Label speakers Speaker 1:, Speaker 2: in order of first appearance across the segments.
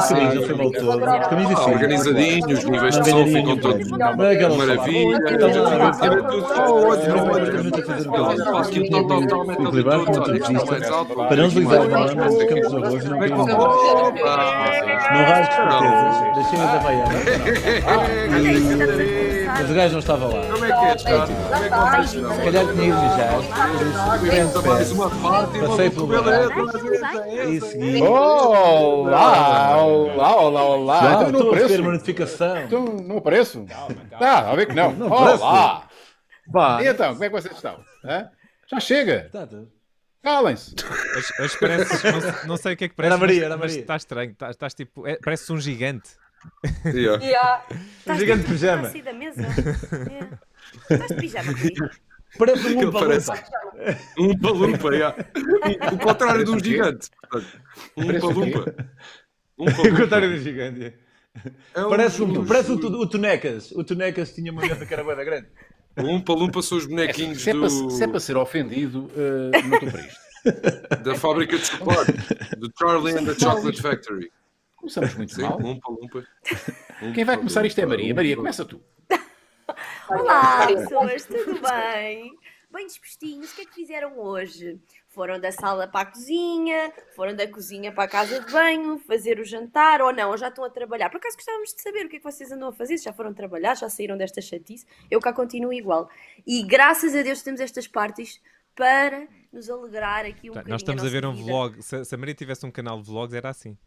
Speaker 1: sim, já foi voltou. Camisa e cinto.
Speaker 2: Organizadinhos, Tá níveis de som ficam todos. Maravilha. Então, Era tudo. Oh, olha, olha. Faz então, aqui o tal, tal, tal, mete ali
Speaker 1: Equilibrar
Speaker 2: tudo.
Speaker 1: pontos
Speaker 2: Olha,
Speaker 1: de
Speaker 2: isto está mais
Speaker 1: vista
Speaker 2: alto.
Speaker 1: para não deslizar o balão nos campos de arroz e não
Speaker 2: Como é que
Speaker 1: cair no
Speaker 2: não-
Speaker 1: mar.
Speaker 2: Opa!
Speaker 1: Não rasgues
Speaker 2: Não.
Speaker 1: certezas. Deixei-me da Baiana. Mas o gajo não estava lá.
Speaker 2: Como é que é, Estado? Como é que vocês estão?
Speaker 1: Se calhar tinha ido
Speaker 2: Ah,
Speaker 1: mijar.
Speaker 2: então Cumprimento a mais uma Fátima,
Speaker 1: Passei
Speaker 2: muito
Speaker 1: pelo
Speaker 2: beleza,
Speaker 1: lado.
Speaker 2: mas essa,
Speaker 1: E
Speaker 2: essa,
Speaker 1: segui.
Speaker 3: Oh! Olá, olá, olá, olá.
Speaker 1: Já
Speaker 3: Então, no
Speaker 1: estou a receber
Speaker 3: preço?
Speaker 1: uma notificação.
Speaker 3: Então, no preço? Ah, a ver que não.
Speaker 1: Não,
Speaker 3: Olá.
Speaker 1: Pá.
Speaker 3: E então, como é que vocês estão? Hã? Já chega.
Speaker 1: Tá, tá.
Speaker 3: Calem-se.
Speaker 4: Hoje, hoje pareces, não, se- não sei o que é que
Speaker 1: Era
Speaker 4: parece,
Speaker 1: a Maria, era a
Speaker 4: mas, mas
Speaker 1: Maria.
Speaker 4: estás estranho, estás, estás tipo, é, pareces um gigante.
Speaker 2: essa.
Speaker 5: Estás
Speaker 1: Gigante
Speaker 5: de
Speaker 1: pijama.
Speaker 5: Assim da mesa. É. Estás de pijama comigo?
Speaker 1: Parece um
Speaker 2: Aquilo
Speaker 1: Oompa
Speaker 2: parece-
Speaker 1: Loompa.
Speaker 2: Um palumpa, já. O contrário de um gigante. Um
Speaker 3: Parece o quê?
Speaker 2: palumpa. Um
Speaker 1: O
Speaker 2: palumpa.
Speaker 1: contrário do gigante.
Speaker 2: É um-
Speaker 1: Parece, um, parece o, tu- o Tonecas. O Tonecas tinha uma mesa que era bué da grande.
Speaker 2: Um palumpa são os bonequinhos
Speaker 3: Se é
Speaker 2: do-
Speaker 3: para, se é para ser ofendido, eh, não estou para isto.
Speaker 2: da fábrica de chocolate. Do Charlie and the Chocolate Factory.
Speaker 3: Começamos muito
Speaker 2: Sim,
Speaker 3: mal.
Speaker 2: um palumpa.
Speaker 3: Quem vai
Speaker 2: um,
Speaker 3: começar isto é a Maria. Maria, começa tu.
Speaker 5: Olá, pessoas, tudo bem? Bem dispostinhos, o que é que fizeram hoje? Foram da sala para a cozinha, foram da cozinha para a casa de banho, fazer o jantar ou não, ou já estão a trabalhar? Por acaso gostávamos de saber o que é que vocês andam a fazer, se já foram trabalhar, já saíram desta chatice, eu cá continuo igual. E graças a Deus temos estas partes para nos alegrar aqui
Speaker 4: Portanto,
Speaker 5: um bocadinho.
Speaker 4: Nós estamos a
Speaker 5: nossa
Speaker 4: ver um
Speaker 5: vida.
Speaker 4: vlog. Se, se a Maria tivesse um canal de vlogs, era assim.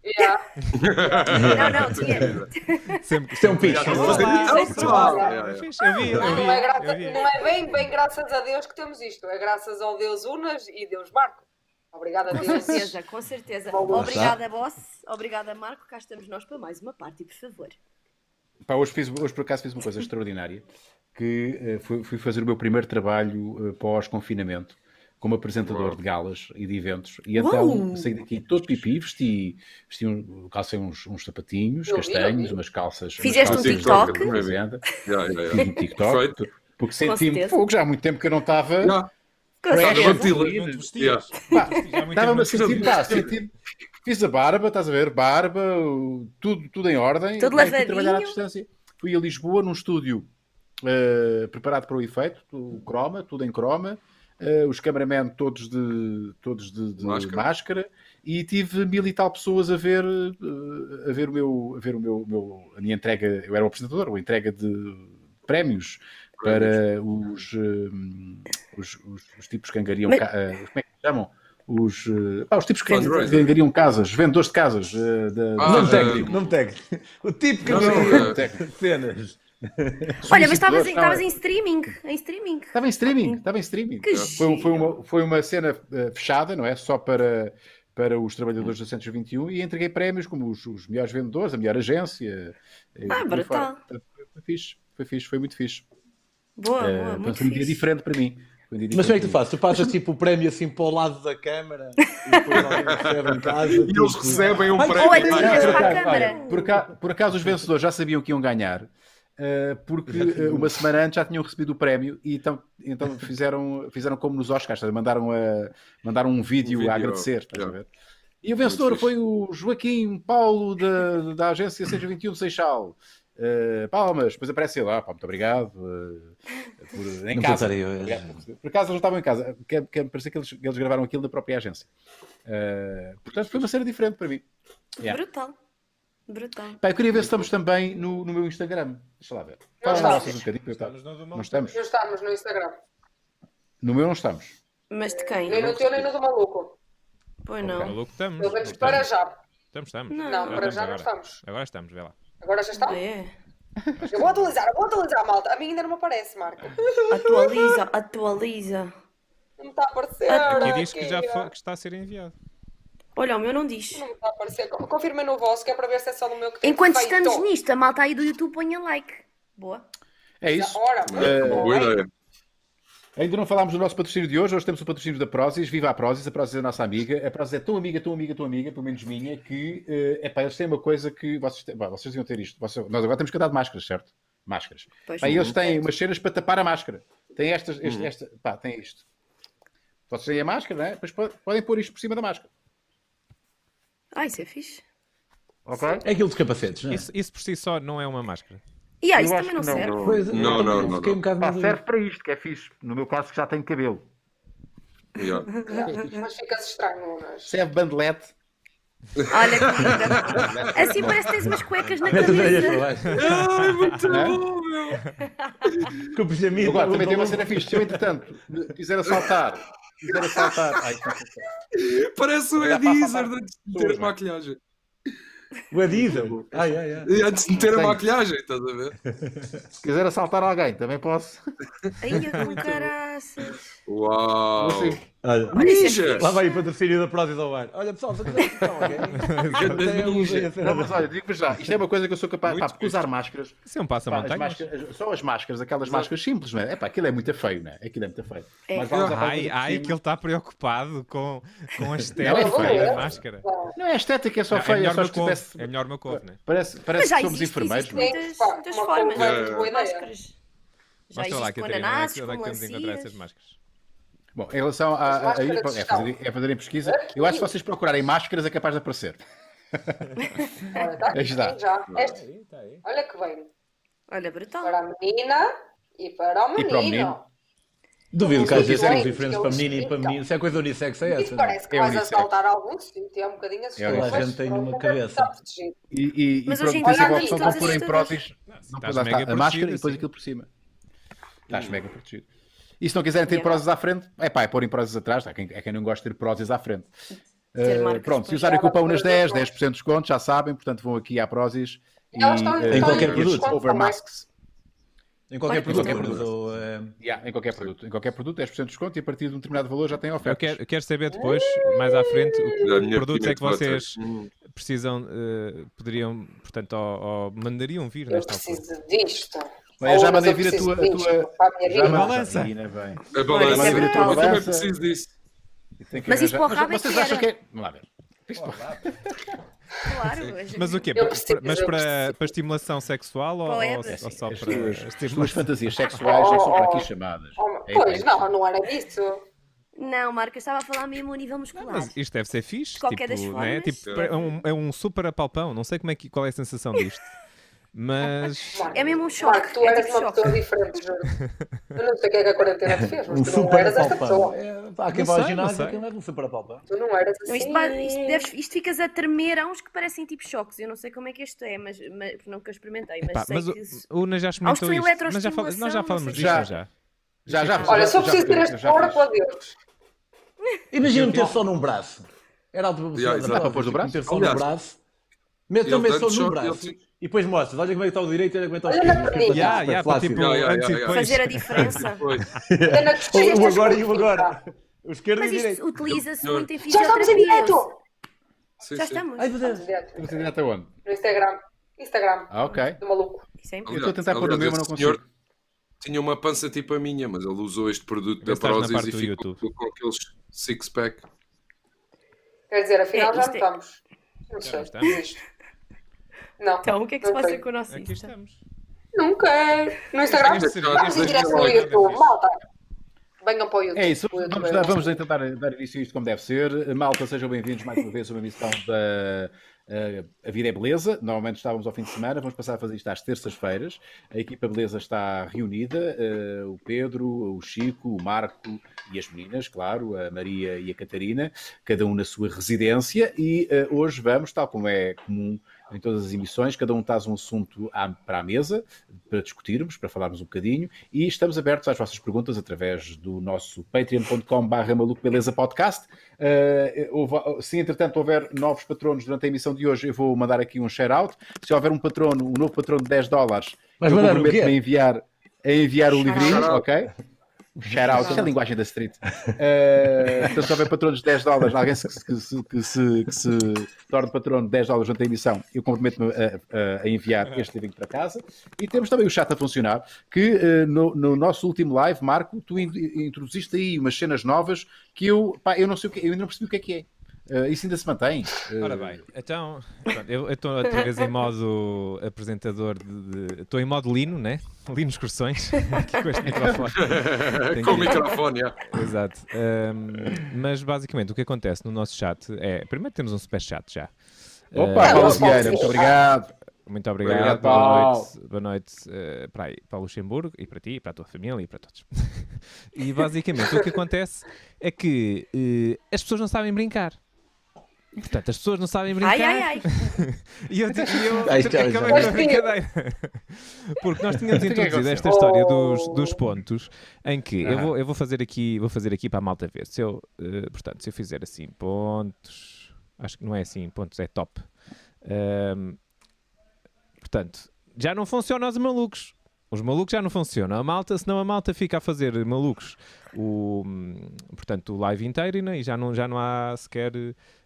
Speaker 5: Não, não, tinha,
Speaker 4: Sempre,
Speaker 1: Isto é um
Speaker 4: sempre-
Speaker 1: picho.
Speaker 4: Olá,
Speaker 2: Então, pessoal.
Speaker 4: é fixe, Eu vi, eu vi.
Speaker 6: Não é, graça-
Speaker 4: eu vi.
Speaker 6: não é bem, bem graças a Deus que temos isto. É graças ao Deus Unas e Deus Marco. Obrigada,
Speaker 5: Com
Speaker 6: Deus.
Speaker 5: certeza, com certeza.
Speaker 6: Vamos
Speaker 5: Obrigada, boss. Obrigada, Marco. Cá estamos nós para mais uma parte, por favor.
Speaker 3: Pá, hoje, fiz, hoje por acaso fiz uma coisa extraordinária que eh, fui, fui fazer o meu primeiro trabalho eh, pós-confinamento como apresentador
Speaker 2: Uau.
Speaker 3: de galas e de eventos e então
Speaker 5: Uau!
Speaker 3: saí daqui todo pipi, vesti, vesti um, calcei uns, uns sapatinhos
Speaker 6: Eu vi, eu
Speaker 3: castanhos,
Speaker 6: vi.
Speaker 3: umas calças umas
Speaker 5: Fizeste um
Speaker 3: calças
Speaker 5: TikTok?
Speaker 3: de fazenda, fiz um TikTok
Speaker 2: Perfeito.
Speaker 3: porque
Speaker 5: certeza.
Speaker 3: senti-me fogo já há muito tempo que eu não estava
Speaker 2: Já,
Speaker 5: Com
Speaker 3: Fresh.
Speaker 2: Estava
Speaker 5: certeza.
Speaker 2: mantila.
Speaker 4: Não te vestias.
Speaker 3: Pá,
Speaker 4: Já há muito tempo
Speaker 3: estava-me
Speaker 4: não
Speaker 3: a
Speaker 4: te
Speaker 3: sentir,
Speaker 4: vestias.
Speaker 3: pá, senti fiz a barba, estás a ver, barba o- tudo, tudo em ordem
Speaker 5: Tudo
Speaker 3: Pá, e fui
Speaker 5: lavadinho.
Speaker 3: trabalhar à distância fui a Lisboa num estúdio eh, preparado para o efeito, tu- o croma, tudo em croma, eh, os cameramen todos de, todos de, de
Speaker 2: Máscara.
Speaker 3: máscara. e tive mil e tal pessoas a ver, eh, a ver, o meu, a, ver o meu, o meu- a minha entrega, eu era o apresentador, a entrega de prémios para os, eh, os, os- os tipos que angariam,
Speaker 5: Mas-
Speaker 3: ca- eh, como é que se chamam? Os, eh, pá, os tipos que
Speaker 2: Fundraiser.
Speaker 3: angariam casas, vendedores de casas. eh, da-
Speaker 2: Ah,
Speaker 1: Não me
Speaker 2: eh,
Speaker 1: técnico, não me técnico. O tipo que
Speaker 2: Não,
Speaker 1: não,
Speaker 2: não, eh,
Speaker 1: cenas.
Speaker 5: Olha, mas estavas em,
Speaker 3: Não, é
Speaker 5: estavas em streaming. Em streaming.
Speaker 3: Estava em streaming, estava em streaming.
Speaker 5: Que
Speaker 3: Foi, foi uma, foi uma cena eh, fechada, não é? Só para, para os trabalhadores da 121 e entreguei prémios como os, os melhores vendedores, a melhor agência. eh,
Speaker 5: Ah,
Speaker 3: e por aí
Speaker 5: brutal.
Speaker 3: fora. Portanto, Foi, foi fixe, foi fixe, foi muito fixe.
Speaker 5: Boa,
Speaker 3: Eh,
Speaker 5: boa.
Speaker 3: portanto,
Speaker 5: Muito
Speaker 3: foi um dia
Speaker 5: fixe.
Speaker 3: diferente para mim. Foi
Speaker 1: Mas
Speaker 3: um dia
Speaker 1: como é
Speaker 3: diferente
Speaker 1: que tu
Speaker 3: para mim.
Speaker 1: fazes? Tu passas tipo o prémio assim para o lado da câmara e depois alguém recebe em casa. tipo,
Speaker 2: E eles recebem um
Speaker 1: Ai,
Speaker 2: prémio. Ai,
Speaker 5: olha,
Speaker 2: ai,
Speaker 5: tinha- Olhas
Speaker 3: Por
Speaker 5: para a
Speaker 3: acaso,
Speaker 5: câmara.
Speaker 3: olha, Por acaso, por acaso os vencedores já sabiam que iam ganhar, eh, porque eh, uma semana antes já tinham recebido o prémio e então, então fizeram, fizeram como nos Oscars, sabe? mandaram, a, mandaram um vídeo,
Speaker 2: Um vídeo,
Speaker 3: a agradecer. estás a
Speaker 2: yeah.
Speaker 3: ver? E o vencedor
Speaker 2: fixe.
Speaker 3: foi o Joaquim Paulo da, da agência 121 de Seixal. Eh, palmas, depois aparece ele, ah, pá, muito obrigado. eh, por, em
Speaker 1: Não
Speaker 3: casa.
Speaker 1: pensarei hoje.
Speaker 3: Por acaso eles não estavam em casa, quer, quer me parecer que eles, que eles gravaram aquilo da própria agência. Eh, portanto, foi uma cena diferente para mim. Yeah.
Speaker 5: Brutal. Brutal.
Speaker 3: Pá, eu queria ver se estamos também no, no meu Instagram. Deixa lá ver. Fala lá
Speaker 6: estamos.
Speaker 3: vocês um bocadinho, que eu
Speaker 1: tá
Speaker 3: tava- Não estamos.
Speaker 6: Não estamos no Instagram.
Speaker 3: No meu não estamos.
Speaker 5: Mas de
Speaker 6: Nem
Speaker 5: quem?
Speaker 6: no teu, nem no do maluco.
Speaker 5: Pois
Speaker 3: tipo-
Speaker 5: não.
Speaker 4: Maluco, estamos.
Speaker 6: Pelo menos
Speaker 4: Não
Speaker 6: para
Speaker 4: estamos.
Speaker 6: já.
Speaker 4: Estamos, estamos.
Speaker 5: Não.
Speaker 6: Não, para
Speaker 4: estamos
Speaker 6: já não
Speaker 4: agora.
Speaker 6: estamos.
Speaker 4: Agora estamos, vê lá.
Speaker 6: Agora já está?
Speaker 5: É.
Speaker 6: Eu vou atualizar, eu vou atualizar, malta. A mim ainda não me aparece, Marco.
Speaker 5: Atualiza, atualiza.
Speaker 6: Não tá me está a aparecer.
Speaker 4: Aqui diz que
Speaker 6: é aqui,
Speaker 4: já
Speaker 6: ó.
Speaker 4: foi- que está a ser enviado.
Speaker 5: Olha, o meu não diz.
Speaker 6: Não me está a aparecer. Co- Confirmem no vosso, que é para ver se é só no meu que tem
Speaker 5: Enquanto
Speaker 6: defeito.
Speaker 5: estamos nisto, a malta aí do YouTube ponha like. Boa.
Speaker 3: É isso.
Speaker 6: Ora,
Speaker 2: Uma boa ideia.
Speaker 3: Ainda não falámos do nosso patrocínio de hoje. Hoje temos o patrocínio da Prozis. Viva a Prozis. A Prozis é a nossa amiga. A Prozis é tão amiga, tão amiga, tão amiga, pelo menos minha, que é pá, eles têm uma coisa que vocês, têm- pá, vocês deviam ter isto. Vocês- nós agora temos que andar de máscaras, certo? Máscaras.
Speaker 5: Pois
Speaker 3: Pá, e eles têm umas cenas para tapar a máscara. Tem estas, este, esta, pá, tem isto. Vocês têm a máscara, não é? Depois po- podem pôr isto por cima da máscara.
Speaker 5: Ah, isso é fixe.
Speaker 3: Ok?
Speaker 1: É aquilo dos capacetes, não é?
Speaker 4: Isso, isso por si só não é uma máscara.
Speaker 5: E ah, isto
Speaker 3: Eu acho
Speaker 5: também não
Speaker 3: que não,
Speaker 5: serve.
Speaker 1: Pois, eu
Speaker 2: Não,
Speaker 1: também
Speaker 2: não, não,
Speaker 1: fiquei um
Speaker 2: não.
Speaker 1: bocado
Speaker 3: Pá,
Speaker 1: na dúvida.
Speaker 3: serve para isto, que é fixe. No meu caso, que já tenho cabelo.
Speaker 2: Yeah.
Speaker 6: Mas fica-se estranho, é? mas...
Speaker 3: Serve é bandelete.
Speaker 5: Olha que linda. Assim parece que tens umas cuecas na
Speaker 1: Mete as orelhas
Speaker 5: cabeça.
Speaker 1: para baixo.
Speaker 2: Ai, muito
Speaker 3: Não é?
Speaker 2: bom, meu.
Speaker 1: Com o pijamito.
Speaker 3: Agora, também tem uma cena fixe. Se eu, entretanto, quiser assaltar, quiser assaltar. Ai, não sei.
Speaker 2: Parece o
Speaker 3: Olha,
Speaker 2: Ed
Speaker 3: pá, pá,
Speaker 2: Izzard
Speaker 3: pá.
Speaker 2: antes de meter a
Speaker 3: Tudo, não é?
Speaker 2: maquilhagem.
Speaker 1: O Adidas. Ai, ai, ai.
Speaker 2: E Antes de meter a
Speaker 3: Tenho.
Speaker 2: maquilhagem, estás a ver?
Speaker 3: se quiser assaltar alguém, também posso.
Speaker 5: Ai, com caraças.
Speaker 2: Uau!
Speaker 3: Assim,
Speaker 1: Olha.
Speaker 5: Olha, isso é
Speaker 2: Ninja!
Speaker 5: fixe.
Speaker 1: Lá vai o patrocínio da Prozis ao bar. Olha pessoal, se quiser então, ok? Até eu usei a
Speaker 3: não,
Speaker 1: cena
Speaker 3: mas
Speaker 1: da-
Speaker 3: olha, digo-vos já, isto é uma coisa que eu sou capaz.
Speaker 4: Muito
Speaker 3: Pá, porque usar máscaras,
Speaker 4: Isso é um
Speaker 3: pá, as
Speaker 4: passamontanhas.
Speaker 3: máscaras- só as máscaras, aquelas máscaras simples, não é? É pá, aquilo é muito feio, não é? Aquilo é muito feio.
Speaker 5: É.
Speaker 3: Mas vale usar qualquer
Speaker 4: Ai,
Speaker 3: coisa por
Speaker 4: ai,
Speaker 3: cima.
Speaker 4: que ele está preocupado com, com a
Speaker 3: Não, é
Speaker 4: estética
Speaker 6: feio.
Speaker 4: da máscara.
Speaker 3: Não é estética, é só
Speaker 4: Não, é
Speaker 3: feio, é
Speaker 4: melhor
Speaker 3: só
Speaker 4: uma
Speaker 3: se
Speaker 4: couve.
Speaker 3: tivesse-
Speaker 4: É melhor uma couve, né?
Speaker 3: Parece,
Speaker 5: Mas
Speaker 3: parece
Speaker 5: já
Speaker 3: que somos
Speaker 5: existe,
Speaker 3: enfermeiros,
Speaker 5: existe
Speaker 3: não é?
Speaker 5: muitas,
Speaker 6: Pá,
Speaker 5: muitas
Speaker 6: uma
Speaker 5: formas
Speaker 6: conversa
Speaker 5: de
Speaker 6: boa ideia.
Speaker 5: máscaras.
Speaker 4: Mostra
Speaker 5: Já
Speaker 4: lá,
Speaker 5: existe com
Speaker 4: Catarina, onde é que
Speaker 5: ananases,
Speaker 4: onde é que
Speaker 5: com
Speaker 4: podemos encontrar essas
Speaker 5: melancias.
Speaker 4: máscaras?
Speaker 3: Bom, em relação a,
Speaker 6: As
Speaker 3: a- a-
Speaker 6: máscaras
Speaker 3: é,
Speaker 6: estão.
Speaker 3: fazer, é fazerem pesquisa, eu acho que se vocês procurarem máscaras é capaz de aparecer.
Speaker 6: Olha, tá aqui,
Speaker 3: Ajudar.
Speaker 6: já. Este-
Speaker 4: Aí, tá aí.
Speaker 6: Olha que bem.
Speaker 5: Olha, brutal.
Speaker 6: Para a menina e para o
Speaker 3: E
Speaker 6: menino.
Speaker 3: para o menino.
Speaker 1: Duvido que haja
Speaker 6: Sim,
Speaker 1: sermos
Speaker 6: sim.
Speaker 1: diferentes para menino e para menino. Se é coisa unissex, é essa.
Speaker 6: Isto
Speaker 1: não é?
Speaker 6: parece que
Speaker 3: É
Speaker 6: vais
Speaker 3: unissex.
Speaker 6: assaltar algum sítio, é um bocadinho assustador.
Speaker 3: É unissex.
Speaker 6: mas
Speaker 1: A gente tem
Speaker 6: pronto,
Speaker 1: numa
Speaker 6: também
Speaker 1: cabeça.
Speaker 6: está protegido.
Speaker 3: E, e,
Speaker 5: Mas
Speaker 3: e
Speaker 5: hoje
Speaker 3: pronto, tem sempre
Speaker 5: em dia
Speaker 3: a
Speaker 5: há
Speaker 3: opção de
Speaker 5: todas
Speaker 3: pôr em
Speaker 5: estas
Speaker 3: próteses.
Speaker 4: Não,
Speaker 3: Lá
Speaker 4: estás
Speaker 3: está,
Speaker 4: mega
Speaker 3: a máscara e
Speaker 4: protegido,
Speaker 3: depois
Speaker 4: assim.
Speaker 3: aquilo por cima. Estás mega protegido. E se não quiserem ter
Speaker 5: Yeah.
Speaker 3: próteses à frente, é pá, é pôr em próteses atrás, tá? Quem- é quem não gosta de ter próteses à frente.
Speaker 5: Ter
Speaker 3: Eh,
Speaker 5: marcas
Speaker 3: pronto, se
Speaker 5: depois.
Speaker 3: usarem o cupom nas 10,
Speaker 6: Marcas
Speaker 3: 10% de desconto, já sabem, portanto vão aqui à próteses e,
Speaker 6: Elas estão-
Speaker 3: eh,
Speaker 1: Em qualquer
Speaker 3: e
Speaker 1: produto.
Speaker 3: esses over masks.
Speaker 1: Em qualquer
Speaker 5: Olha,
Speaker 1: produto.
Speaker 3: qualquer
Speaker 1: mas
Speaker 3: produto.
Speaker 1: eu, eh,
Speaker 3: Yeah, em qualquer produto. Em qualquer produto, 10% de desconto e a partir de um determinado valor já tem
Speaker 4: Eu
Speaker 3: ofertas.
Speaker 4: quero, eu quero saber depois, mais à frente, o
Speaker 2: Da
Speaker 4: que
Speaker 2: minha
Speaker 4: produtos é que
Speaker 2: pimenta
Speaker 4: vocês
Speaker 2: butter.
Speaker 4: precisam, eh, poderiam, portanto, ou, ou mandariam vir
Speaker 6: Eu
Speaker 4: nesta altura.
Speaker 6: preciso disto.
Speaker 3: Bem,
Speaker 6: Ou
Speaker 3: já
Speaker 6: mas
Speaker 3: mandei
Speaker 6: eu
Speaker 3: vir a
Speaker 6: preciso
Speaker 3: tua- a
Speaker 6: disto
Speaker 3: tua-
Speaker 6: para a minha
Speaker 3: Já
Speaker 6: vida.
Speaker 3: manda-
Speaker 4: balança.
Speaker 3: Ainda bem.
Speaker 2: A balança.
Speaker 5: Olha, isso é
Speaker 2: Eu
Speaker 5: brutal.
Speaker 2: também
Speaker 3: Balança.
Speaker 2: preciso disso.
Speaker 3: E tem que
Speaker 5: Mas isto
Speaker 3: arranjar-
Speaker 5: para o rabo é
Speaker 3: vocês
Speaker 5: que
Speaker 3: acham que
Speaker 5: era.
Speaker 3: é... Vamos lá ver.
Speaker 5: Claro, hoje.
Speaker 4: Mas o quê?
Speaker 6: Eu
Speaker 4: Pa-
Speaker 6: preciso,
Speaker 4: pa- Mas
Speaker 6: eu
Speaker 4: para,
Speaker 6: preciso.
Speaker 4: para estimulação sexual ou,
Speaker 5: Para o
Speaker 4: ou-
Speaker 5: Ebas.
Speaker 4: ou só
Speaker 3: As
Speaker 4: para
Speaker 3: tuas, as tuas
Speaker 4: estimulação?
Speaker 3: fantasias sexuais não são para aqui chamadas.
Speaker 6: Oh,
Speaker 3: É
Speaker 6: pois,
Speaker 3: isso.
Speaker 6: não, não era disso.
Speaker 5: Não, Marco, eu estava a falar mesmo a nível muscular.
Speaker 4: Mas isto deve ser fixe,
Speaker 5: De qualquer das
Speaker 4: tipo, né?
Speaker 5: formas.
Speaker 4: Tipo, é, um, é um super apalpão, não sei como é que, qual é a sensação disto, mas
Speaker 5: É mesmo um choque.
Speaker 6: Marco, tu
Speaker 5: é
Speaker 6: eras
Speaker 5: tipo
Speaker 6: uma
Speaker 5: choque.
Speaker 6: pessoa diferente, juro. Eu não sei o que é que a quarentena te fez, mas
Speaker 1: Um
Speaker 6: tu não eras
Speaker 1: super
Speaker 6: esta
Speaker 1: palpão.
Speaker 6: pessoa.
Speaker 1: É, pá, Quem vai ao
Speaker 4: Não sei, não
Speaker 1: ginásio,
Speaker 4: sei.
Speaker 1: aquilo é um super palpão.
Speaker 6: Tu não eras
Speaker 5: Não,
Speaker 6: assim.
Speaker 5: isto, ba- isto, deves- isto ficas a tremer, há uns que parecem tipo choques. Eu não sei como é que este é, mas, mas nunca experimentei, mas
Speaker 4: Epá,
Speaker 5: sei
Speaker 4: mas o,
Speaker 5: que. se-
Speaker 4: o Nas já experimentou
Speaker 5: são
Speaker 4: isto, mas já fal- nós já
Speaker 5: eletroestimulação,
Speaker 4: falamos
Speaker 5: não
Speaker 4: disto
Speaker 5: sei
Speaker 3: o
Speaker 4: já.
Speaker 3: quê. Já,
Speaker 4: já.
Speaker 3: já.
Speaker 6: Olha,
Speaker 3: já-
Speaker 6: só
Speaker 3: já-
Speaker 6: preciso ter
Speaker 3: já-
Speaker 6: este
Speaker 3: já-
Speaker 6: fora com a Deus.
Speaker 1: Imagina meter só num braço. Era algo
Speaker 2: Yeah, exato.
Speaker 3: Para pôr do braço?
Speaker 1: Meter só no
Speaker 2: Aliás,
Speaker 1: braço. Mete
Speaker 2: ele
Speaker 1: também
Speaker 2: tanto
Speaker 1: só
Speaker 2: só-
Speaker 1: no braço.
Speaker 2: ele-
Speaker 1: E depois mostras. Olha como é que está o direito, olha como é que está o
Speaker 6: Olha
Speaker 1: esquerdo.
Speaker 6: na
Speaker 1: Fica
Speaker 6: perninha.
Speaker 1: super
Speaker 4: Já, já, para,
Speaker 1: flácido.
Speaker 4: tipo,
Speaker 2: Yeah, yeah,
Speaker 4: antes e
Speaker 2: yeah, yeah.
Speaker 4: depois.
Speaker 5: Fazer a diferença.
Speaker 2: Pois.
Speaker 6: Ainda não gostei
Speaker 1: É. Ou o
Speaker 6: destas
Speaker 1: agora e o
Speaker 6: coisas.
Speaker 1: agora. O esquerdo e
Speaker 5: Mas
Speaker 1: o
Speaker 5: isto
Speaker 1: direito.
Speaker 5: utiliza-se
Speaker 2: Eu-
Speaker 5: muito em
Speaker 6: Já estamos
Speaker 5: fisioterapia.
Speaker 6: em direto!
Speaker 2: Sim,
Speaker 5: Já
Speaker 2: sim.
Speaker 5: estamos.
Speaker 1: Ai, meu Deus.
Speaker 6: Direto.
Speaker 3: Mas ainda até onde?
Speaker 6: No Instagram. Instagram.
Speaker 3: Ah, ok.
Speaker 6: Do maluco.
Speaker 5: Isso
Speaker 4: Então,
Speaker 5: é
Speaker 3: Eu
Speaker 5: importante.
Speaker 3: estou a tentar pôr o
Speaker 2: Aliás,
Speaker 3: meu, mas não
Speaker 2: esse
Speaker 3: consigo.
Speaker 2: senhor Tinha uma pança tipo a minha, mas ele usou este produto
Speaker 4: Vê
Speaker 2: da
Speaker 4: se estás na
Speaker 2: Prozis
Speaker 4: parte
Speaker 2: e
Speaker 4: do
Speaker 2: ficou
Speaker 4: YouTube.
Speaker 2: com aqueles six-pack.
Speaker 6: Quer dizer, afinal
Speaker 5: É,
Speaker 6: já
Speaker 5: isto
Speaker 6: não
Speaker 5: é-
Speaker 6: estamos. Não sei.
Speaker 4: estamos?
Speaker 6: Desisto. Não.
Speaker 5: Então, o que é que se
Speaker 6: Não
Speaker 5: passa
Speaker 6: sei.
Speaker 5: com o nosso
Speaker 4: Aqui
Speaker 5: Insta?
Speaker 4: estamos.
Speaker 6: Nunca. No Instagram.
Speaker 2: Este seria-
Speaker 6: Vamos em
Speaker 2: este
Speaker 6: direto
Speaker 2: seria
Speaker 6: no
Speaker 2: o
Speaker 6: YouTube.
Speaker 2: Instagram.
Speaker 6: Malta. Venham para o YouTube.
Speaker 3: É isso,
Speaker 6: O YouTube
Speaker 3: vamos,
Speaker 6: é
Speaker 3: dar,
Speaker 6: bom.
Speaker 3: vamos então dar, dar início a isto como deve ser. Eh, Malta, sejam bem-vindos mais uma vez a uma emissão da eh, A Vida é Beleza. Normalmente estávamos ao fim de semana, vamos passar a fazer isto às terças-feiras. A equipa Beleza está reunida: eh, o Pedro, o Chico, o Marco e as meninas, claro, a Maria e a Catarina, cada um na sua residência. E eh, hoje vamos, tal como é comum em todas as emissões, cada um traz um assunto à- para a mesa para discutirmos, para falarmos um bocadinho e estamos abertos às vossas perguntas através do nosso patreon.com barra maluco beleza podcast Eh, houve- se entretanto houver novos patronos durante a emissão de hoje eu vou mandar aqui um share out se houver um patrono, um novo patrono de 10 dólares
Speaker 1: Mas
Speaker 3: eu
Speaker 1: mandar o
Speaker 3: comprometo-me a
Speaker 1: quê?
Speaker 3: enviar a enviar o
Speaker 5: Shout-out.
Speaker 3: livrinho, ok? Shout out, isto é a linguagem da street. Eh, portanto, se houver patronos de 10 dólares, alguém se- que, se, que se- que se torne patrono de 10 dólares durante a emissão, eu comprometo-me a, a- a enviar este livrinho para casa. E temos também o chat a funcionar, que eh, no, no nosso último live, Marco, tu in- introduziste aí umas cenas novas que eu, pá, eu não sei o que, eu ainda não percebi o que é que é. Eh, isso ainda se mantém. Eh,
Speaker 4: Ora bem, então, pronto, eu eu estou outra vez em modo apresentador de. de- Estou em modo Lino, né? Lino Excursões, aqui com este microfone. Tenho
Speaker 2: Com o
Speaker 4: que-
Speaker 2: microfone, é, já.
Speaker 4: Exato. Ahm, mas basicamente o que acontece no nosso chat é. Primeiro temos um super chat já.
Speaker 3: Opa, Paulo Vieira, muito obrigado.
Speaker 4: Muito obrigado,
Speaker 3: Obrigado,
Speaker 4: boa
Speaker 3: Paulo.
Speaker 4: noite, boa noite eh, para, aí, para o Luxemburgo e para ti, e para a tua família e para todos. e basicamente o que acontece é que eh, as pessoas não sabem brincar. E, portanto, as pessoas não sabem brincar.
Speaker 5: Ai, ai, ai.
Speaker 4: E eu, e eu
Speaker 1: Ai, já,
Speaker 4: acabei
Speaker 1: já.
Speaker 4: com a brincadeira. Porque nós tínhamos
Speaker 3: Mas o que é que
Speaker 4: introduzido
Speaker 6: aconteceu?
Speaker 4: esta história
Speaker 6: Oh.
Speaker 4: dos, dos pontos em que eu,
Speaker 3: Aham.
Speaker 4: vou, eu vou fazer aqui, vou fazer aqui para a malta ver. Se eu, eh, portanto, se eu fizer assim, pontos, acho que não é assim, pontos é top. Ahm, portanto, já não funcionam os malucos. Os malucos já não funcionam. A malta, senão a malta fica a fazer malucos o, hum, portanto, o live inteiro e, não- e já, não, já não há sequer,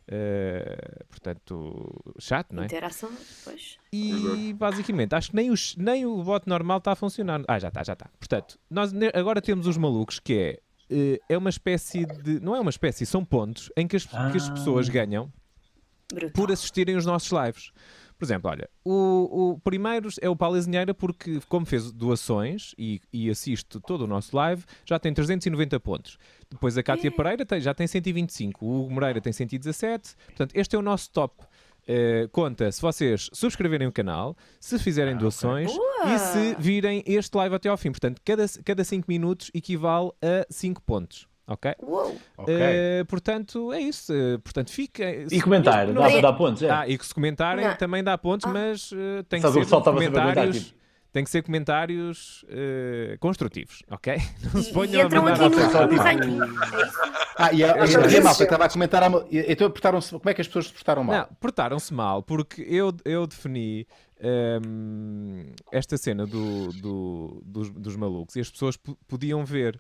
Speaker 4: eh, portanto, chat, não é?
Speaker 5: Interação, pois.
Speaker 4: E basicamente, acho que nem, os, nem o bot normal está a funcionar. Ah, já está, já está. Portanto, nós ne- agora temos os malucos, que é, eh, é uma espécie de. Não é uma espécie, são pontos em que as, que as pessoas ganham
Speaker 5: Brutal.
Speaker 4: por assistirem os nossos lives. Por exemplo, olha, o, o primeiro é o Paulo Azinheira porque, como fez doações e, e assiste todo o nosso live, já tem 390 pontos. Depois a Cátia Pereira tem- já tem 125, o Hugo Moreira tem 117. Portanto, este é o nosso top. Eh, conta se vocês subscreverem o canal, se
Speaker 7: Ah,
Speaker 4: fizerem doações
Speaker 5: Boa!
Speaker 4: e se virem este live até ao fim. Portanto, cada 5 minutos equivale a 5 pontos. Ok?
Speaker 5: Uou.
Speaker 3: Ok.
Speaker 4: Eh, portanto, é isso. Eh, portanto, fiquem.
Speaker 7: E comentar,
Speaker 4: Não-
Speaker 7: dá para dar pontos, é.
Speaker 4: ah, e que se comentarem
Speaker 5: Não. Ah.
Speaker 4: também dá pontos, mas eh, tem que
Speaker 7: Sabe, o
Speaker 4: ser
Speaker 7: pessoal estava sempre a comentar,
Speaker 4: comentários. Tem que ser comentários eh, construtivos, ok? Não se
Speaker 5: E, e
Speaker 4: ponham a
Speaker 5: entram
Speaker 4: mandar
Speaker 5: aqui no,
Speaker 4: a
Speaker 5: no ranking. É isso?
Speaker 3: Ah, e a, a,
Speaker 6: Nós
Speaker 3: a,
Speaker 6: somos
Speaker 3: a malta
Speaker 6: isso.
Speaker 3: estava a comentar. à mal- e- Então, portaram-se- como é que as pessoas se portaram mal?
Speaker 4: Não, portaram-se mal, porque eu, eu defini ehm, esta cena do, do- dos, dos malucos e as pessoas po- podiam ver.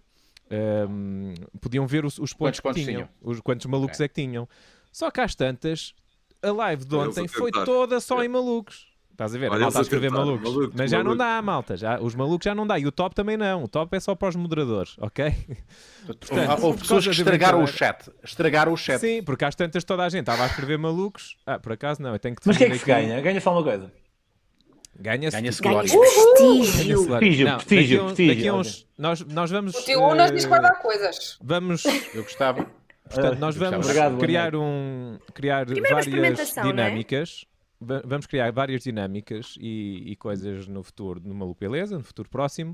Speaker 4: ehm, podiam ver os, os
Speaker 3: Quantos
Speaker 4: pontos,
Speaker 3: pontos
Speaker 4: que tinham,
Speaker 3: tinham?
Speaker 4: Os, quantos malucos é que tinham. Só que às tantas, a live de
Speaker 2: Eu vou
Speaker 4: ontem foi
Speaker 2: tentar.
Speaker 4: toda só em malucos. Estás a ver?
Speaker 2: Olha,
Speaker 4: a
Speaker 2: eu
Speaker 4: malta a
Speaker 2: vou
Speaker 4: escrever
Speaker 2: tentar.
Speaker 4: malucos.
Speaker 2: Maluco,
Speaker 4: Mas já não
Speaker 2: maluco.
Speaker 4: dá, malta. Já, os malucos já não dá. E o top também não. O top é só para os moderadores, ok?
Speaker 3: Houve-
Speaker 4: portanto,
Speaker 3: houve
Speaker 4: por
Speaker 3: pessoas que
Speaker 4: causa da
Speaker 3: estragaram o
Speaker 4: brincadeira.
Speaker 3: chat. Estragaram o chat.
Speaker 4: Sim, porque às tantas toda a gente estava a escrever malucos. Ah, por acaso não, eu tenho que
Speaker 7: Mas o que é que
Speaker 4: definir
Speaker 7: se
Speaker 4: aqui.
Speaker 7: ganha? Ganha só uma coisa.
Speaker 4: Ganha-se Uh!
Speaker 3: Ganha-se
Speaker 5: Ganhas
Speaker 3: glória.
Speaker 5: prestígio.
Speaker 4: Ganha-se glória.
Speaker 7: Prestígio,
Speaker 4: Não,
Speaker 7: prestígio,
Speaker 4: daqui a uns-
Speaker 7: prestígio,
Speaker 4: daqui a uns- nós, nós vamos.
Speaker 6: O tio Unas
Speaker 4: eh,
Speaker 6: diz guardar coisas.
Speaker 4: Vamos,
Speaker 3: Eu gostava.
Speaker 4: portanto, nós
Speaker 3: Ah,
Speaker 4: vamos
Speaker 7: obrigado, boa
Speaker 4: criar, um, criar
Speaker 5: uma
Speaker 4: várias
Speaker 5: experimentação, não é?
Speaker 4: dinâmicas. Va- Vamos criar várias dinâmicas e, e coisas no futuro, no Maluco Beleza, no futuro próximo.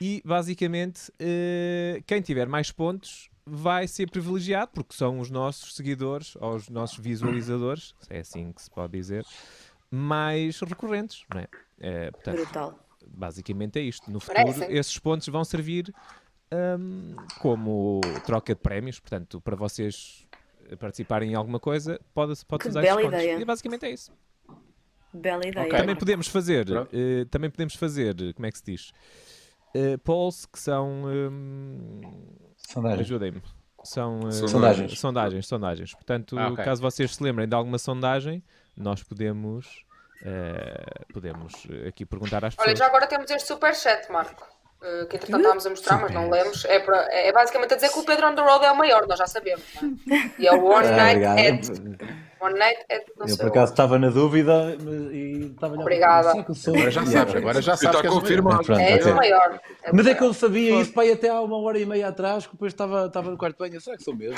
Speaker 4: E basicamente, eh, quem tiver mais pontos vai ser privilegiado, porque são os nossos seguidores ou os nossos visualizadores, se é assim que se pode dizer, mais recorrentes, não é? Eh, portanto,
Speaker 5: Brutal.
Speaker 4: basicamente é isto. No futuro,
Speaker 6: Parece.
Speaker 4: esses pontos vão servir hum, como troca de prémios, portanto, para vocês participarem em alguma coisa, pode-se pode
Speaker 5: Que
Speaker 4: usar
Speaker 5: bela
Speaker 4: esses pontos.
Speaker 5: ideia.
Speaker 4: E basicamente é isso.
Speaker 5: Bela ideia.
Speaker 3: Ok.
Speaker 4: Também podemos fazer,
Speaker 3: Pronto.
Speaker 4: eh, também podemos fazer, como é que se diz? Eh, polls que são. hum,
Speaker 7: Sondagem.
Speaker 4: Ajudem-me. São eh,
Speaker 7: Sondagens.
Speaker 4: sondagens, sondagens. Portanto,
Speaker 3: Ah, ok.
Speaker 4: caso vocês se lembrem de alguma sondagem, nós podemos, eh, podemos eh, aqui perguntar às pessoas.
Speaker 6: Olha, já agora temos este superchat, Marco. eh, Que entretanto estávamos a mostrar, mas não lemos. É, para- é basicamente a dizer que o Pedro on the road é o maior, nós já sabemos. não é? E é o One
Speaker 7: Ah,
Speaker 6: Night
Speaker 7: obrigado.
Speaker 6: at. One Night at. Não
Speaker 7: Eu
Speaker 6: sei
Speaker 7: por
Speaker 6: o-
Speaker 7: acaso estava na dúvida mas- e estava a olhar-
Speaker 6: Obrigada.
Speaker 7: Sim, que eu sou.
Speaker 3: Agora já sabes,
Speaker 7: Yeah.
Speaker 3: agora já
Speaker 2: Está
Speaker 3: sabes. que assim. és o
Speaker 2: confirmado.
Speaker 7: Mas pronto,
Speaker 6: É
Speaker 7: ok.
Speaker 6: o maior. é o
Speaker 7: Mas é que
Speaker 6: maior.
Speaker 7: eu sabia isso pai, até há uma hora e meia atrás, que depois estava, estava no quarto de banho. Será que sou mesmo?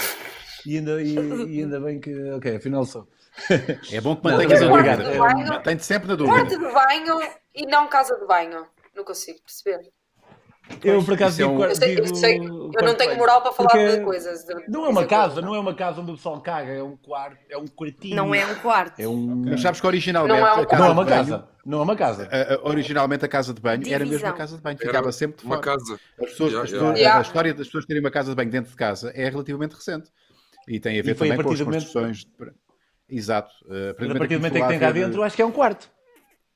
Speaker 7: E ainda, e, e ainda bem que. Ok, afinal sou.
Speaker 3: maior. É bom que mantenhas a
Speaker 7: Não, obrigado.
Speaker 3: dúvida.
Speaker 6: Obrigado.
Speaker 3: Mantém-te sempre na
Speaker 6: Quarto
Speaker 3: dúvida.
Speaker 6: de banho e não casa de banho. Não consigo perceber.
Speaker 7: Eu por acaso
Speaker 3: Isso é
Speaker 7: digo
Speaker 3: um-
Speaker 7: quarto-
Speaker 6: Eu, sei, eu,
Speaker 7: digo
Speaker 6: sei- eu
Speaker 7: quarto
Speaker 6: não
Speaker 7: de
Speaker 6: tenho
Speaker 7: banho.
Speaker 6: moral para falar
Speaker 7: Porque
Speaker 6: de coisas. de-
Speaker 7: Não é uma
Speaker 6: de-
Speaker 7: casa, não é uma casa onde o pessoal caga, é um quarto, é um quartinho.
Speaker 5: Não é um quarto.
Speaker 7: É um.
Speaker 3: Mas sabes que
Speaker 6: Não é um
Speaker 3: originalmente. a
Speaker 6: quarto.
Speaker 7: Não é
Speaker 3: de
Speaker 7: uma
Speaker 3: banho-
Speaker 7: casa. Não é uma casa.
Speaker 3: a- a- originalmente a casa de banho era mesmo
Speaker 5: Divisão.
Speaker 3: a casa de banho,
Speaker 2: Era
Speaker 3: ficava sempre de
Speaker 2: Uma
Speaker 3: fora.
Speaker 2: casa.
Speaker 3: As pessoas,
Speaker 2: Yeah,
Speaker 3: as
Speaker 2: yeah.
Speaker 3: pessoas-
Speaker 6: Yeah.
Speaker 3: A história das pessoas terem uma casa de banho dentro de casa é relativamente recente. E tem a ver
Speaker 7: E foi a
Speaker 3: também com as
Speaker 7: partir do momento-
Speaker 3: construções. de- Exato. Uh,
Speaker 7: Mas a partir do momento em que
Speaker 3: começou
Speaker 7: tem
Speaker 3: a
Speaker 7: cá
Speaker 3: haver-
Speaker 7: dentro, acho que é um quarto.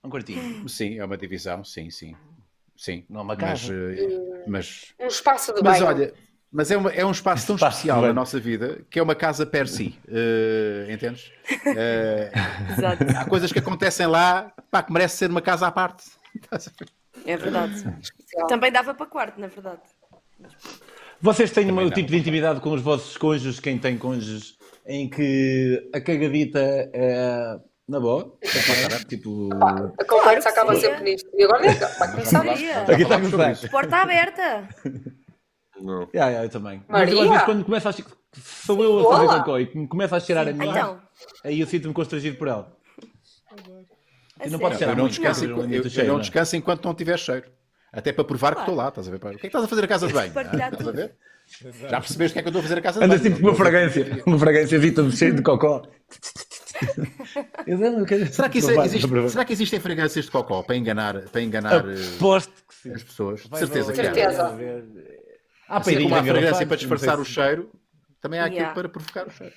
Speaker 7: Um quartinho.
Speaker 3: Sim, é uma divisão, sim, sim. Sim.
Speaker 7: Não é uma
Speaker 3: Mas,
Speaker 7: casa.
Speaker 3: eh, mas,
Speaker 7: é?
Speaker 6: Um espaço de
Speaker 3: mas
Speaker 6: banho.
Speaker 3: olha, mas é, uma- é um espaço tão
Speaker 7: Espaço
Speaker 3: especial
Speaker 7: de
Speaker 3: na
Speaker 7: banho.
Speaker 3: nossa vida que é uma casa per si. eh, entendes? Eh,
Speaker 5: Exato.
Speaker 3: há coisas que acontecem lá pá, que merece ser uma casa à parte.
Speaker 5: É verdade.
Speaker 6: Especial.
Speaker 5: Também dava para quarto, na verdade.
Speaker 7: Vocês têm um
Speaker 3: não.
Speaker 7: tipo de intimidade com os vossos cônjuges, quem tem cônjuges, em que a cagadita é na boa? Tipo.
Speaker 6: A conversa
Speaker 5: Claro que
Speaker 6: acaba
Speaker 5: sim.
Speaker 6: sempre nisto. E agora nem vai começar nisto.
Speaker 5: Seria.
Speaker 7: Aqui está a
Speaker 3: sobre
Speaker 7: gozar.
Speaker 3: isso.
Speaker 5: Porta aberta.
Speaker 2: Não.
Speaker 7: Yeah, yeah, eu também. Mas
Speaker 6: Maria!
Speaker 7: eu, às vezes quando começa a che- sou eu a fazer
Speaker 6: Olá!
Speaker 7: cocó e que me começa a cheirar a mim,
Speaker 5: Então,
Speaker 7: aí eu sinto-me constrangido por ela.
Speaker 5: A
Speaker 7: não pode
Speaker 5: sério?
Speaker 3: Eu
Speaker 7: ser
Speaker 3: não
Speaker 7: muito
Speaker 3: descanso,
Speaker 7: bom.
Speaker 3: enquanto-
Speaker 7: Muito
Speaker 3: eu- eu
Speaker 7: cheio,
Speaker 3: não
Speaker 7: não é?
Speaker 3: descanso enquanto não tiver cheiro. Até para provar que estou lá, estás a ver? pá? O que é que estás a fazer a casa de banho?
Speaker 5: Partilhar
Speaker 3: Ah, estás a
Speaker 5: tudo.
Speaker 3: ver? Já percebes o que é que eu estou a fazer a casa de
Speaker 7: Anda
Speaker 3: banho?
Speaker 7: tipo uma fragrância, uma fragrância dita cheia de cocó. Eu não quero-
Speaker 3: Será que, isso é,
Speaker 7: Não vai,
Speaker 3: existe,
Speaker 7: não vai. Ah.
Speaker 3: será que existem fragrâncias de cocó para enganar, para enganar eh,
Speaker 7: Aposto que sim.
Speaker 3: as pessoas?
Speaker 1: Vai,
Speaker 3: certeza
Speaker 1: vai,
Speaker 3: que
Speaker 1: vai,
Speaker 3: há.
Speaker 6: Certeza.
Speaker 1: vai ver. Há
Speaker 3: Assim como há
Speaker 1: pairinhos
Speaker 3: fragrância
Speaker 1: engarrafados,
Speaker 3: para disfarçar
Speaker 1: não
Speaker 3: o
Speaker 1: sei se-
Speaker 3: cheiro, também há aquilo
Speaker 5: Yeah.
Speaker 3: para provocar o cheiro.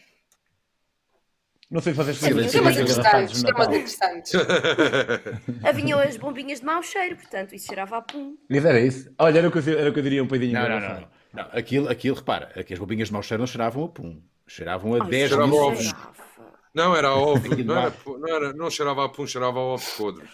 Speaker 7: Não sei fazer fragrância.
Speaker 3: Silêncio,
Speaker 6: Temas
Speaker 3: Temas
Speaker 6: interessantes, temas interessantes.
Speaker 5: Haviam as bombinhas de mau cheiro, portanto, isso cheirava a pum.
Speaker 7: Mas era isso. Olha, era o que eu, era o que eu diria um peidinho.
Speaker 3: Não, não, não.
Speaker 7: engarrafado.
Speaker 3: não. Não, aquilo, aquilo, repara, aqui as roupinhas de mau cheiro não cheiravam a pum. Cheiravam a
Speaker 5: Ai,
Speaker 3: 10
Speaker 5: cheirava
Speaker 2: mil
Speaker 5: a
Speaker 2: ovos.
Speaker 3: litros.
Speaker 5: garrafa.
Speaker 2: Não, era ovo.
Speaker 3: Aquilo
Speaker 2: Não, era,
Speaker 3: lá.
Speaker 2: po- não, era, não cheirava a pum, cheirava a ovo podre.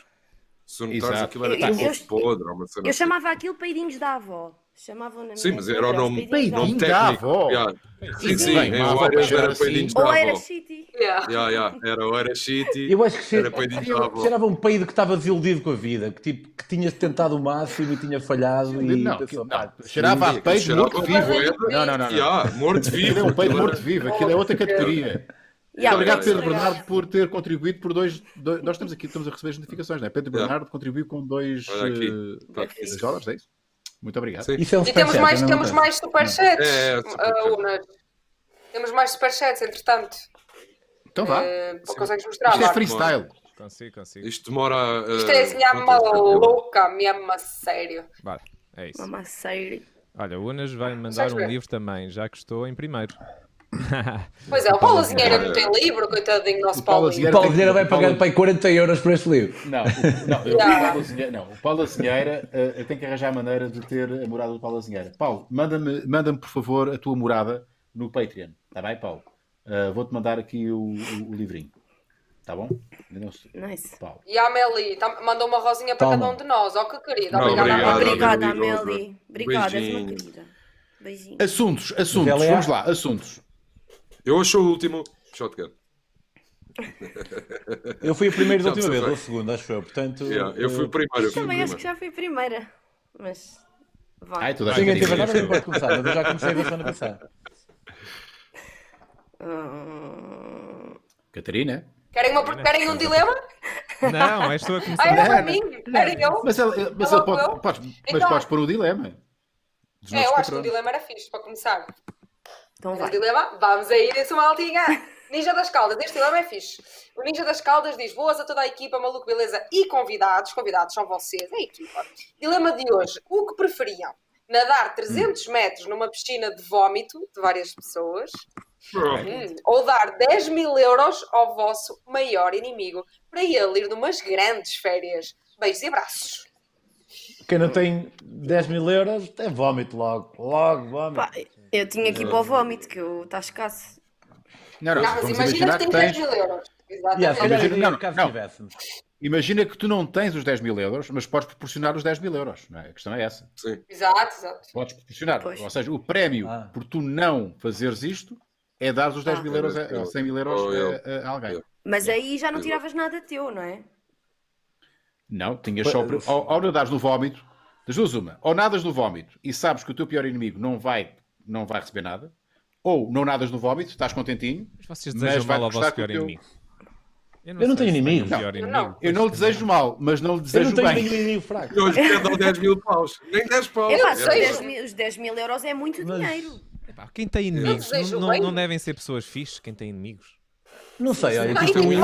Speaker 2: Se notares,
Speaker 3: Exato.
Speaker 2: aquilo era
Speaker 5: Eu-
Speaker 2: tipo
Speaker 5: eu-
Speaker 2: ovo podre. ou uma cena
Speaker 5: Eu
Speaker 2: assim.
Speaker 5: chamava aquilo peidinhos da avó. Chamavam na
Speaker 2: Sim,
Speaker 5: minha
Speaker 2: mas era o
Speaker 5: altura,
Speaker 2: nome,
Speaker 5: os peidinhos da
Speaker 2: nome
Speaker 3: Peidinho
Speaker 5: avó.
Speaker 3: da
Speaker 2: técnico.
Speaker 3: avó.
Speaker 2: Oh, Yeah. Sim,
Speaker 3: Sim,
Speaker 2: sim,
Speaker 3: bem,
Speaker 2: em
Speaker 3: uma avó
Speaker 2: Oeiras
Speaker 3: cheira
Speaker 2: era
Speaker 3: assim.
Speaker 2: peidinhos da
Speaker 5: Ou era
Speaker 2: avó.
Speaker 5: shitty.
Speaker 6: Yeah.
Speaker 2: Yeah, yeah, Era o Oeiras City.
Speaker 7: Eu acho que
Speaker 2: Era
Speaker 7: cheira-
Speaker 2: peidinhos da
Speaker 7: eu-
Speaker 2: avó.
Speaker 7: cheirava um peido que estava desiludido com a vida, que tipo, que tinhas tentado o máximo e tinha falhado e
Speaker 3: Não,
Speaker 7: pensou,
Speaker 3: não,
Speaker 7: pá,
Speaker 3: cheirava a peido
Speaker 2: cheirava
Speaker 3: morto
Speaker 7: é.
Speaker 3: vivo.
Speaker 2: a
Speaker 6: é
Speaker 2: peido.
Speaker 3: Não, não, não. não.
Speaker 2: Yeah, morto
Speaker 3: Aquilo
Speaker 2: vivo.
Speaker 3: é um peido
Speaker 2: aquilo era-
Speaker 3: morto vivo, aquilo é outra categoria.
Speaker 5: Yeah,
Speaker 2: Muito
Speaker 3: Obrigado,
Speaker 5: mas
Speaker 3: Pedro
Speaker 5: isso
Speaker 3: Bernardo,
Speaker 5: cheirava.
Speaker 3: por ter contribuído por dois. dois- nós estamos aqui, estamos a receber as notificações, não é? Pedro
Speaker 2: Yeah.
Speaker 3: Bernardo contribuiu com dois
Speaker 2: Olha aqui.
Speaker 3: eh,
Speaker 2: Tá aqui.
Speaker 3: dólares, é isso? Muito obrigado.
Speaker 2: Sim.
Speaker 7: Isso é um
Speaker 6: E temos
Speaker 7: superchat,
Speaker 6: mais,
Speaker 7: não é?
Speaker 6: temos mais superchats.
Speaker 2: É, é,
Speaker 6: ah,
Speaker 2: superchat.
Speaker 6: Unas. Temos mais superchats, entretanto.
Speaker 3: Então vá.
Speaker 6: Eh,
Speaker 2: Sim.
Speaker 6: consegues mostrar,
Speaker 3: Isto é
Speaker 6: Marco?
Speaker 3: freestyle.
Speaker 4: Consigo, consigo.
Speaker 2: Isto demora. eh,
Speaker 6: Isto é assim, a
Speaker 2: quantas-
Speaker 6: louca, me ama sério.
Speaker 4: Vá, é isso.
Speaker 5: Uma sério.
Speaker 4: Olha, o Unas vai me mandar
Speaker 6: Sabes
Speaker 4: um
Speaker 6: ver?
Speaker 4: livro também, já que estou em primeiro.
Speaker 6: Pois é, o Paulo Azinheira não tem livro, coitadinho, nosso
Speaker 3: O Paulo
Speaker 6: Paulinho.
Speaker 3: Azinheira-
Speaker 7: Paulo Vieira vai pagar para aí 40 euros por este livro.
Speaker 3: Não, o- não, eu- o
Speaker 6: Yeah.
Speaker 3: Paulo Azinheira- não, o Paulo Azinheira, eh, eu tenho que arranjar a maneira de ter a morada do Paulo Azinheira. Paulo, manda-me, manda-me por favor a tua morada no Patreon, está bem, Paulo? Eh, vou-te mandar aqui o, o- o livrinho, está bom? Ainda não sei.
Speaker 5: Nice.
Speaker 3: Paulo.
Speaker 6: E a Amélie tá- mandou uma rosinha para
Speaker 7: Toma.
Speaker 6: cada um de nós. Ó, que querido.
Speaker 2: Não,
Speaker 6: Obrigada,
Speaker 2: obrigado,
Speaker 6: Amélie.
Speaker 5: Obrigada,
Speaker 2: Amélie.
Speaker 5: Amélie. Obrigada, és uma
Speaker 2: Beijinho.
Speaker 5: querida. Beijinho.
Speaker 3: Assuntos, assuntos,
Speaker 7: Ela é a-
Speaker 3: vamos lá, assuntos.
Speaker 2: Eu hoje sou o último. Shotgun.
Speaker 7: Eu fui o primeiro da
Speaker 2: Já te
Speaker 7: última vez,
Speaker 2: sei.
Speaker 7: ou o segundo, acho eu. Portanto,
Speaker 2: Yeah, É, eu fui o
Speaker 7: eh,
Speaker 2: primeiro. Eu fui o
Speaker 5: Também
Speaker 2: primeiro.
Speaker 5: acho que já fui a primeira. Mas. Vá.
Speaker 3: Ai, toda a
Speaker 7: se ninguém
Speaker 3: gente-
Speaker 7: tiver nada, ninguém pode começar, mas eu já comecei na semana passada.
Speaker 5: Hum,
Speaker 3: Catarina?
Speaker 6: Querem, uma, querem
Speaker 2: é.
Speaker 6: um dilema?
Speaker 4: Não, és tu a começar.
Speaker 6: Ah, era para mim? Era eu?
Speaker 3: é. Mas ele, ele- mas
Speaker 6: Não,
Speaker 3: ele pode,
Speaker 6: eu?
Speaker 3: podes- mas
Speaker 6: Então-
Speaker 3: podes pôr o dilema.
Speaker 6: É,
Speaker 3: Dos nossos
Speaker 6: eu acho que o
Speaker 3: patrões.
Speaker 6: dilema era fixe, para começar.
Speaker 5: Então
Speaker 6: O
Speaker 5: vai.
Speaker 6: dilema, vamos aí nesse maltinha. Ninja das Caldas, este dilema é fixe. O Ninja das Caldas diz: boas a toda a equipa, maluco, beleza e convidados. Convidados são vocês, é a equipa. Dilema de hoje: o que preferiam? Nadar 300 metros numa piscina de vómito de várias pessoas hum, ou dar 10 mil euros ao vosso maior inimigo para ele ir numas grandes férias? Beijos e abraços.
Speaker 7: Quem não tem 10 mil euros, é vómito logo. Logo, vómito.
Speaker 5: Pá, eu tinha aqui para o vómito, que eu está escasso.
Speaker 3: Não, não,
Speaker 6: Não, mas
Speaker 3: vamos
Speaker 6: imagina
Speaker 3: imaginar
Speaker 6: que
Speaker 3: que
Speaker 6: tem 10
Speaker 3: tens.
Speaker 6: mil euros. Exatamente.
Speaker 7: Yeah, se calhar
Speaker 3: Imagina-
Speaker 7: eu diria
Speaker 3: não,
Speaker 7: que caso
Speaker 3: não.
Speaker 7: tivesse. é?
Speaker 3: Imagina que tu não tens os 10 mil euros, mas podes proporcionar os 10 mil euros. Não é? A questão é essa.
Speaker 2: Sim.
Speaker 6: Exato, exato.
Speaker 3: Podes proporcionar.
Speaker 5: Pois.
Speaker 3: Ou seja, o prémio
Speaker 7: Ah.
Speaker 3: por tu não fazeres isto é dar os 10 mil
Speaker 2: Ah.
Speaker 3: euros a, ou 100 mil euros
Speaker 2: Ou eu.
Speaker 3: a, a- a alguém.
Speaker 5: Mas aí já não
Speaker 2: Exato.
Speaker 5: tiravas nada teu, não é?
Speaker 3: Não, tinhas só. pre- Ou, ou nadares no vómito, das duas uma, ou nadas no vómito e sabes que o teu pior inimigo não vai, não vai receber nada, ou não nadas no vómito, estás contentinho.
Speaker 4: Mas vocês
Speaker 3: Mas
Speaker 4: desejam
Speaker 3: vai
Speaker 4: mal ao
Speaker 3: custar
Speaker 4: vosso
Speaker 3: que o
Speaker 4: pior
Speaker 3: teu-
Speaker 4: inimigo.
Speaker 7: Eu não
Speaker 4: sei
Speaker 7: tenho
Speaker 4: se
Speaker 7: inimigo.
Speaker 4: tenho pior
Speaker 6: Não.
Speaker 4: inimigo.
Speaker 3: Eu não lhe desejo mal, mas não lhe
Speaker 7: Eu não
Speaker 3: desejo
Speaker 7: tenho
Speaker 3: bem.
Speaker 7: nenhum inimigo fraco.
Speaker 2: E hoje perdam 10 mil paus. Nem 10 paus.
Speaker 5: Epá,
Speaker 2: É,
Speaker 5: só
Speaker 6: sei.
Speaker 5: 10 mil- os 10 mil euros é muito
Speaker 7: Mas-
Speaker 5: dinheiro.
Speaker 4: Epá, Quem tem inimigos
Speaker 6: desejo
Speaker 4: não, não-
Speaker 6: bem.
Speaker 4: não devem ser pessoas fixes, quem tem inimigos.
Speaker 7: Não sei, olha,
Speaker 6: Não,
Speaker 7: isto é
Speaker 6: e-
Speaker 7: um tipo
Speaker 6: e-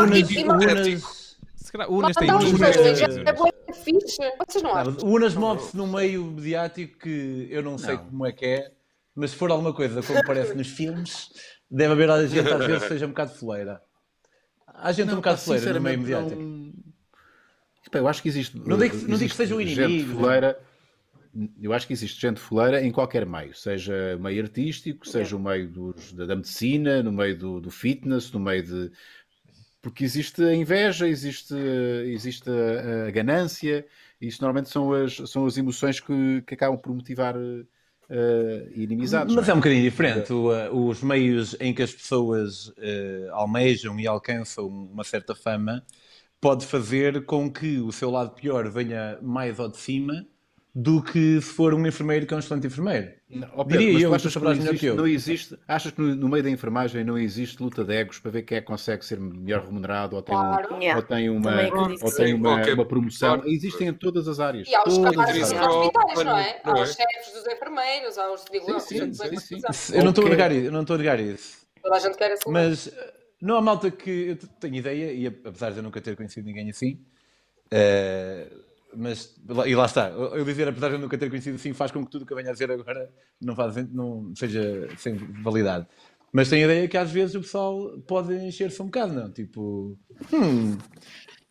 Speaker 7: Unas.
Speaker 6: e-
Speaker 7: Unas,
Speaker 4: Se calhar, o Unas tem
Speaker 6: Mandar
Speaker 7: Não,
Speaker 6: uns
Speaker 7: mas-
Speaker 6: beijos
Speaker 4: inimigos.
Speaker 6: é bué fixe. Vocês não acham?
Speaker 7: Não, Unas move-se num meio mediático que eu não sei como é que é, mas se for alguma coisa como parece nos filmes, deve haver a gente às vezes que seja um bocado foleira. Há gente um bocado foleira no meio mediático.
Speaker 3: não- Pá, eu acho que existe.
Speaker 7: Não digo- não digo que seja um
Speaker 3: gente
Speaker 7: inimigo.
Speaker 3: Fuleira, eu acho que existe gente fuleira em qualquer meio, seja meio artístico, seja o meio dos- da, da medicina, no meio do, do fitness, no meio de. Porque existe a inveja, existe, existe a, a ganância, e isso normalmente são as, são as emoções que, que acabam por motivar eh, inimizades.
Speaker 7: Mas é
Speaker 3: não
Speaker 7: um bocadinho diferente. O, eh, os meios em que as pessoas eh, almejam e alcançam uma certa fama pode fazer com que o seu lado pior venha mais ao de cima do que se for um enfermeiro que é um excelente enfermeiro.
Speaker 3: Não, oh Pedro,
Speaker 7: Diria
Speaker 3: mas
Speaker 7: eu,
Speaker 3: tu
Speaker 7: tu
Speaker 3: achas que
Speaker 7: saberás
Speaker 3: não
Speaker 7: melhor
Speaker 3: existe,
Speaker 7: que eu.
Speaker 3: não existe- achas que no, no meio da enfermagem não existe luta de egos para ver quem é que consegue ser melhor remunerado ou tem, um-
Speaker 6: Claro. é.
Speaker 5: Yeah.
Speaker 3: ou tem
Speaker 5: Também
Speaker 3: uma,
Speaker 5: acredito
Speaker 3: ou
Speaker 5: que
Speaker 3: tem
Speaker 5: sim.
Speaker 3: uma,
Speaker 2: Qualquer-
Speaker 3: uma promoção?
Speaker 2: claro.
Speaker 3: Existem em todas as áreas.
Speaker 6: E há os
Speaker 3: todas
Speaker 6: caras
Speaker 3: as
Speaker 6: nos
Speaker 2: Intrínseco
Speaker 3: áreas.
Speaker 2: ao
Speaker 6: hospitais, não é?
Speaker 2: pano,
Speaker 6: Há
Speaker 2: não
Speaker 6: os
Speaker 2: é?
Speaker 6: chefes dos enfermeiros, há os digo, eu,
Speaker 3: Sim, sim,
Speaker 6: toda
Speaker 3: sim, sim.
Speaker 7: Eu não estou a
Speaker 3: Ok.
Speaker 7: negar isso, eu não estou a negar isso.
Speaker 6: a gente quer assim.
Speaker 7: Mas eh, não há malta que eu te- tenho ideia, e a- apesar de eu nunca ter conhecido ninguém assim, eh, mas e lá está, eu eu dizer apesar de eu nunca ter conhecido assim faz com que tudo o que eu venha a dizer agora não, faz, não seja sem validade. Mas tenho a ideia que às vezes o pessoal pode encher-se um bocado, não? Tipo, hum,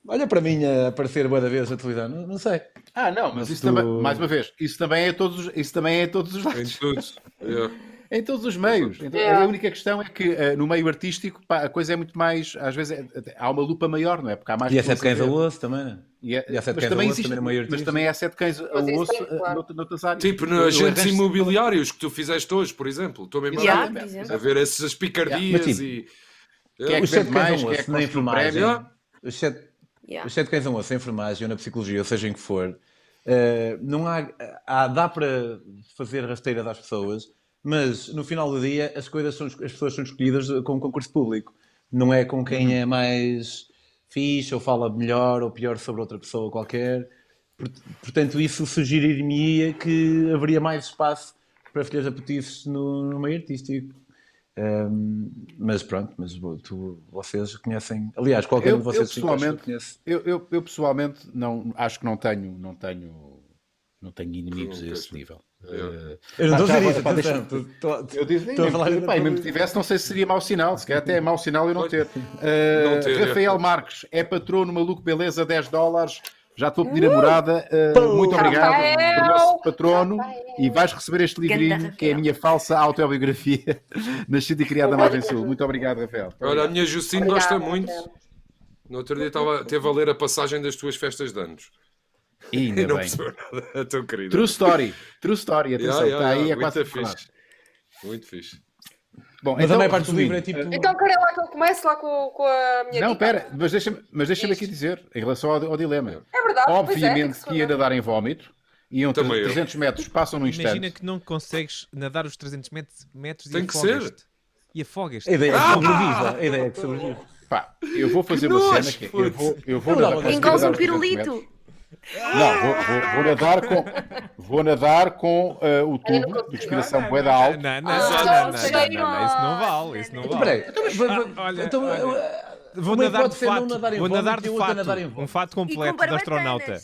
Speaker 7: olha para mim a aparecer boa da vez na televisão, não, não sei.
Speaker 3: Ah, não, mas
Speaker 7: Mas
Speaker 3: isso
Speaker 7: tu-
Speaker 3: também, mais uma vez, isso também é todos, os- isso também é em todos os
Speaker 2: Em
Speaker 3: lados,
Speaker 2: todos. É. Yeah.
Speaker 3: em todos os meios. Então,
Speaker 6: É.
Speaker 3: A única questão é que eh, no meio artístico pá, a coisa é muito mais, às vezes é- até- há uma lupa maior, não é? Porque há mais
Speaker 7: E a
Speaker 3: pessoas
Speaker 7: Sete Cães
Speaker 3: a ver.
Speaker 7: ao Osso também, não é?
Speaker 3: E é-
Speaker 7: e há sete
Speaker 3: mas
Speaker 7: cães
Speaker 3: também
Speaker 7: ao osso,
Speaker 3: existe-
Speaker 7: também no meio
Speaker 3: mas
Speaker 7: artístico.
Speaker 3: também há sete cães ao
Speaker 6: Mas isso
Speaker 3: osso
Speaker 6: tem,
Speaker 3: eh,
Speaker 6: claro.
Speaker 3: nout- noutras áreas.
Speaker 2: Tipo
Speaker 3: Eu- eu
Speaker 2: nos agentes
Speaker 3: arranjo-
Speaker 2: imobiliários que tu fizeste hoje, por exemplo. Estou mesmo
Speaker 5: Yeah,
Speaker 2: a, ver,
Speaker 5: por exemplo.
Speaker 2: a ver essas picardias
Speaker 7: Mas, tipo,
Speaker 2: e.
Speaker 3: Quem é que
Speaker 7: Os Sete
Speaker 3: vende
Speaker 7: Cães ao
Speaker 3: mais,
Speaker 7: Osso,
Speaker 3: quem é que
Speaker 7: na
Speaker 3: conseguiu
Speaker 7: enfermagem,
Speaker 2: prémio?
Speaker 7: os sete
Speaker 5: Yeah.
Speaker 7: Os sete cães são osso, em enfermagem ou na psicologia, ou seja em que for, eh, não há, há- dá para fazer rasteiras às pessoas, mas no final do dia as coisas são, as pessoas são escolhidas com um concurso público. Não é com quem é mais fixe, ou fala melhor ou pior sobre outra pessoa qualquer. Por- Portanto, isso sugerir-me-ia que haveria mais espaço para filhas apetites no, no meio artístico. Ehm, mas pronto, mas vo- tu, vocês conhecem. Aliás, qualquer
Speaker 3: Eu-
Speaker 7: um de
Speaker 3: eu
Speaker 7: vocês cinco, acho que eu
Speaker 3: pessoalmente-
Speaker 7: conheço.
Speaker 3: Eu, eu- eu pessoalmente não, acho que não tenho, não tenho, não tenho inimigos a esse nível. Eh,
Speaker 7: Eu não
Speaker 3: Pá,
Speaker 7: estou a
Speaker 3: já
Speaker 7: dizer isso,
Speaker 3: agora, pá,
Speaker 7: atenção. Tô- tô-
Speaker 3: Eu disse,
Speaker 7: Estou a falar-
Speaker 3: nem, pá, e mesmo que tivesse, não sei se seria mau sinal, se calhar até é mau sinal eu não ter. Eh,
Speaker 2: Não ter, é.
Speaker 3: Rafael Marques é patrono, maluco, beleza, 10 dólares. Já estou a pedir a morada. Eh, muito obrigado,
Speaker 6: Rafael!
Speaker 3: por nosso patrono. E vais receber este livrinho,
Speaker 5: Rafael.
Speaker 3: que é a minha falsa autobiografia, nascida e criada na Margem Sul. Muito obrigado, Rafael.
Speaker 2: Olha, a minha Justine
Speaker 6: Obrigada,
Speaker 2: gosta muito. No outro dia estava, teve a ler a passagem das tuas festas de anos.
Speaker 3: E ainda
Speaker 2: E não
Speaker 3: bem.
Speaker 2: percebeu nada, tão querido.
Speaker 3: True story, true story,
Speaker 2: Yeah,
Speaker 3: atenção,
Speaker 2: yeah,
Speaker 4: tá
Speaker 3: está aí,
Speaker 2: yeah,
Speaker 3: é quase
Speaker 2: muito
Speaker 3: verdade.
Speaker 2: fixe. Muito fixe.
Speaker 3: Bom,
Speaker 7: Mas a
Speaker 3: então,
Speaker 7: maior parte do
Speaker 3: resumindo,
Speaker 7: livro é tipo.
Speaker 6: Então querem lá que eu comece lá com, com a minha
Speaker 3: Não,
Speaker 6: dica?
Speaker 3: pera, mas deixa-me mas deixa
Speaker 6: Diz.
Speaker 3: aqui dizer, em relação ao, ao dilema.
Speaker 6: É verdade, pois é, tem
Speaker 3: Obviamente
Speaker 6: se
Speaker 3: que ia
Speaker 6: falar.
Speaker 3: nadar em vómito, iam tre-
Speaker 2: Também eu.
Speaker 3: 300 metros, passam num instante.
Speaker 4: Imagina que não consegues nadar os 300 metros, metros
Speaker 2: Tem
Speaker 4: e
Speaker 2: que ser.
Speaker 4: afogas-te. E afogas-te.
Speaker 7: A ideia é que sobreviva. A ideia é que sobrevive.
Speaker 3: Pá, eu vou fazer
Speaker 2: Que
Speaker 3: uma
Speaker 2: nojo,
Speaker 3: cena que é, eu vou, eu vou
Speaker 7: Não dá
Speaker 3: nadar.
Speaker 7: uma
Speaker 3: conseguir
Speaker 5: Engoles
Speaker 3: nadar
Speaker 5: um
Speaker 3: os 300 metros.
Speaker 5: pirulito.
Speaker 3: Não, vou, vou- vou nadar com, vou nadar com eh, o
Speaker 6: não
Speaker 3: tubo
Speaker 6: consigo.
Speaker 3: de respiração
Speaker 4: Não,
Speaker 3: boeda
Speaker 4: não,
Speaker 3: alta.
Speaker 4: Não, não,
Speaker 5: Ah,
Speaker 4: não, não,
Speaker 6: já
Speaker 4: não,
Speaker 6: cheguei
Speaker 4: não, não, isso não vale. Isso não
Speaker 5: Então,
Speaker 4: vale.
Speaker 7: Peraí. v- v-
Speaker 4: olha,
Speaker 7: Então,
Speaker 4: olha.
Speaker 7: eu-
Speaker 4: Vou
Speaker 7: uma
Speaker 4: nadar de
Speaker 7: hipótese é não
Speaker 4: fato.
Speaker 7: nadar em
Speaker 4: Vou
Speaker 7: vómito
Speaker 4: nadar
Speaker 7: e
Speaker 4: de
Speaker 7: outra
Speaker 4: fato.
Speaker 7: nadar em vómito.
Speaker 4: Um fato
Speaker 5: E com
Speaker 4: completo de
Speaker 5: barbatanas.
Speaker 4: astronauta.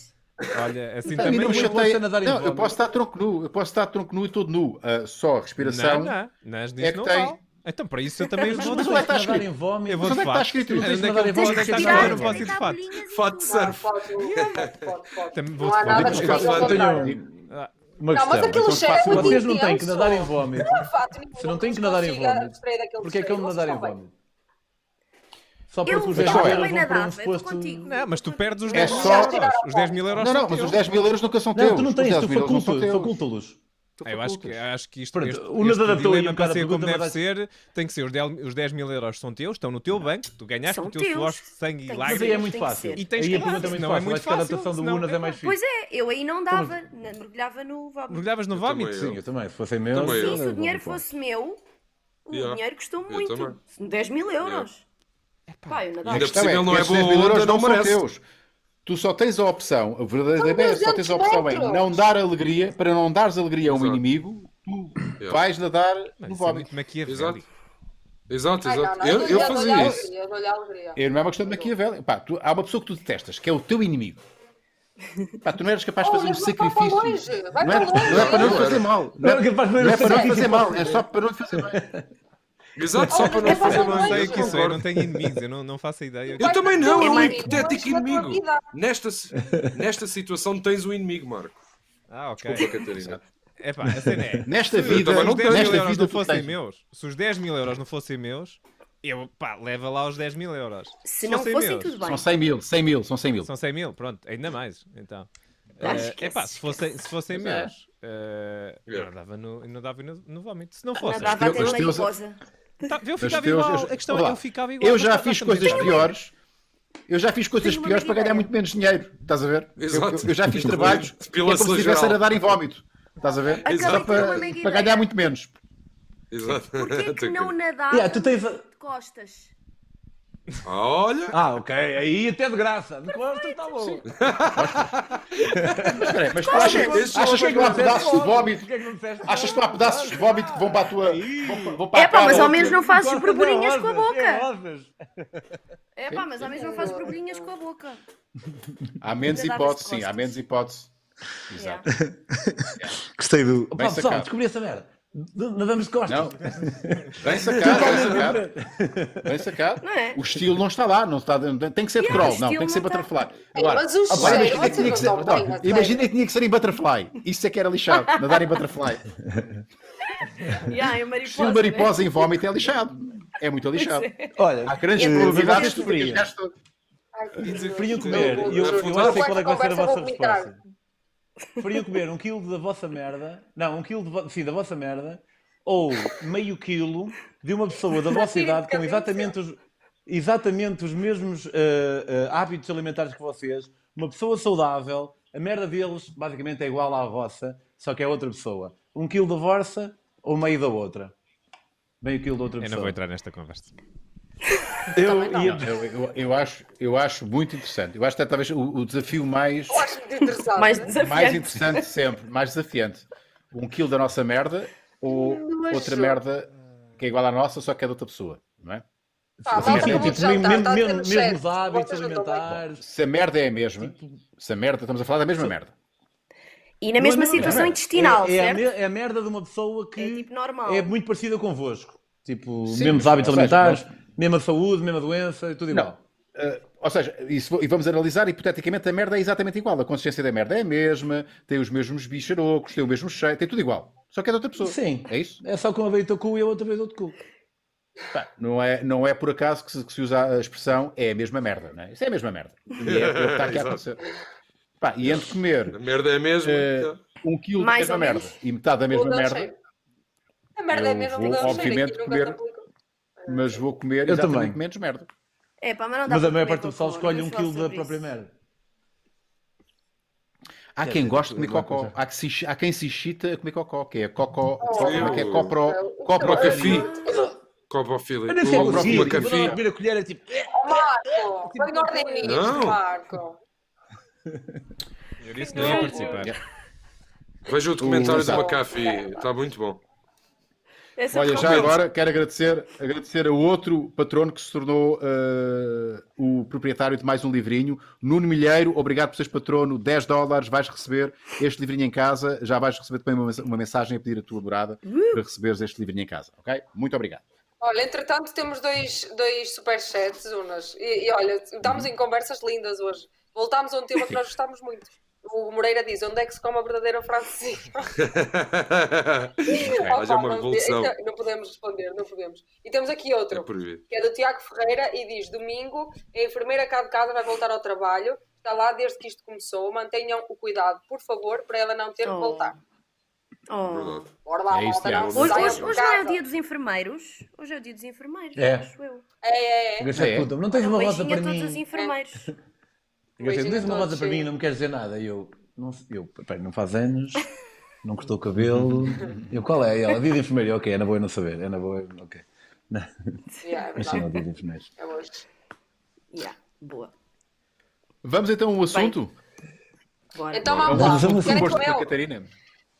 Speaker 4: Olha, assim
Speaker 3: A mim
Speaker 4: também.
Speaker 3: não
Speaker 7: eu
Speaker 3: me
Speaker 7: gosto
Speaker 3: chateia-
Speaker 7: de nadar em
Speaker 3: Não, eu
Speaker 7: vómito.
Speaker 3: posso estar tronco nu, eu posso estar tronco nu e todo nu. Ah, só a respiração.
Speaker 4: Não, não, não, disso
Speaker 3: É que
Speaker 4: não
Speaker 3: tem-
Speaker 4: vale. Então, para isso eu também os
Speaker 3: Mas-
Speaker 4: vou
Speaker 3: mas
Speaker 4: de
Speaker 3: onde é que
Speaker 4: fato.
Speaker 3: está
Speaker 7: Nadar em
Speaker 3: escrito?
Speaker 7: vómito.
Speaker 4: Eu vou
Speaker 3: Mas onde
Speaker 4: de
Speaker 3: é que está
Speaker 4: fato.
Speaker 3: escrito?
Speaker 4: Onde é que
Speaker 7: Tens que
Speaker 4: eu vou? Onde é que está
Speaker 5: Tens que
Speaker 4: escrito?
Speaker 5: tirar,
Speaker 4: Eu Não posso ir de fato.
Speaker 2: Fato de
Speaker 6: Não,
Speaker 2: surf.
Speaker 6: pode, pode, pode.
Speaker 4: Também vou
Speaker 6: Não há
Speaker 4: de fora.
Speaker 6: nada
Speaker 7: Eu tenho-
Speaker 6: que seja ao
Speaker 7: eu tenho
Speaker 6: contrário.
Speaker 7: uma
Speaker 6: Não, mas
Speaker 7: questão.
Speaker 6: aquilo
Speaker 3: então
Speaker 6: cheira
Speaker 3: faço-
Speaker 6: muito
Speaker 7: Vocês
Speaker 6: intenso.
Speaker 7: não têm que nadar em vómito.
Speaker 6: Não, de fato, nenhum.
Speaker 7: Se não têm que nadar em
Speaker 6: consiga
Speaker 7: vómito,
Speaker 6: spray daquele
Speaker 7: Porquê é que eu
Speaker 6: cheiro.
Speaker 7: me nadar em
Speaker 6: Vocês não
Speaker 7: vómito? Só
Speaker 5: Eu,
Speaker 7: porque
Speaker 5: eu
Speaker 7: os gajos agora
Speaker 5: também
Speaker 7: vão para um
Speaker 5: nadava, eu estou
Speaker 7: suposto-
Speaker 5: contigo.
Speaker 4: Não, mas tu perdes os
Speaker 3: É
Speaker 4: 10
Speaker 3: só-
Speaker 4: mil euros. Os 10 mil euros
Speaker 3: Não, não,
Speaker 4: são
Speaker 3: mas os
Speaker 4: teus.
Speaker 3: 10 mil euros nunca são teus.
Speaker 7: Não, tu não
Speaker 3: Os
Speaker 7: tens,
Speaker 3: 10
Speaker 7: tu
Speaker 3: mil euros não são
Speaker 7: faculta-
Speaker 3: teus.
Speaker 7: faculta-los.
Speaker 4: Ah, Eu acho que,
Speaker 2: é.
Speaker 4: acho que isto,
Speaker 7: Pronto,
Speaker 4: este,
Speaker 7: o
Speaker 4: este
Speaker 7: nadador
Speaker 4: dilema
Speaker 7: aí,
Speaker 4: para
Speaker 7: cara,
Speaker 4: ser como
Speaker 7: pergunta,
Speaker 4: deve
Speaker 7: mas-
Speaker 4: ser, tem que ser, os 10, os 10 mil euros são teus, estão no teu banco, tu ganhaste
Speaker 5: São
Speaker 4: o teu
Speaker 5: teus.
Speaker 4: suor, sangue e
Speaker 5: Mas
Speaker 7: Mas aí é
Speaker 4: lágrimas.
Speaker 7: muito
Speaker 5: Tem que
Speaker 7: fácil.
Speaker 5: ser.
Speaker 4: E tens
Speaker 7: aí
Speaker 4: que
Speaker 7: a
Speaker 4: nadar,
Speaker 7: pergunta é muito
Speaker 4: senão é
Speaker 7: fácil.
Speaker 4: muito
Speaker 7: Acho que a
Speaker 4: fácil,
Speaker 7: adaptação do
Speaker 4: senão
Speaker 7: Unas
Speaker 4: é
Speaker 7: é mais fixe.
Speaker 5: Pois é, eu aí não dava, na- mergulhava no vómito.
Speaker 4: Mergulhavas no vómito?
Speaker 2: também,
Speaker 7: Sim, eu também. Se fossem meus...
Speaker 2: Também
Speaker 5: Sim,
Speaker 2: eu.
Speaker 5: se o dinheiro fosse meu, o
Speaker 2: Yeah.
Speaker 5: dinheiro custou
Speaker 2: Eu
Speaker 5: muito.
Speaker 2: também.
Speaker 5: Se- 10 mil euros. Pá, eu
Speaker 3: A
Speaker 5: nadava.
Speaker 2: Ainda
Speaker 3: questão
Speaker 2: por cima ele não é
Speaker 3: esses
Speaker 2: boa
Speaker 3: 10 mil euros
Speaker 2: onda, não
Speaker 3: são
Speaker 2: merece.
Speaker 3: teus. Tu só tens a opção, a verdadeira
Speaker 6: São
Speaker 3: ideia é só
Speaker 6: 200
Speaker 3: tens a opção em
Speaker 6: metros.
Speaker 3: não dar alegria, para não dares alegria a um
Speaker 2: Exato.
Speaker 3: inimigo, tu
Speaker 2: Yeah.
Speaker 3: vais nadar no
Speaker 4: Isso é
Speaker 3: vómito.
Speaker 4: muito maquiavélico.
Speaker 2: Exato. Exato,
Speaker 6: Ai, não,
Speaker 2: exato.
Speaker 6: não,
Speaker 2: Eu, eu
Speaker 6: dou-lhe
Speaker 2: fazia
Speaker 6: alegria,
Speaker 2: isso.
Speaker 6: Eu dou-lhe alegria.
Speaker 3: É a mesma questão de Maquiavel. Pá, tu- há uma pessoa que tu detestas, que é o teu inimigo. Pá, tu não eras capaz de
Speaker 6: Oh,
Speaker 3: fazer um
Speaker 6: mas vai para
Speaker 3: sacrifício.
Speaker 6: longe, vai
Speaker 3: não,
Speaker 6: para
Speaker 3: é,
Speaker 6: longe.
Speaker 3: não é para não lhe
Speaker 2: Não era.
Speaker 3: fazer mal.
Speaker 7: Não
Speaker 3: Não
Speaker 7: era
Speaker 3: é,
Speaker 7: capaz de fazer
Speaker 3: não é para não lhe
Speaker 7: sacrifício.
Speaker 3: fazer mal, é só para não lhe fazer mal.
Speaker 2: Exato, só
Speaker 6: Oh, mas
Speaker 2: para não
Speaker 6: é para
Speaker 2: fazer
Speaker 6: não
Speaker 2: mal.
Speaker 4: Não sei o
Speaker 6: Longe,
Speaker 4: que isso é,
Speaker 2: Concordo.
Speaker 4: eu não tenho inimigos, eu não, não faço ideia.
Speaker 2: Eu também não,
Speaker 6: É
Speaker 2: é um
Speaker 6: mais-
Speaker 2: hipotético
Speaker 6: longe da tua
Speaker 2: inimigo.
Speaker 6: vida.
Speaker 2: Nesta, si- nesta situação tens um inimigo, Marco.
Speaker 4: Ah, ok.
Speaker 2: Desculpa, Catarina.
Speaker 4: É pá, a cena é.
Speaker 3: Nesta
Speaker 4: se
Speaker 3: vida,
Speaker 4: os 10 mil
Speaker 3: nesta
Speaker 4: euros
Speaker 3: vida tu
Speaker 4: não fossem
Speaker 2: assim,
Speaker 3: tens.
Speaker 4: meus, se os 10 mil euros não fossem meus, eu, pá, leva lá os 10 mil euros.
Speaker 5: Se não
Speaker 4: fossem
Speaker 5: fossem,
Speaker 4: meus,
Speaker 5: tudo
Speaker 3: São
Speaker 5: bem.
Speaker 3: 100 mil, 100 mil, são 100 mil.
Speaker 4: São 100 mil, pronto, ainda mais. Então,
Speaker 5: Ah,
Speaker 7: É,
Speaker 4: Eh,
Speaker 5: esquece,
Speaker 4: epá, se fossem, se fossem
Speaker 3: Mas é.
Speaker 4: meus, eh, eu
Speaker 2: Yeah.
Speaker 4: nadava no, eu nadava no, no vómito. Se não fossem,
Speaker 5: Nadava até
Speaker 3: teus-
Speaker 5: uma
Speaker 3: teus-
Speaker 5: mariposa.
Speaker 4: tá, eu
Speaker 3: Mas
Speaker 4: ficava
Speaker 3: teus-
Speaker 4: igual.
Speaker 3: eu-
Speaker 4: a questão
Speaker 3: Olá,
Speaker 4: é eu ficava igual.
Speaker 3: Eu
Speaker 4: mas
Speaker 3: já
Speaker 4: nós
Speaker 3: fiz
Speaker 4: também
Speaker 3: coisas
Speaker 4: temos-
Speaker 3: piores. Eu já fiz coisas
Speaker 5: Tenho uma
Speaker 3: piores para ganhar
Speaker 5: ideia.
Speaker 3: muito menos dinheiro, estás a ver? Eu-
Speaker 2: Exato.
Speaker 3: Eu, eu já fiz trabalhos que é como se
Speaker 2: Depilação
Speaker 3: estivesse
Speaker 2: geral.
Speaker 3: a dar em vómito, estás a ver?
Speaker 5: Acabei
Speaker 2: Exato.
Speaker 5: de ter uma
Speaker 3: Para,
Speaker 5: mega
Speaker 3: para
Speaker 5: ideia.
Speaker 3: ganhar muito menos.
Speaker 2: Exato.
Speaker 5: Porquê que não nadar
Speaker 7: Yeah, tu tens a-
Speaker 5: de costas?
Speaker 2: Olha,
Speaker 7: Ah, ok. Aí até de graça. De tá costa está bom.
Speaker 3: Mas espera aí, mas tu achas,
Speaker 2: Esse
Speaker 3: achas
Speaker 2: homem
Speaker 3: que não há
Speaker 2: não
Speaker 3: pedaços de vómito?
Speaker 7: Porquê que não disseste?
Speaker 3: Achas que não há pedaços de vómito que vão para a tua. vão- vão para a
Speaker 5: É pá,
Speaker 3: cara
Speaker 5: mas
Speaker 3: ou-
Speaker 5: ao menos não fazes
Speaker 7: Costa
Speaker 5: borborinhas
Speaker 7: tem
Speaker 5: com a
Speaker 7: rosas, tem
Speaker 5: boca.
Speaker 7: rosas.
Speaker 5: É pá, mas ao menos não fazes borborinhas com a boca.
Speaker 3: Há menos
Speaker 5: Nadar
Speaker 3: hipótese,
Speaker 5: de
Speaker 3: sim, há
Speaker 5: costas.
Speaker 3: menos hipótese.
Speaker 5: Yeah.
Speaker 3: Exato.
Speaker 8: Gostei do.
Speaker 7: Pá,
Speaker 3: Bem
Speaker 7: pessoal,
Speaker 3: sacado.
Speaker 7: descobri essa merda. De- Nadamos de
Speaker 3: Não.
Speaker 7: costas.
Speaker 3: Bem sacado, bem sacado. Bem sacado.
Speaker 5: Não é?
Speaker 3: O estilo não está lá, não está, tem que ser de
Speaker 5: Yeah,
Speaker 3: crawl,
Speaker 5: o
Speaker 3: não, tem
Speaker 5: estilo
Speaker 3: que ser
Speaker 5: não tá- está.
Speaker 3: butterfly.
Speaker 6: mas os
Speaker 3: Agora,
Speaker 6: cheiros,
Speaker 3: imagina que tinha que
Speaker 6: vocês
Speaker 3: ser,
Speaker 6: não estão
Speaker 3: agora,
Speaker 6: bem, mas
Speaker 3: imagina que tinha que ser em butterfly. Isso é que era lixado, nadar em butterfly.
Speaker 5: Yeah, é
Speaker 3: Estilo
Speaker 5: mariposa. né?
Speaker 3: mariposa em vómito é lixado. É muito lixado.
Speaker 7: Olha,
Speaker 3: Há grandes
Speaker 5: É,
Speaker 7: vocês
Speaker 3: probabilidades de tu teres
Speaker 7: preferiam?
Speaker 3: gasto todo.
Speaker 7: Preferiam comer,
Speaker 2: Eu-
Speaker 7: e eu, eu
Speaker 2: Agora
Speaker 7: acho que qual é que vai ser a vossa
Speaker 6: vou vomitar.
Speaker 7: resposta. Preferiam comer um quilo da vossa merda, não, um quilo de vo- sim, da vossa merda, ou meio quilo de uma pessoa da vossa idade com exatamente os, exatamente os mesmos ah, ah, hábitos alimentares que vocês, uma pessoa saudável, a merda deles basicamente é igual à vossa, só que é outra pessoa. Um quilo da vossa ou meio da outra? Meio quilo da outra
Speaker 4: Eu não
Speaker 7: pessoa.
Speaker 4: vou entrar nesta conversa.
Speaker 7: Eu ia-
Speaker 3: Não, eu, eu- eu acho, eu acho muito interessante. Eu acho que é talvez o, o desafio mais,
Speaker 6: Eu acho muito interessante.
Speaker 5: Mais
Speaker 3: mais
Speaker 5: desafiante.
Speaker 3: interessante de sempre, mais desafiante. Um quilo da nossa merda ou
Speaker 6: acho.
Speaker 3: outra merda que é igual à nossa, só que é de outra pessoa, não é?
Speaker 6: Pá,
Speaker 7: Tá,
Speaker 3: Sim,
Speaker 6: malta,
Speaker 3: sim,
Speaker 6: acabou
Speaker 3: tipo,
Speaker 6: de jantar,
Speaker 7: mesmo-
Speaker 6: está a ter
Speaker 7: mesmo-
Speaker 6: no chat.
Speaker 7: mesmos hábitos
Speaker 6: Vocês não estão bem.
Speaker 7: alimentares.
Speaker 3: Se a merda é a mesma, se a merda, estamos a falar da mesma merda.
Speaker 5: E na mesma
Speaker 7: Não, não, não,
Speaker 5: situação
Speaker 7: não.
Speaker 5: intestinal,
Speaker 7: é, é a
Speaker 5: certo?
Speaker 7: mer- é a merda de uma pessoa que
Speaker 5: É tipo normal.
Speaker 7: é muito parecida convosco. Tipo,
Speaker 3: Sim,
Speaker 7: mesmos
Speaker 3: ou
Speaker 7: hábitos
Speaker 3: seja,
Speaker 7: alimentares, mesma saúde, mesma doença, e tudo igual.
Speaker 3: Uh, ou seja, e se vo- e vamos analisar hipoteticamente, a merda é exatamente igual. A consistência da merda é a mesma, tem os mesmos bicharocos, tem o mesmo cheiro, tem tudo igual. Só que é de outra pessoa.
Speaker 7: Sim.
Speaker 3: É isso?
Speaker 7: É só que uma vez teu cu e a outra vez outro cu.
Speaker 3: Pá, não, é, não é por acaso que se, que se usa a expressão é a mesma merda, não é? Isso é a mesma merda. E é, é o que está aqui a
Speaker 2: Exato.
Speaker 3: acontecer. Pá, e entre comer
Speaker 2: a merda é a mesma.
Speaker 3: eh, um quilo da
Speaker 5: Mais
Speaker 3: mesma
Speaker 5: ou
Speaker 3: merda
Speaker 5: menos.
Speaker 3: e metade da
Speaker 6: Ou
Speaker 3: mesma
Speaker 6: não
Speaker 3: merda,
Speaker 6: cheiro. A merda é
Speaker 3: Eu
Speaker 6: mesmo
Speaker 3: vou,
Speaker 6: não cheiro,
Speaker 3: obviamente,
Speaker 6: aqui nunca
Speaker 3: comer-
Speaker 6: se aplica.
Speaker 3: mas vou comer
Speaker 7: Eu
Speaker 3: exatamente
Speaker 7: também.
Speaker 3: menos merda.
Speaker 5: É pá, mas não dá
Speaker 7: Mas
Speaker 5: para
Speaker 7: a maior
Speaker 5: comer
Speaker 7: parte do pessoal
Speaker 5: cocô,
Speaker 7: escolhe um
Speaker 5: vamos
Speaker 7: quilo
Speaker 5: falar
Speaker 7: da
Speaker 5: sobre
Speaker 7: própria
Speaker 5: isso.
Speaker 7: merda.
Speaker 3: Há quem goste de comer cocó, há, que se- há quem se excita a comer cocó, que é cocó,
Speaker 5: Oh.
Speaker 2: eu-
Speaker 3: que é copro,
Speaker 6: eu-
Speaker 3: copro
Speaker 2: Cocafi. Copofili.
Speaker 7: Eu nem sei
Speaker 2: Copro-
Speaker 7: conseguir.
Speaker 2: Cocafi.
Speaker 7: A primeira colher é tipo.
Speaker 6: Oh, Marco, põe ordem
Speaker 2: Não.
Speaker 6: nisto, Marco.
Speaker 4: Eu disse que
Speaker 3: é
Speaker 4: não ia participar.
Speaker 2: Veja o documentário do
Speaker 3: Exato.
Speaker 2: Macafi. Está Tá muito bom.
Speaker 5: É sobre
Speaker 3: Olha, já
Speaker 5: cocô.
Speaker 3: agora quero agradecer, agradecer a outro patrono que se tornou eh, o proprietário de mais um livrinho, Nuno Milheiro. Obrigado por seres patrono, 10 dólares. Vais receber este livrinho em casa. Já vais receber também uma, mensa- uma mensagem a pedir a tua morada
Speaker 6: Uh!
Speaker 3: para receberes este livrinho em casa, ok? Muito obrigado.
Speaker 6: Olha, entretanto, temos dois, dois superchats, Unas. E, e olha, estamos em conversas lindas hoje. Voltámos a um tema que nós gostámos muito. O Moreira diz: onde é que se come a verdadeira francesinha?
Speaker 2: Mas é uma revolução.
Speaker 6: Não, não podemos responder, não podemos. E temos aqui
Speaker 2: É
Speaker 6: outro,
Speaker 2: proibido.
Speaker 6: que é do Tiago Ferreira e diz: domingo, a enfermeira cá de casa vai voltar ao trabalho. Está lá desde que isto começou. Mantenham o cuidado, por favor, para ela não ter que
Speaker 5: Oh.
Speaker 6: voltar.
Speaker 5: Oh.
Speaker 2: Verdade.
Speaker 6: Bora lá,
Speaker 3: É isso,
Speaker 6: malta, não
Speaker 3: Tiago.
Speaker 6: se
Speaker 5: Hoje,
Speaker 6: saiam
Speaker 5: hoje-
Speaker 6: de
Speaker 5: hoje não é o
Speaker 6: casa.
Speaker 5: dia dos enfermeiros? Hoje é o dia dos enfermeiros,
Speaker 7: É.
Speaker 5: acho eu.
Speaker 6: É, é, é.
Speaker 7: Gastei
Speaker 3: É.
Speaker 7: puta, não tens
Speaker 5: Um
Speaker 7: uma rosa
Speaker 5: beijinho
Speaker 7: para
Speaker 5: a todos
Speaker 7: mim.
Speaker 5: os enfermeiros.
Speaker 7: Gastei, não tens
Speaker 6: Beijinho
Speaker 7: uma
Speaker 6: a
Speaker 7: rosa
Speaker 6: todos,
Speaker 7: para mim,
Speaker 6: sim.
Speaker 7: não me queres dizer nada. E Eu, não, eu peraí, não faz anos, não cortou o cabelo. Eu, qual é? E Ela, dia de enfermeiro. Eu, Ok, é na boa eu não saber. É na boa, eu- ok.
Speaker 6: Yeah, é
Speaker 7: Mas sim, é
Speaker 6: verdade.
Speaker 7: o dia de enfermeiro.
Speaker 6: É hoje.
Speaker 5: Yeah, boa.
Speaker 3: Vamos então ao assunto.
Speaker 5: Bora.
Speaker 6: Então
Speaker 5: bora.
Speaker 7: Vamos
Speaker 6: vamos lá.
Speaker 7: fazer um
Speaker 6: Querem
Speaker 3: Gosto
Speaker 6: comer?
Speaker 3: da Catarina.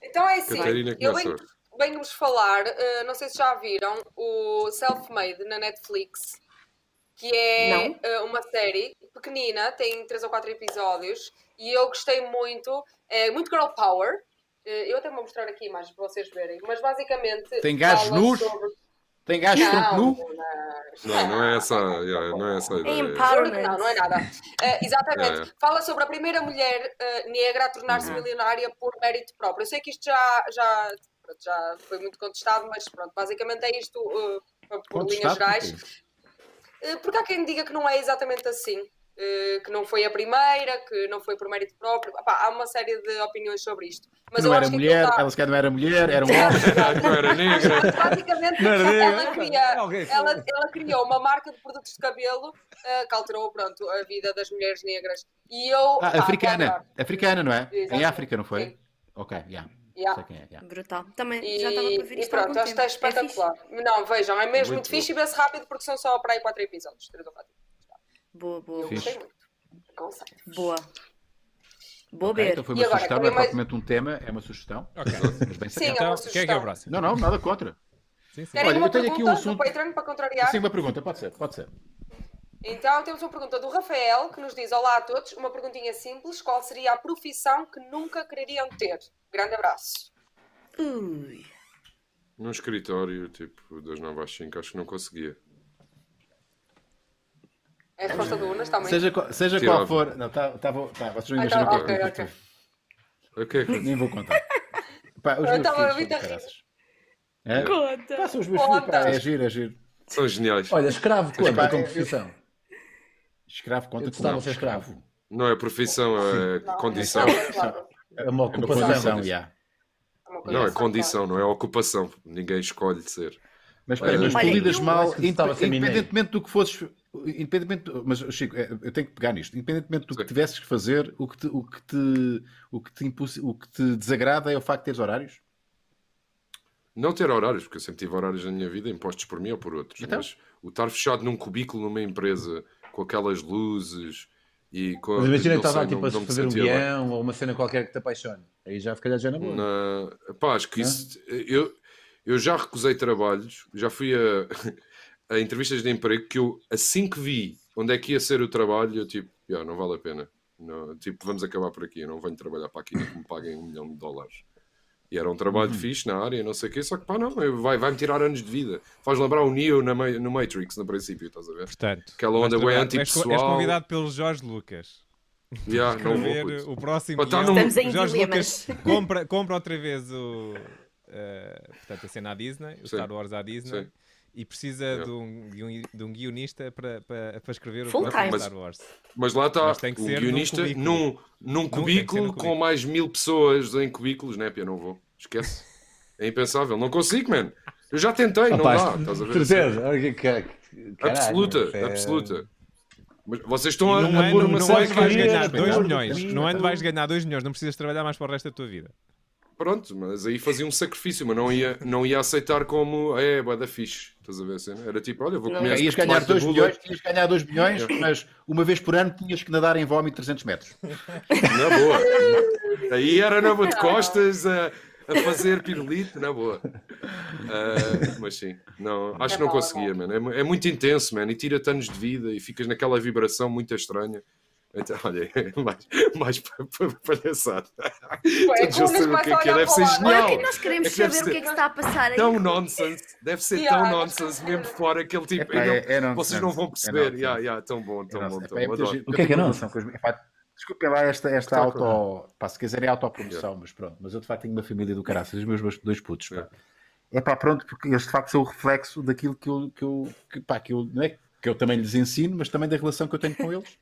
Speaker 6: Então é assim.
Speaker 2: Catarina que
Speaker 6: eu
Speaker 2: começa
Speaker 6: venho-
Speaker 2: hoje.
Speaker 6: venho-vos falar, eh, não sei se já viram, o Self-Made na Netflix, que é
Speaker 5: Não.
Speaker 6: eh, uma série pequenina, tem três ou quatro episódios, e eu gostei muito. É muito girl power. Eh, eu até vou mostrar aqui mais para vocês verem. Mas basicamente.
Speaker 3: Tem gajos
Speaker 6: fala
Speaker 3: nus?
Speaker 6: sobre-
Speaker 3: Tem gajo tronco
Speaker 6: Não,
Speaker 3: nu?
Speaker 2: Não, não é essa. yeah, Não é essa a
Speaker 5: É
Speaker 2: ideia.
Speaker 5: empowerment.
Speaker 6: Não, não é nada. Eh, exatamente.
Speaker 2: É, é.
Speaker 6: Fala sobre a primeira mulher eh, negra a tornar-se
Speaker 3: Uhum.
Speaker 6: milionária por mérito próprio. Eu sei que isto já, já, pronto, já foi muito contestado, mas pronto, basicamente é isto, eh, por linhas
Speaker 3: Contestado?
Speaker 6: gerais. Eh, porque há quem diga que não é exatamente assim. Eh, eh, que não foi a primeira, que não foi por mérito próprio. Epá, há uma série de opiniões sobre isto. Mas
Speaker 3: não
Speaker 6: eu
Speaker 3: era
Speaker 6: acho que
Speaker 3: mulher,
Speaker 6: aquilo tá-
Speaker 3: ela sequer não era mulher, era
Speaker 6: está-
Speaker 3: um homem.
Speaker 2: Não era negra.
Speaker 6: Basicamente, ela,
Speaker 3: É
Speaker 6: cria- ela- ela criou uma marca de produtos de cabelo eh, que alterou pronto, a vida das mulheres negras. E eu.
Speaker 3: Ah,
Speaker 6: pá,
Speaker 3: africana,
Speaker 6: claro,
Speaker 3: africana, não é? Em
Speaker 6: Exatamente.
Speaker 3: África, não foi?
Speaker 6: Sim.
Speaker 3: Ok, yeah.
Speaker 6: yeah.
Speaker 3: Sei quem é, yeah.
Speaker 5: Brutal. Também já estava
Speaker 6: E,
Speaker 5: para ver
Speaker 6: e
Speaker 5: isto. há
Speaker 6: pronto,
Speaker 5: algum
Speaker 6: acho que está
Speaker 5: tempo. É fixe.
Speaker 6: espetacular. Não, vejam, é mesmo
Speaker 3: Muito
Speaker 6: muito, fixe e vê-se rápido porque são só para aí quatro episódios. Três ou quatro.
Speaker 5: Boa, boa,
Speaker 6: Eu
Speaker 5: boa.
Speaker 6: gostei muito. Aconselho.
Speaker 3: Então,
Speaker 5: Boa. Boa
Speaker 3: Ok,
Speaker 5: ver.
Speaker 3: então foi
Speaker 6: E
Speaker 3: uma
Speaker 6: agora,
Speaker 3: sugestão, não
Speaker 6: queria
Speaker 3: é
Speaker 6: mais-
Speaker 3: propriamente um tema, é uma sugestão.
Speaker 4: Ok.
Speaker 3: Mas bem
Speaker 6: Sim,
Speaker 3: sacado.
Speaker 6: é uma
Speaker 4: Então,
Speaker 6: sugestão.
Speaker 4: quem é que é o próximo?
Speaker 3: Não, não, nada contra.
Speaker 4: Sim, sim.
Speaker 6: Querem
Speaker 3: Olha,
Speaker 6: uma
Speaker 3: eu tenho aqui um
Speaker 6: pergunta
Speaker 3: assunto-
Speaker 6: do Patreon para contrariar?
Speaker 3: Sim, uma pergunta, pode ser, pode ser.
Speaker 6: Então temos uma pergunta do Rafael que nos diz: Olá a todos, uma perguntinha simples: qual seria a profissão que nunca quereriam ter? Grande abraço.
Speaker 5: Ui.
Speaker 2: Num escritório, tipo, das 9 às 5, acho que não conseguia.
Speaker 6: É a resposta do Unas também.
Speaker 3: Seja, qual- seja
Speaker 2: Sim,
Speaker 3: qual
Speaker 2: óbvio.
Speaker 3: for. Não, tá, tá, bom, tá, vocês não
Speaker 6: Ah,
Speaker 3: imaginam
Speaker 6: tá,
Speaker 3: o que é
Speaker 6: ok,
Speaker 3: que eu fiz,
Speaker 6: ok.
Speaker 2: O que é que...
Speaker 3: Nem vou contar. Pá, os
Speaker 6: Eu
Speaker 3: meus
Speaker 6: tava
Speaker 3: filhos
Speaker 6: muito
Speaker 3: são
Speaker 6: a rir.
Speaker 3: caraças. Hã?
Speaker 5: Conta.
Speaker 3: Pá, são os meus filhos, pá, é giro, é giro.
Speaker 2: São geniais.
Speaker 7: Olha, escravo
Speaker 3: Epá,
Speaker 7: conta
Speaker 3: eu-
Speaker 7: como profissão.
Speaker 3: Escravo conta
Speaker 7: Eu
Speaker 3: como
Speaker 7: gostava de ser escravo.
Speaker 2: Não é profissão, é
Speaker 6: Não,
Speaker 2: condição.
Speaker 6: não, claro.
Speaker 7: É uma
Speaker 3: É uma
Speaker 7: ocupação.
Speaker 3: condição, yeah.
Speaker 6: É uma
Speaker 2: Não, é
Speaker 6: condição,
Speaker 2: condição, não é ocupação. Ninguém escolhe ser.
Speaker 3: Mas peraí,
Speaker 2: Olha,
Speaker 3: mas tu
Speaker 5: eu-
Speaker 3: lidas mal,
Speaker 7: acho que
Speaker 3: indepe-
Speaker 7: gostava de ser mineiro.
Speaker 3: independentemente do que fosses. Independentemente, do- mas Chico, é, eu tenho que pegar nisto. Independentemente do que
Speaker 2: Sim.
Speaker 3: tivesses que fazer, o que te, o que te, o que te, impulsi- o que te desagrada é o facto de teres horários.
Speaker 2: Não ter horários, porque eu sempre tive horários na minha vida, impostos por mim ou por outros.
Speaker 3: Então?
Speaker 2: Mas o estar fechado num cubículo numa empresa, com aquelas luzes e com.
Speaker 7: Mas imagina
Speaker 2: não
Speaker 7: que estava
Speaker 2: sei,
Speaker 7: tipo
Speaker 2: não-
Speaker 7: a
Speaker 2: não me
Speaker 7: fazer um
Speaker 2: sentia bem.
Speaker 7: guião ou uma cena qualquer que te apaixone. Aí já se calhar já na boa.
Speaker 2: Na- Pá, acho que isso. Eu, eu já recusei trabalhos, já fui a, a entrevistas de emprego que eu, assim que vi onde é que ia ser o trabalho, eu tipo, "Ya, não vale a pena. Não, tipo, vamos acabar por aqui. Eu não venho trabalhar para aqui, nem que me paguem um milhão de dólares. E era um trabalho fixe na área, não sei o quê, só que pá, não, eu- vai- vai-me tirar anos de vida. Faz lembrar o Neo na Ma- no Matrix, no princípio, estás a ver?
Speaker 4: Portanto,
Speaker 2: Aquela onda bem
Speaker 4: vais trabalhar- vais co- És
Speaker 2: antipessoal.
Speaker 4: convidado pelo Jorge Lucas.
Speaker 2: Ya,
Speaker 4: Para
Speaker 2: não vou,
Speaker 4: ver
Speaker 2: puto.
Speaker 4: o próximo
Speaker 2: Pá, tá
Speaker 4: guião.
Speaker 2: num-
Speaker 5: Estamos em
Speaker 4: Jorge
Speaker 5: dilemas.
Speaker 4: Lucas compra, compra outra vez o, eh, portanto, a cena à Disney, o
Speaker 2: Sim.
Speaker 4: Star Wars à Disney.
Speaker 2: Sim.
Speaker 4: E precisa de, um, de um- de um guionista para, para, para escrever
Speaker 5: Full
Speaker 4: o próximo
Speaker 5: time.
Speaker 4: Star Wars.
Speaker 2: Mas lá está,
Speaker 4: Mas tem que
Speaker 2: o
Speaker 4: ser num
Speaker 2: guionista
Speaker 4: cubículo.
Speaker 2: num, num
Speaker 4: Não, tem que
Speaker 2: cubículo
Speaker 4: ser num
Speaker 2: com
Speaker 4: cubículo.
Speaker 2: mais mil pessoas em cubículos, né? Pia, não vou, esquece. É impensável, não consigo, mano. Eu já tentei, não
Speaker 7: Rapaz,
Speaker 2: dá, estás a ver?
Speaker 7: Certeza. Olha que- que- caralho,
Speaker 2: absoluta,
Speaker 7: é-
Speaker 2: absoluta. Mas vocês estão a,
Speaker 4: Não
Speaker 2: a pôr
Speaker 4: ano,
Speaker 2: uma né,
Speaker 4: não
Speaker 2: série
Speaker 4: ano vais
Speaker 2: que
Speaker 4: ganhar
Speaker 3: querer,
Speaker 4: 2
Speaker 3: não,
Speaker 4: milhões.
Speaker 3: não,
Speaker 4: Não ano
Speaker 3: não.
Speaker 4: vais ganhar 2 milhões. Não precisas trabalhar mais para o resto da tua vida.
Speaker 2: Pronto, mas aí fazia um sacrifício, mas não ia, não ia aceitar como é, bué da fixe. Estás a ver a cena? Era tipo, olha, vou
Speaker 5: Não.
Speaker 2: comer
Speaker 3: Ok, é ias
Speaker 2: este
Speaker 3: ganhar
Speaker 2: Marte
Speaker 3: 2
Speaker 2: Bullet.
Speaker 3: milhões, ias ganhar 2 milhões, mas uma vez por ano tinhas que nadar em vómito 300 metros.
Speaker 2: Na boa. Aí era na boa de costas a, a fazer pirulito, na boa. Ah, mas sim, não, acho que não conseguia, mano. É, mu- é muito intenso, mano. E tira-te anos de vida e ficas naquela vibração muito estranha. Então, olha, mais, mais pa- pa- palhaçada.
Speaker 6: Ué,
Speaker 2: Todos
Speaker 6: como
Speaker 2: já sabem
Speaker 6: nós
Speaker 2: o que é que é,
Speaker 6: mais
Speaker 2: deve ser
Speaker 6: olhar para lá.
Speaker 5: Olha, o
Speaker 2: genial.
Speaker 5: que é que nós queremos
Speaker 2: É que deve
Speaker 5: saber o que é
Speaker 2: ser
Speaker 5: que se está a passar aí?
Speaker 2: Tão nonsense, deve ser
Speaker 6: Yeah,
Speaker 2: tão
Speaker 6: deve
Speaker 2: nonsense,
Speaker 6: ser.
Speaker 2: mesmo fora aquele tipo.
Speaker 3: Epá,
Speaker 2: eu não-
Speaker 3: é- é nonsense.
Speaker 2: vocês não vão
Speaker 3: É
Speaker 2: perceber.
Speaker 3: nonsense. É
Speaker 2: Yeah, yeah, tão bom,
Speaker 3: então,
Speaker 2: tão bom, tão bom. adoro.
Speaker 7: O que é que é nosso?
Speaker 3: Desculpem lá esta, esta
Speaker 2: Claro que
Speaker 3: auto. Pá, se quiserem autopromoção, mas pronto. Mas eu de facto tenho uma família do caraças, os meus meus dois putos. Pá. É pá, pronto, porque eles de facto são o reflexo daquilo que eu. Que eu, que, pá, que eu não é que eu também lhes ensino, mas também da relação que eu tenho com eles.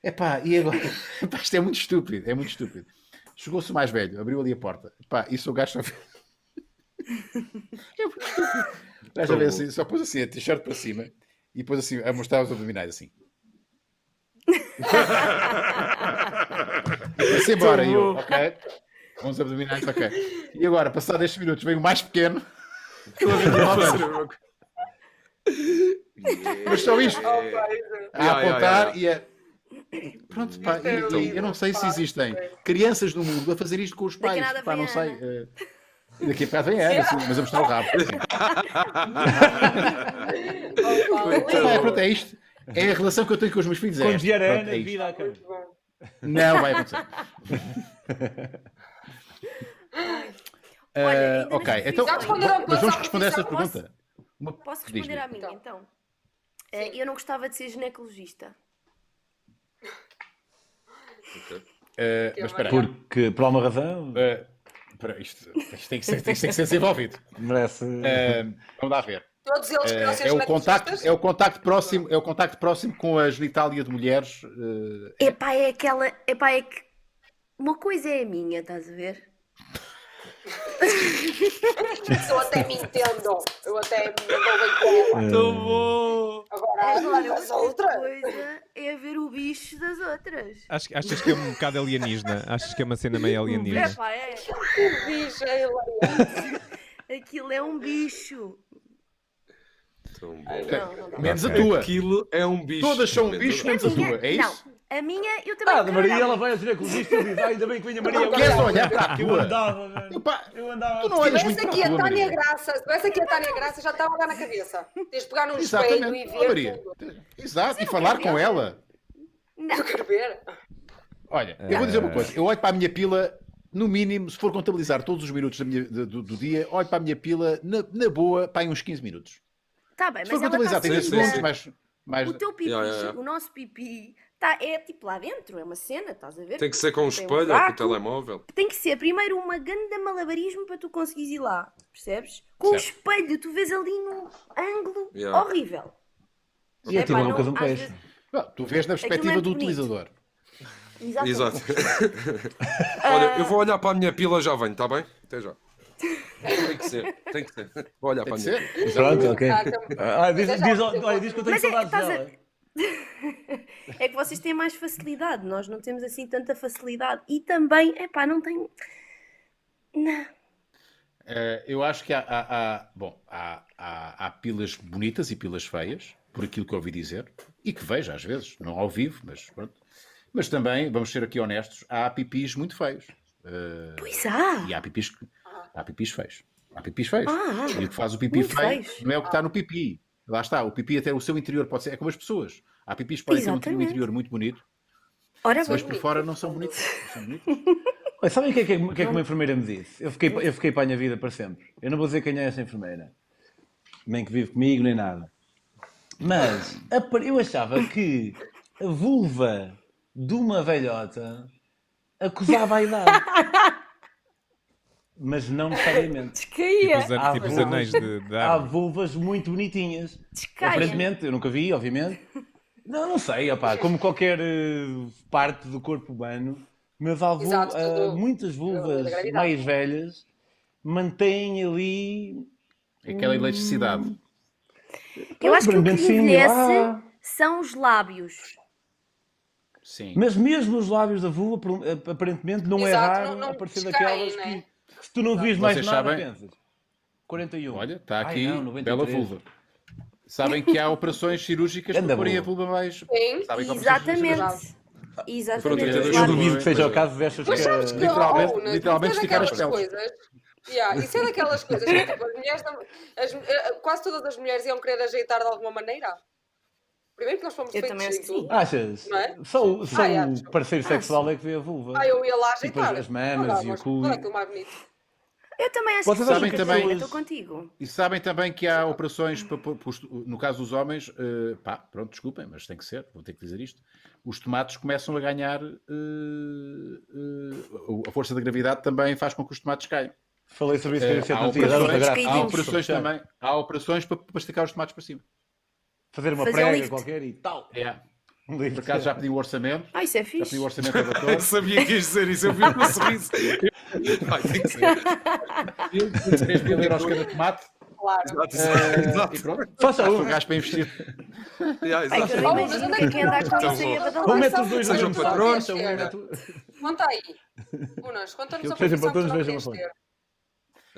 Speaker 3: É pá, e agora? Epá, isto é muito estúpido, é muito estúpido. Chegou-se o mais velho, abriu ali a porta. Pá, isso o gajo só. É muito estúpido. O gajo
Speaker 2: Tão
Speaker 3: veio
Speaker 2: bom.
Speaker 3: assim, só pôs assim a t-shirt para cima e pôs assim a mostrar os abdominais assim. Foi-se embora, e eu, ok. Uns abdominais, ok. E agora, passado estes minutos, veio o mais pequeno. Mas só isto.
Speaker 6: Oh, pá, isso.
Speaker 3: A
Speaker 2: Yeah, yeah,
Speaker 3: apontar e a. Pronto, pá,
Speaker 6: é
Speaker 3: e- e
Speaker 6: horrível,
Speaker 3: eu não sei se
Speaker 6: pá.
Speaker 3: existem crianças no mundo a fazer isto com os
Speaker 5: Daqui a
Speaker 3: pais.
Speaker 5: nada
Speaker 3: Pá,
Speaker 5: vem
Speaker 3: não
Speaker 5: a
Speaker 3: sei. eh, Daqui a bocado vem Ana, assim, mas a mostrar o rabo.
Speaker 6: Oh, pá,
Speaker 3: Então, pá,
Speaker 6: lindo.
Speaker 3: pronto, é isto. É a relação que eu tenho com os meus filhos. É
Speaker 7: Quando
Speaker 3: esta.
Speaker 7: vier a
Speaker 3: Pronto,
Speaker 7: Ana,
Speaker 3: é isto.
Speaker 7: vida à câmera.
Speaker 3: Não vai acontecer.
Speaker 5: Olha,
Speaker 3: Eh,
Speaker 5: ainda
Speaker 3: ok,
Speaker 5: nesta
Speaker 3: então.
Speaker 6: Já responderam todas
Speaker 3: Mas vamos
Speaker 6: à
Speaker 3: responder a esta
Speaker 6: profissão,
Speaker 3: pergunta. Uma-
Speaker 5: Posso
Speaker 3: Diz-me.
Speaker 5: responder à minha, então? Eh, eu não gostava de ser ginecologista.
Speaker 3: Eh, mas espera. aí.
Speaker 7: Porque, por alguma razão,
Speaker 3: Eh, espera, isto, isto tem que ser, isto tem que ser desenvolvido.
Speaker 7: merece.
Speaker 3: Eh, vamos lá ver.
Speaker 6: Todos eles queriam ser
Speaker 3: É, é o contacto,
Speaker 6: geneticistas.
Speaker 3: é o contacto próximo, é o contacto próximo com a genitália de mulheres. eh,
Speaker 5: Epá, é aquela. Epá, é que. Uma coisa é a minha, estás a ver?
Speaker 6: Eu até me entendo. Eu até me dou bem com ela.
Speaker 8: Tão bom!
Speaker 6: Agora, as
Speaker 5: outra
Speaker 6: outras.
Speaker 5: coisa é ver o bicho das outras.
Speaker 4: Acho, achas que é um bocado alienígena? Achas que é uma cena meio alienígena?
Speaker 5: Epá, é.
Speaker 6: Que bicho, é hilariante.
Speaker 5: Aquilo é um bicho.
Speaker 2: Tão bom.
Speaker 5: Não, não dá.
Speaker 3: É. Menos a
Speaker 4: Ok.
Speaker 3: tua.
Speaker 2: Aquilo é um bicho.
Speaker 3: Todas são
Speaker 2: Menos
Speaker 3: bichos,
Speaker 2: a-
Speaker 3: menos a tua. É
Speaker 5: Não,
Speaker 3: isso?
Speaker 5: a minha eu também.
Speaker 7: Ah, da
Speaker 5: quero
Speaker 7: Maria,
Speaker 5: dar.
Speaker 7: ela vai a ver com os bichos, eu digo, "Ah, ainda bem que vem a Maria.
Speaker 6: Não
Speaker 7: eu
Speaker 3: Queres
Speaker 7: andava,
Speaker 3: olhar para a
Speaker 7: Eu
Speaker 3: tua?
Speaker 7: andava, velho.
Speaker 3: Epá,
Speaker 7: Eu andava.
Speaker 3: tu não olhas
Speaker 6: Tivesse
Speaker 3: muito para
Speaker 6: aqui
Speaker 5: é
Speaker 3: a
Speaker 6: a
Speaker 3: tua,
Speaker 6: Tânia
Speaker 3: Maria.
Speaker 6: Graça, se tivesse aqui a Tânia Graça, já estava lá na cabeça. Tens de pegar num espelho e
Speaker 3: Exatamente.
Speaker 6: ver.
Speaker 3: Ó, Maria.
Speaker 6: tudo.
Speaker 3: Exato, e
Speaker 5: não
Speaker 3: falar
Speaker 5: quero
Speaker 3: com
Speaker 5: ver.
Speaker 3: ela.
Speaker 6: Eu quero ver.
Speaker 3: Olha, eu vou dizer uma coisa. Eu olho para a minha pila, no mínimo, se for contabilizar todos os minutos da minha- do, do- do dia, olho para a minha pila, na, na boa, para aí uns 15 minutos.
Speaker 5: Tá bem,
Speaker 3: Se for
Speaker 5: mas ela
Speaker 3: contabilizar
Speaker 5: está
Speaker 3: 30
Speaker 2: 30
Speaker 5: sempre
Speaker 3: segundos,
Speaker 5: na-
Speaker 3: mais... mais...
Speaker 5: O teu pipi,
Speaker 2: Ya, ya, ya.
Speaker 5: o nosso pipi, tá, é tipo lá dentro, é uma cena, estás a ver?
Speaker 2: Tem que ser com um
Speaker 5: Tem um
Speaker 2: espelho ou com o
Speaker 5: buraco.
Speaker 2: telemóvel.
Speaker 5: Tem que ser primeiro uma ganda malabarismo para tu conseguires ir lá, percebes? Com o espelho, tu vês ali num ângulo
Speaker 2: Yeah.
Speaker 5: horrível.
Speaker 7: E aquilo é uma coisa um peixe.
Speaker 3: Ah, tu vês na perspectiva
Speaker 5: muito
Speaker 3: do
Speaker 5: é bonito.
Speaker 3: utilizador.
Speaker 5: Exato.
Speaker 2: Exato. Olha, eu
Speaker 5: Ah.
Speaker 2: vou olhar para a minha pila já venho, está bem? Até já. Tem que ser, tem que ser. Vou olhar
Speaker 3: Tem
Speaker 2: para a
Speaker 3: que
Speaker 2: minha pila.
Speaker 3: ser.
Speaker 7: Pronto, ok.
Speaker 6: Ah, também.
Speaker 7: Ah, diz,
Speaker 6: Mas é
Speaker 7: diz,
Speaker 6: já-
Speaker 7: olha, diz que eu tenho
Speaker 5: Mas é,
Speaker 7: saudades
Speaker 5: estás a-
Speaker 7: dela.
Speaker 5: É que vocês têm mais facilidade, nós não temos assim tanta facilidade. E também, epá, não tem. Não.
Speaker 3: Eh, eu acho que há, há- há- bom, há, há- há pilas bonitas e pilas feias, por aquilo que eu ouvi dizer, e que vejo às vezes, não ao vivo, mas pronto. Mas também, vamos ser aqui honestos, há pipis muito feios. Eh,
Speaker 5: Pois há!
Speaker 3: e há pipis, que- há pipis feios. Há pipis feios.
Speaker 5: Ah, ah.
Speaker 3: e o que faz o pipi
Speaker 5: Muito
Speaker 3: feio
Speaker 5: feios.
Speaker 3: não é o que está no pipi. Lá está, o pipi até o seu interior pode ser, é como as pessoas. Há pipis que podem ter um interior- um
Speaker 5: Exatamente.
Speaker 3: interior muito bonito,
Speaker 5: Ora
Speaker 3: mas
Speaker 5: bem,
Speaker 3: por fora não são bonitos. Não são bonitos.
Speaker 7: Olha, sabem o que é que, o que é que uma enfermeira me disse? Eu fiquei, eu fiquei para a minha vida para sempre. Eu não vou dizer quem é essa enfermeira, nem que vive comigo, nem nada. Mas apar- eu achava que a vulva de uma velhota acusava a idade. Mas não necessariamente.
Speaker 4: Tipo
Speaker 5: descaia!
Speaker 4: os, an-
Speaker 7: Ah,
Speaker 4: tipo os
Speaker 7: não.
Speaker 4: anéis de, de
Speaker 5: Ah,
Speaker 7: Há
Speaker 4: árvore.
Speaker 7: vulvas muito bonitinhas.
Speaker 5: Descaia!
Speaker 7: Aparentemente, eu nunca vi, obviamente. Não, não sei, opá, como qualquer eh, parte do corpo humano, mas há, vul-
Speaker 6: Exato,
Speaker 7: há
Speaker 6: tudo-
Speaker 7: muitas vulvas
Speaker 6: da gravidade.
Speaker 7: mais velhas mantêm ali.
Speaker 3: Aquela
Speaker 5: Hum.
Speaker 3: eletricidade.
Speaker 5: Eu acho que o que lhe
Speaker 7: Brancinho,
Speaker 5: envelhece
Speaker 7: ah.
Speaker 5: são os lábios.
Speaker 3: Sim.
Speaker 7: Mas mesmo os lábios da vulva, por- ap- aparentemente, não é
Speaker 6: Exato,
Speaker 7: raro
Speaker 6: não- não
Speaker 7: aparecer
Speaker 6: descaem,
Speaker 7: daquelas
Speaker 6: né?
Speaker 7: que, se tu não vias mais
Speaker 3: Vocês
Speaker 7: nada,
Speaker 3: sabem-
Speaker 7: pensas. 41.
Speaker 3: Olha, está
Speaker 7: Ai,
Speaker 3: aqui,
Speaker 7: não, 93.
Speaker 3: bela vulva. Sabem que há operações cirúrgicas para
Speaker 7: Anda,
Speaker 3: porem a
Speaker 7: vulva.
Speaker 3: vulva mais...
Speaker 6: Sim.
Speaker 3: Sabem que há operações cirúrgicas.
Speaker 5: Exatamente.
Speaker 2: Foram
Speaker 5: Exatamente.
Speaker 2: 32
Speaker 7: Eu
Speaker 5: Claro.
Speaker 7: duvido que seja
Speaker 2: Pois
Speaker 7: o
Speaker 2: é.
Speaker 7: caso destas
Speaker 6: Mas sabes que
Speaker 7: que. é-
Speaker 3: Literalmente-
Speaker 6: oh, Unas,
Speaker 3: literalmente
Speaker 6: isso é
Speaker 3: esticar as
Speaker 6: daquelas coisas. Yeah, isso é daquelas coisas que tipo, as mulheres não- as- eh, quase todas as mulheres iam querer ajeitar de alguma maneira. Primeiro que nós fomos
Speaker 5: Eu
Speaker 6: feitos
Speaker 5: também acho
Speaker 6: em
Speaker 5: que
Speaker 6: tudo.
Speaker 7: Achas?
Speaker 6: Não é?
Speaker 7: Só, o- só
Speaker 6: Ah, é,
Speaker 7: o parceiro sexual é que vê a vulva.
Speaker 6: Ah, eu ia lá
Speaker 7: E depois
Speaker 6: ajeitar.
Speaker 7: as mamas
Speaker 6: Não dá,
Speaker 7: e o
Speaker 6: mas é
Speaker 7: cu.
Speaker 6: Tudo aquilo mais bonito.
Speaker 5: Eu também acho
Speaker 7: Vocês é
Speaker 5: que
Speaker 3: acham
Speaker 5: sim,
Speaker 3: que
Speaker 5: Catarina,
Speaker 3: também-
Speaker 5: Estou contigo.
Speaker 3: E sabem também que há operações, para, pôr- pôr- no caso dos homens, eh, pá, pronto, desculpem, mas tem que ser, vou ter que dizer isto. Os tomates começam a ganhar, eh, eh, o- a força da gravidade também faz com que os tomates caiam.
Speaker 7: Falei sobre isso que
Speaker 3: Eh,
Speaker 7: eu tinha
Speaker 3: há
Speaker 7: tanto
Speaker 5: operações-
Speaker 7: idade,
Speaker 5: Sim,
Speaker 3: operações,
Speaker 7: agora-
Speaker 3: há
Speaker 5: sim.
Speaker 3: operações também, há operações para, para esticar os tomates para cima.
Speaker 7: Fazer uma
Speaker 5: Fazer um
Speaker 7: prega
Speaker 5: lift.
Speaker 7: qualquer e tal.
Speaker 3: É,
Speaker 7: Um
Speaker 3: por
Speaker 7: lift.
Speaker 3: acaso já pedi o orçamento,
Speaker 5: Ah, isso é
Speaker 3: já pedi
Speaker 5: fixe.
Speaker 3: o orçamento ao doutor.
Speaker 2: Eu sabia que ias dizer isso, eu vi o meu sorriso. Ai, tem que ser.
Speaker 3: 3 mil euros cada tomate,
Speaker 6: Claro.
Speaker 2: Exato,
Speaker 3: eh,
Speaker 2: exato.
Speaker 3: e pronto,
Speaker 7: Faça
Speaker 3: um
Speaker 7: um.
Speaker 3: gajo para investir.
Speaker 2: Yeah,
Speaker 5: Ai, que eu não
Speaker 6: Oh, mas onde
Speaker 2: exato.
Speaker 5: imagino
Speaker 6: é
Speaker 5: que é
Speaker 6: que
Speaker 5: que anda
Speaker 6: está?
Speaker 5: com isso aí a
Speaker 6: Ou
Speaker 5: badalada.
Speaker 6: mete
Speaker 7: mete
Speaker 6: Sejam
Speaker 7: os dois
Speaker 2: patrões,
Speaker 5: é
Speaker 6: Conta aí. Unas, conta-nos
Speaker 7: Aquilo que seja
Speaker 6: a profissão
Speaker 7: para
Speaker 6: que tu
Speaker 7: todos,
Speaker 6: não
Speaker 7: vejam a
Speaker 6: querias
Speaker 7: fonte.
Speaker 6: ter.
Speaker 2: É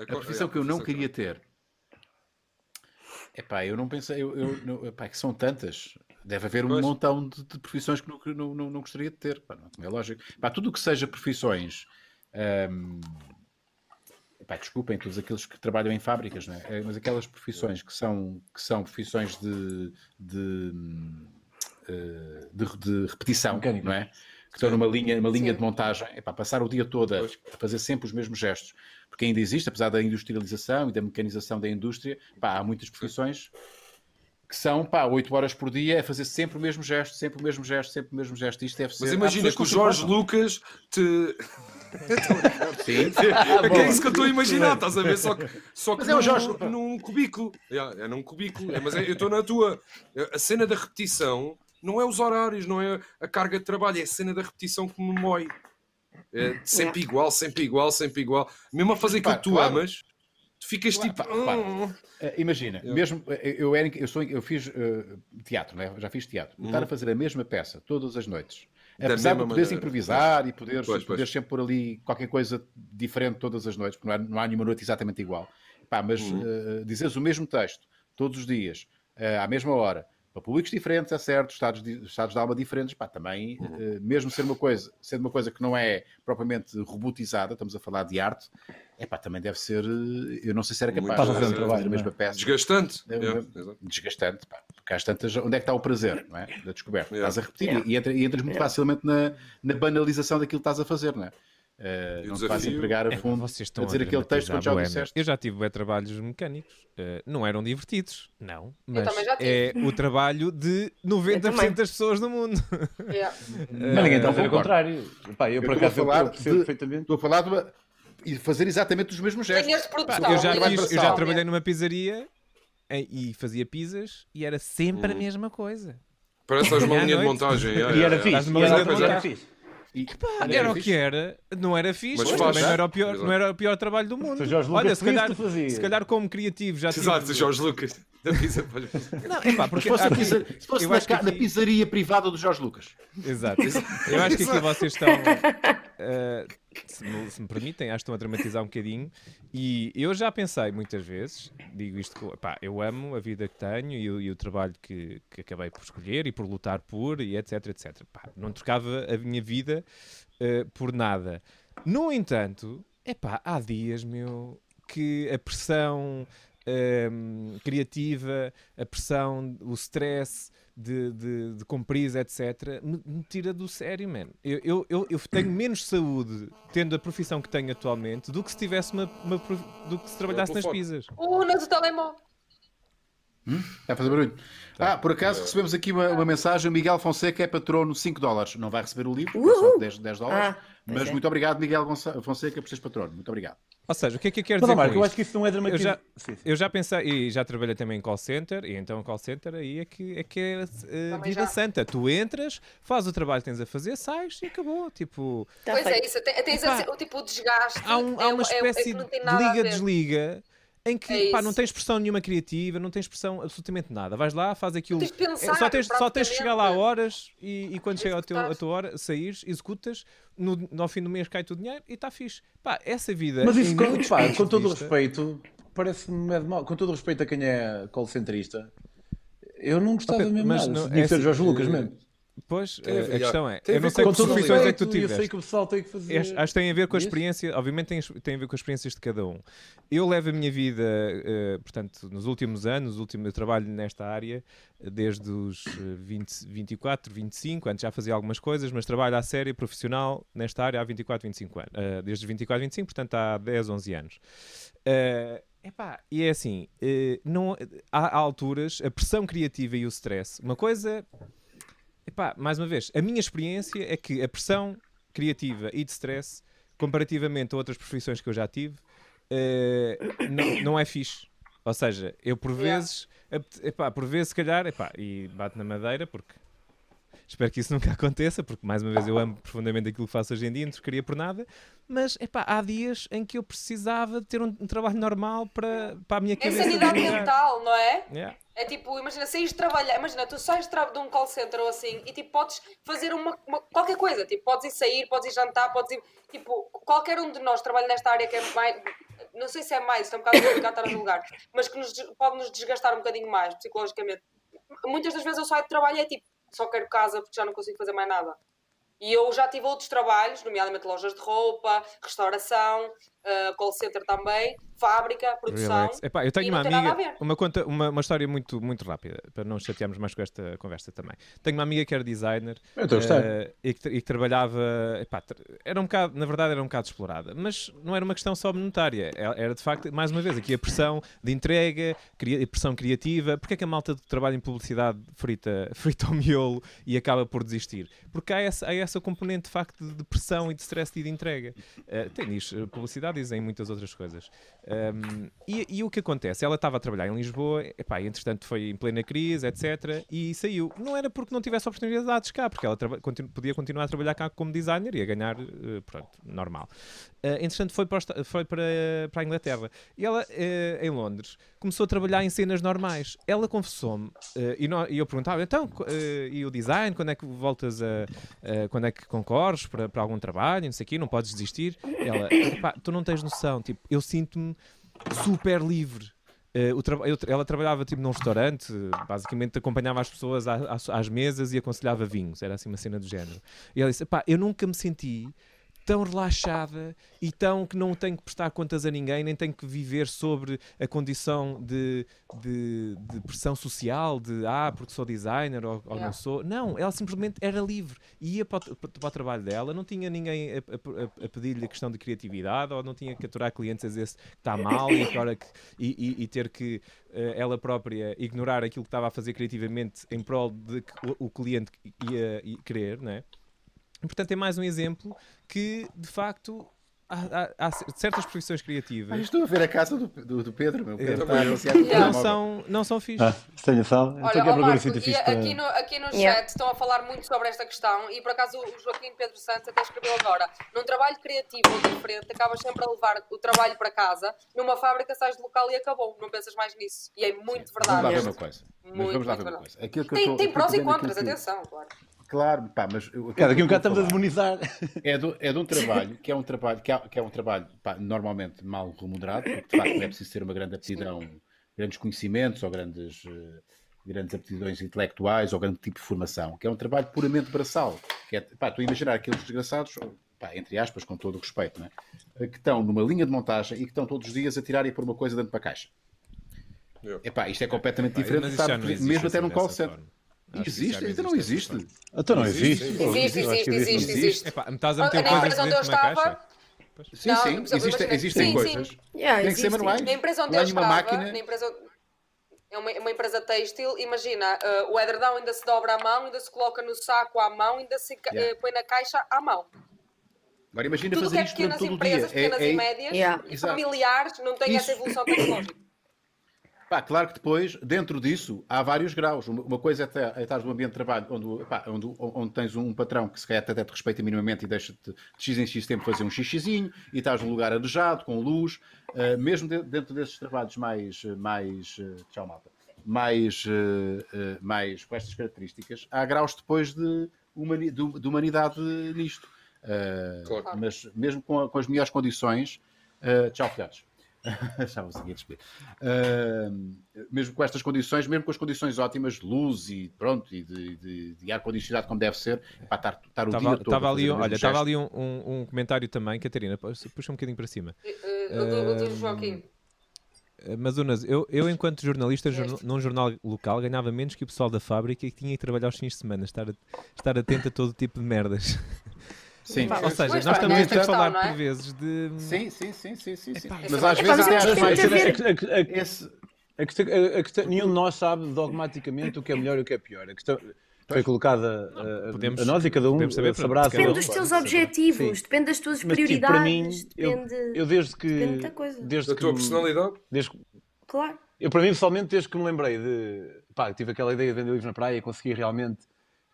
Speaker 2: A
Speaker 3: É A profissão que eu não queria ter. Epá, eu não pensei, eu, eu, não- epá, que são tantas. Deve haver um
Speaker 2: Pois.
Speaker 3: montão de, de profissões que não, que não, não, não gostaria de ter. Pá, não é lógico. Pá, tudo o que seja profissões. hum, epá, desculpem, todos aqueles que trabalham em fábricas, não é? Eh, Mas aquelas profissões que são, que são profissões de, de, hum, eh, de- de repetição,
Speaker 7: Mecânicas.
Speaker 3: não é? Que estão numa linha, numa linha de montagem, epá, passar o dia todo a a fazer sempre os mesmos gestos porque ainda existe, apesar da industrialização e da mecanização da indústria, pá, há muitas profissões que são, pá, 8 horas por dia a fazer sempre o mesmo gesto, sempre o mesmo gesto, sempre o mesmo gesto. Isto deve ser.
Speaker 2: Mas
Speaker 3: há
Speaker 2: imagina
Speaker 3: pessoas
Speaker 2: que o
Speaker 3: não
Speaker 2: Jorge
Speaker 3: suportam.
Speaker 2: Lucas te.
Speaker 3: Sim.
Speaker 2: é isso que eu estou a imaginar, estás a ver? Só que, só que
Speaker 3: Mas é o
Speaker 2: num,
Speaker 3: Jorge.
Speaker 2: num cubículo. É, é num cubículo. É, mas é- eu estou na tua. A cena da repetição não é os horários, não é a carga de trabalho, é a cena da repetição que me mói. É sempre igual, sempre igual, sempre igual. Mesmo a fazer aquilo que tu
Speaker 3: Claro.
Speaker 2: amas, tu ficas tipo.
Speaker 3: Claro, claro.
Speaker 2: "Hum."
Speaker 3: Eh, Imagina, mesmo eh, eu, era- eu, sou, eu fiz eh, teatro, né? já fiz teatro, estar a fazer a mesma peça todas as noites.
Speaker 2: Uhum. Da
Speaker 3: Apesar de
Speaker 2: mesma
Speaker 3: poderes
Speaker 2: maneira.
Speaker 3: improvisar e poderes,
Speaker 2: Pois, pois.
Speaker 3: poderes sempre pôr ali qualquer coisa diferente todas as noites, porque não há, não há nenhuma noite exatamente igual. Pá, mas
Speaker 2: Uhum.
Speaker 3: eh, dizeres o mesmo texto todos os dias, eh, à mesma hora, para públicos diferentes, é certo, estados, di- estados de alma diferentes, pá, também,
Speaker 2: Uhum.
Speaker 3: eh, mesmo ser uma coisa, ser uma coisa que não é propriamente robotizada, estamos a falar de arte, é pá, também deve ser, eh, eu não sei se era
Speaker 2: Muito
Speaker 3: capaz
Speaker 2: Estás a fazer um
Speaker 7: trabalho,
Speaker 3: a
Speaker 7: não é?
Speaker 3: mesma peça
Speaker 2: Desgastante.
Speaker 3: É,
Speaker 2: Yeah,
Speaker 3: é.
Speaker 2: exato.
Speaker 3: desgastante, pá, porque às tantas, onde é que está o prazer, não é? Da descoberta.
Speaker 2: Yeah.
Speaker 3: Estás a repetir e, entra- e entras muito facilmente na, na banalização daquilo que estás a fazer, não é? Eh,
Speaker 2: E o
Speaker 3: não te vais
Speaker 2: desafio?
Speaker 3: empregar a
Speaker 4: É,
Speaker 3: fundo
Speaker 4: vocês estão
Speaker 3: a dizer aquele texto
Speaker 4: dramatizar
Speaker 3: que já
Speaker 4: Boémia.
Speaker 3: disseste.
Speaker 4: Eu já tive bué trabalhos mecânicos. eh, não eram divertidos, não. Mas
Speaker 6: também já tive.
Speaker 4: é o trabalho de 90% das pessoas do mundo.
Speaker 6: Yeah.
Speaker 7: Mas ninguém está a dizer
Speaker 3: Eh,
Speaker 7: o
Speaker 3: concordo.
Speaker 7: contrário. Pá, eu, por
Speaker 3: estou
Speaker 7: acaso
Speaker 3: a falar
Speaker 7: eu percebo
Speaker 3: de-
Speaker 7: perfeitamente.
Speaker 3: Estou a falar de uma- e fazer exatamente os mesmos gestos.
Speaker 6: Linhas de produção.
Speaker 4: eu, já
Speaker 6: linhas de
Speaker 4: fiz- eu já
Speaker 6: produção.
Speaker 4: trabalhei numa pizzaria em- e fazia pizzas e era
Speaker 3: Hum.
Speaker 4: sempre a mesma coisa.
Speaker 2: Parece estás uma
Speaker 4: À
Speaker 2: linha de
Speaker 4: noite.
Speaker 2: montagem. é, yeah,
Speaker 7: E
Speaker 2: yeah,
Speaker 7: era
Speaker 2: yeah.
Speaker 7: fixe.
Speaker 4: numa
Speaker 7: E era
Speaker 4: linha de
Speaker 7: era
Speaker 4: montagem.
Speaker 7: fixe.
Speaker 3: E-
Speaker 4: Ah, era o que era, não era fixe,
Speaker 2: Mas
Speaker 4: mas,
Speaker 2: faz.
Speaker 4: também não era, o pior,
Speaker 2: Exato.
Speaker 4: não era o pior trabalho do
Speaker 3: Então,
Speaker 4: mundo.
Speaker 7: o Jorge
Speaker 4: Olha,
Speaker 7: Lucas
Speaker 3: é
Speaker 4: se
Speaker 7: feliz,
Speaker 4: calhar,
Speaker 7: tu fazias.
Speaker 4: se calhar como criativo já tive...
Speaker 2: Exato, Jorge Lucas. Da pizza, pois.
Speaker 4: Não, é pá,
Speaker 3: Se
Speaker 4: porque
Speaker 3: fosse, na,
Speaker 4: aqui-
Speaker 3: pizza- se fosse
Speaker 4: eu
Speaker 3: na
Speaker 4: acho que
Speaker 3: ca- na
Speaker 4: aqui-
Speaker 3: pizzaria privada do Jorge Lucas.
Speaker 4: Exato. Eu acho que aqui vocês estão. eh, se, me, se me permitem, acho que estão a dramatizar um bocadinho. E eu já pensei muitas vezes, digo isto, com- pá, eu amo a vida que tenho e, o- e o trabalho que, que acabei por escolher e por lutar por e etc, etc. Pá, não trocava a minha vida eh, por nada. No entanto, é pá, há dias, meu, que a pressão hum, criativa, a pressão, o stress de, de, de compris, etc., me, me tira do sério, mano. Eu, eu, eu, eu tenho menos saúde tendo a profissão que tenho atualmente do que se tivesse uma, uma prof- do que se trabalhasse nas
Speaker 2: telefone.
Speaker 4: pizzas.
Speaker 6: Una Uh, do telemóvel.
Speaker 3: Está a fazer barulho.
Speaker 2: Tá.
Speaker 3: Ah, por
Speaker 2: É.
Speaker 3: acaso recebemos aqui uma, uma mensagem. O Miguel Fonseca é patrono 5 dólares. Não vai receber o livro, é só
Speaker 5: Uhul.
Speaker 3: 10, 10 dólares.
Speaker 5: Ah, pois
Speaker 3: mas
Speaker 5: é.
Speaker 3: muito obrigado, Miguel Gonça- Fonseca, por seres patrono. Muito obrigado.
Speaker 4: Ou seja, o que é que eu quero
Speaker 7: Mas, ó,
Speaker 4: dizer
Speaker 7: Marco,
Speaker 4: com
Speaker 7: eu
Speaker 4: isto?
Speaker 7: acho que isso não é
Speaker 4: Eu já-
Speaker 7: dramatizado. Sim, sim.
Speaker 4: Eu já pensei, e já trabalhei também em call center, e então call center aí é que é, que é eh,
Speaker 6: Também
Speaker 4: vida
Speaker 6: já.
Speaker 4: santa. Tu entras, fazes o trabalho que tens a fazer, sais e acabou. Tipo,
Speaker 5: Tá
Speaker 6: pois
Speaker 5: feito.
Speaker 6: é isso, tem- tens
Speaker 4: Epá,
Speaker 6: assim, o tipo de desgaste.
Speaker 4: há, um-
Speaker 6: é
Speaker 4: há uma
Speaker 6: é- é que
Speaker 4: espécie
Speaker 6: não
Speaker 4: de
Speaker 6: tem nada a ver.
Speaker 4: liga-desliga em que
Speaker 6: É
Speaker 4: pá,
Speaker 6: isso.
Speaker 4: não tens expressão nenhuma criativa, não tens expressão absolutamente nada. Vais lá, faz aquilo.
Speaker 6: tens de pensar,
Speaker 4: é, só, tens, só tens que chegar lá a
Speaker 6: praticamente.
Speaker 4: horas e, e quando chega ao teu, a
Speaker 6: Executar.
Speaker 4: tua hora, saíres, executas, no, no fim do mês cai-te o dinheiro e está fixe. Pá, essa vida.
Speaker 7: Mas
Speaker 4: em
Speaker 7: isso, com,
Speaker 4: muitos
Speaker 7: pá,
Speaker 4: pontos
Speaker 7: com
Speaker 4: de
Speaker 7: todo o
Speaker 4: vista-
Speaker 7: respeito, parece-me é de mal. Com todo o respeito a quem é call centrista, eu não gostava
Speaker 4: Pedro,
Speaker 7: mesmo
Speaker 4: mas
Speaker 7: nada.
Speaker 4: não-
Speaker 7: Devia
Speaker 4: é
Speaker 7: ser
Speaker 4: assim,
Speaker 7: Jorge Lucas
Speaker 4: eh,
Speaker 7: mesmo.
Speaker 4: Pois,
Speaker 2: Tem a ver,
Speaker 4: eh, a
Speaker 2: já.
Speaker 4: profissão é.
Speaker 2: Tem a
Speaker 4: eu
Speaker 2: ver
Speaker 4: não sei
Speaker 2: com
Speaker 4: que
Speaker 2: todo o
Speaker 4: profissões é que
Speaker 7: respeito,
Speaker 4: tu
Speaker 7: Eu sei
Speaker 4: tiveste.
Speaker 7: que o pessoal tem que fazer.
Speaker 4: É, acho que tem a ver com a
Speaker 7: Isso.
Speaker 4: experiência, obviamente tem, tem a ver com as experiências de cada um. Eu levo a minha vida, eh, portanto, nos últimos anos, último, eu trabalho nesta área eh, desde os eh, 20, 24, 25, antes já fazia algumas coisas, mas trabalho à série profissional nesta área há 24, 25 anos. eh, desde os 24, 25, portanto há 10, 11 anos. Eh, epá, e é assim, eh, não, há, há alturas, a pressão criativa e o stress. Uma coisa Epá, mais uma vez, a minha experiência é que a pressão criativa e de stress, comparativamente a outras profissões que eu já tive, eh, não, não é fixe. Ou seja, eu por vezes, apete- epá, por vezes se calhar, epá, e bato na madeira porque espero que isso nunca aconteça, porque mais uma vez eu amo profundamente aquilo que faço hoje em dia, não trocaria por nada, mas epá, há dias em que eu precisava de ter um, um trabalho normal para, para a minha
Speaker 6: É
Speaker 4: cabeça.
Speaker 6: sanidade
Speaker 4: desligar.
Speaker 6: mental, não é?
Speaker 4: Yeah.
Speaker 6: É tipo, imagina, saís de trabalhar, imagina, tu sais de, tra- de um call center ou assim e tipo, podes fazer uma, uma- qualquer coisa, tipo, podes ir sair, podes ir jantar, podes ir, tipo, qualquer um de nós trabalha nesta área que é mais, não sei se é mais, isto é um bocado complicado estar a julgar, mas que nos, des- pode nos desgastar um bocadinho mais, psicologicamente. Muitas das vezes eu saio de trabalho e é tipo, só quero casa porque já não consigo fazer mais nada. E eu já tive outros trabalhos, nomeadamente lojas de roupa, restauração, ah, call center também, fábrica, produção.
Speaker 4: Relax. Epá, eu tenho
Speaker 6: e
Speaker 4: uma
Speaker 6: não tem nada a
Speaker 4: amiga,
Speaker 6: ver.
Speaker 4: uma, conta, uma, uma história muito, muito rápida, para não chatearmos mais com esta conversa também. Tenho uma amiga que era designer
Speaker 7: Eu estou a gostar.
Speaker 4: eh, e, que, tra- e que trabalhava, epá, tra- era um bocado, na verdade era um bocado explorada, mas não era uma questão só monetária, era era de facto, mais uma vez, aqui a pressão de entrega, cria- pressão criativa, porque é que a malta de trabalho em publicidade frita, frita ao miolo e acaba por desistir? Porque há essa, há essa componente de facto de pressão e de stress e de entrega. Eh, tem nisso, eh, publicidade e dizem muitas outras coisas. Um, e, e o que acontece? Ela estava a trabalhar em Lisboa, epá, e, entretanto foi em plena crise, etc. E saiu. Não era porque não tivesse oportunidades cá, porque ela traba- continu- podia continuar a trabalhar cá como designer e a ganhar, eh, pronto, normal. Eh, entretanto foi para, os Esta- foi para, para a Inglaterra. E ela, eh, em Londres, começou a trabalhar em cenas normais. Ela confessou-me, eh, e, nó- e eu perguntava, então, co- eh, e o design, quando é que voltas a... eh, quando é que concorres para, para algum trabalho, não sei o quê, não podes desistir? Ela, "Epá, tu não tens noção, tipo, eu sinto-me super livre. Eh, o traba- eu tra- ela trabalhava tipo num restaurante, eh, basicamente acompanhava as pessoas à- às, às mesas e aconselhava vinhos, era assim uma cena do género. E ela disse: "Epá, eu nunca me senti tão relaxada e tão que não tenho que prestar contas a ninguém, nem tenho que viver sobre a condição de, de, de pressão social, de ah, porque sou designer ou, ou não
Speaker 6: Yeah.
Speaker 4: sou. Não, ela simplesmente era livre. Ia para o, tra- para o trabalho dela, não tinha ninguém a, a- a- a pedir-lhe a questão de criatividade ou não tinha que aturar clientes a dizer-se que está mal e, agora que, e, e- e ter que eh, ela própria ignorar aquilo que estava a fazer criativamente em prol de que o, o cliente ia, ia querer, não é? E, Portanto, é mais um exemplo que, de facto, há, há- há certas profissões
Speaker 3: Ah, eu
Speaker 4: criativas
Speaker 3: estou a ver a casa do, do, do Pedro, meu. O Pedro tá está
Speaker 2: também eu.
Speaker 3: associado
Speaker 4: que
Speaker 6: Então.
Speaker 4: não são, não são fixe.
Speaker 8: Ah, se tenho sal. Eu estou
Speaker 3: é
Speaker 6: Olha,
Speaker 8: aqui a
Speaker 6: ó
Speaker 8: procurar um
Speaker 6: Marco,
Speaker 8: sítio
Speaker 6: e
Speaker 8: fixe para...
Speaker 6: aqui no, aqui no
Speaker 5: Yeah.
Speaker 6: chat estão a falar muito sobre esta questão e por acaso o Joaquim Pedro Santos até escreveu agora. Num trabalho criativo ou diferente, acabas sempre a levar o trabalho para casa, numa fábrica sais do local e acabou, não pensas mais nisso. E é muito
Speaker 3: Vamos lá ver
Speaker 6: verdade.
Speaker 3: uma coisa. Mas
Speaker 6: Muito,
Speaker 3: vamos lá ver
Speaker 6: muito
Speaker 3: uma
Speaker 6: verdade.
Speaker 3: coisa. Aquilo que eu
Speaker 6: Tem,
Speaker 3: estou-
Speaker 6: tem
Speaker 3: eu
Speaker 6: prós e
Speaker 3: estou vendo
Speaker 6: contras,
Speaker 3: aquilo que-
Speaker 6: atenção, claro.
Speaker 3: Claro, pá, mas... eu-
Speaker 7: Cara, daqui a um bocado
Speaker 3: aquilo que
Speaker 7: estamos
Speaker 3: eu
Speaker 7: a
Speaker 3: estou falar
Speaker 7: demonizar.
Speaker 3: É, do- é de um trabalho, que é um trabalho, que é, que é um trabalho pá, normalmente mal remunerado, porque de facto é preciso ter uma grande aptidão, grandes conhecimentos ou grandes, eh, grandes aptidões intelectuais ou grande tipo de formação, que é um trabalho puramente braçal. Que é, pá, tu imaginar aqueles desgraçados, pá, entre aspas, com todo o respeito, né, eh, que estão numa linha de montagem e que estão todos os dias a tirar e a pôr uma coisa dentro para a caixa.
Speaker 2: Yeah.
Speaker 3: Epá, isto é completamente
Speaker 4: Pá,
Speaker 3: diferente,
Speaker 4: mas
Speaker 3: de
Speaker 4: isso já
Speaker 3: estar,
Speaker 4: não existe
Speaker 3: mesmo até
Speaker 4: assim
Speaker 3: num call
Speaker 4: dessa
Speaker 3: center.
Speaker 4: forma. Acho que isso já
Speaker 3: Existe? Ainda não
Speaker 4: dessa
Speaker 3: existe.
Speaker 4: forma.
Speaker 8: Então não
Speaker 2: Existe,
Speaker 8: existe.
Speaker 2: existe.
Speaker 8: pô.
Speaker 6: Existe,
Speaker 8: Eu acho que
Speaker 6: existe, existe,
Speaker 8: mas-
Speaker 6: existe.
Speaker 4: Epá, me estás a
Speaker 6: Ah,
Speaker 4: meter
Speaker 6: na
Speaker 4: coisas
Speaker 6: empresa onde
Speaker 4: dentro de
Speaker 6: eu
Speaker 4: uma
Speaker 6: estava-
Speaker 4: caixa?
Speaker 3: Sim,
Speaker 6: Não,
Speaker 3: sim,
Speaker 6: mas eu
Speaker 3: existem,
Speaker 6: imagino-
Speaker 3: existem
Speaker 6: sim,
Speaker 3: coisas.
Speaker 6: sim.
Speaker 5: Yeah,
Speaker 3: Tem que ser
Speaker 5: existem.
Speaker 3: manuais.
Speaker 6: Na empresa onde
Speaker 3: Lá
Speaker 6: eu
Speaker 3: em uma
Speaker 6: estava,
Speaker 3: é máquina-
Speaker 6: na empresa, é uma, uma empresa têxtil, imagina, eh, o edredão ainda se dobra à mão, ainda se coloca no saco à mão, ainda se ca-
Speaker 3: Yeah.
Speaker 6: eh, põe na caixa à mão.
Speaker 3: Agora imagina
Speaker 6: Tudo que
Speaker 3: fazer
Speaker 6: é
Speaker 3: isto durante
Speaker 6: pequenas
Speaker 3: todo o
Speaker 6: empresas,
Speaker 3: dia. É-
Speaker 6: pequenas
Speaker 3: é-
Speaker 6: e médias,
Speaker 5: Yeah.
Speaker 6: e
Speaker 3: Exato.
Speaker 6: familiares, não têm
Speaker 3: Isso.
Speaker 6: essa evolução tecnológica.
Speaker 3: Pá, claro que depois, dentro disso, há vários graus. Uma, uma coisa é estar- é estar num ambiente de trabalho onde, pá, onde, onde tens um patrão que se calhar até te respeita minimamente e deixa-te de X em X tempo fazer um xixizinho e estás num lugar arejado, com luz. Ah, mesmo de- dentro desses trabalhos mais... eh, mais eh, tchau, malta. Mais, eh, eh, mais com estas características, há graus depois de, humani- de- de humanidade nisto. Ah,
Speaker 2: Claro.
Speaker 3: Mas mesmo com, a- com as melhores condições... ah, tchau, filhotes. Estavam aqui a despedir. Ahm, mesmo com estas condições, mesmo com as condições ótimas, de luz e pronto, e de, de- de ar-condicionado como deve ser, pá, estar, estar o um dia
Speaker 4: Estava
Speaker 3: todo.
Speaker 4: estava
Speaker 3: a fazer
Speaker 4: ali,
Speaker 3: o mesmo
Speaker 4: olha, estava
Speaker 3: gesto.
Speaker 4: ali um, um- um comentário também, Catarina, puxa puxa um bocadinho para cima.
Speaker 6: Eh, eh, o do- o do Joaquim.
Speaker 4: Eh, Mas, Unas, eu, eu enquanto jornalista jorna- num jornal local ganhava menos que o pessoal da fábrica e que tinha que trabalhar aos fins de semana, estar, a- estar atento a todo tipo de merdas.
Speaker 3: Sim,
Speaker 4: Pá, Ou seja,
Speaker 6: Ah, Pois
Speaker 4: nós
Speaker 6: pá,
Speaker 4: também
Speaker 6: nesta
Speaker 4: temos que
Speaker 6: questão,
Speaker 4: falar
Speaker 6: não é?
Speaker 4: por vezes de.
Speaker 3: sim, sim, sim, sim, sim, sim. Mas
Speaker 6: Epá,
Speaker 3: às
Speaker 6: mas
Speaker 3: vezes
Speaker 5: eu
Speaker 3: até
Speaker 5: acho
Speaker 3: acho
Speaker 5: que
Speaker 3: mais.
Speaker 5: tem a ver-
Speaker 7: é A- a- a-
Speaker 3: Esse,
Speaker 7: A questão, a- a questão- nenhum de nós sabe dogmaticamente o que é melhor e o que é pior. A questão foi colocada a- a,
Speaker 4: podemos-
Speaker 7: a nós e cada um
Speaker 4: podemos saber para-
Speaker 7: saberá.
Speaker 4: para cada
Speaker 7: saberá.
Speaker 4: um.
Speaker 5: Depende dos teus
Speaker 4: Sim.
Speaker 5: objetivos,
Speaker 7: Sim.
Speaker 5: depende das tuas
Speaker 7: Mas, tipo, para mim,
Speaker 5: prioridades,
Speaker 7: eu-
Speaker 5: depende.
Speaker 7: Eu desde que...
Speaker 5: Depende de muita coisa.
Speaker 7: Desde
Speaker 2: Da
Speaker 7: que
Speaker 2: tua
Speaker 7: me-
Speaker 2: personalidade?
Speaker 3: eh,
Speaker 7: desde que-
Speaker 5: Claro.
Speaker 7: eu, para mim, pessoalmente, desde que me lembrei de... Pá, tive aquela ideia de vender livros na praia e consegui realmente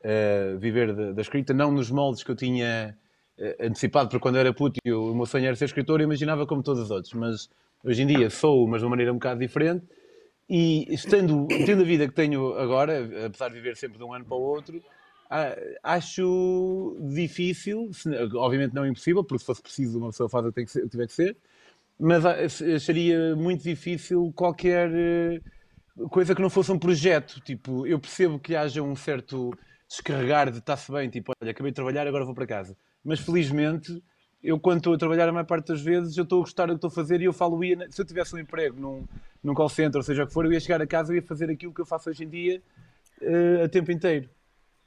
Speaker 7: eh, viver da, da escrita, não nos moldes que eu tinha eh, antecipado, porque quando eu era puto e o meu sonho era ser escritor, eu imaginava como todos os outros, mas hoje em dia sou, mas de uma maneira um bocado diferente, e estando, tendo a vida que tenho agora, apesar de viver sempre de um ano para o outro, a- acho difícil, se- obviamente não impossível, porque se fosse preciso uma pessoa faz o que tem que ser- tiver que ser, mas a- acharia muito difícil qualquer eh, coisa que não fosse um projeto. Tipo, eu percebo que haja um certo descarregar de está-se bem, tipo, olha, acabei de trabalhar, agora vou para casa. Mas felizmente eu quando estou a trabalhar a maior parte das vezes, eu estou a gostar do que estou a fazer e eu falo, ia, se eu tivesse um emprego num, num call center, ou seja o que for, eu ia chegar a casa e ia fazer aquilo que eu faço hoje em dia eh, a tempo inteiro.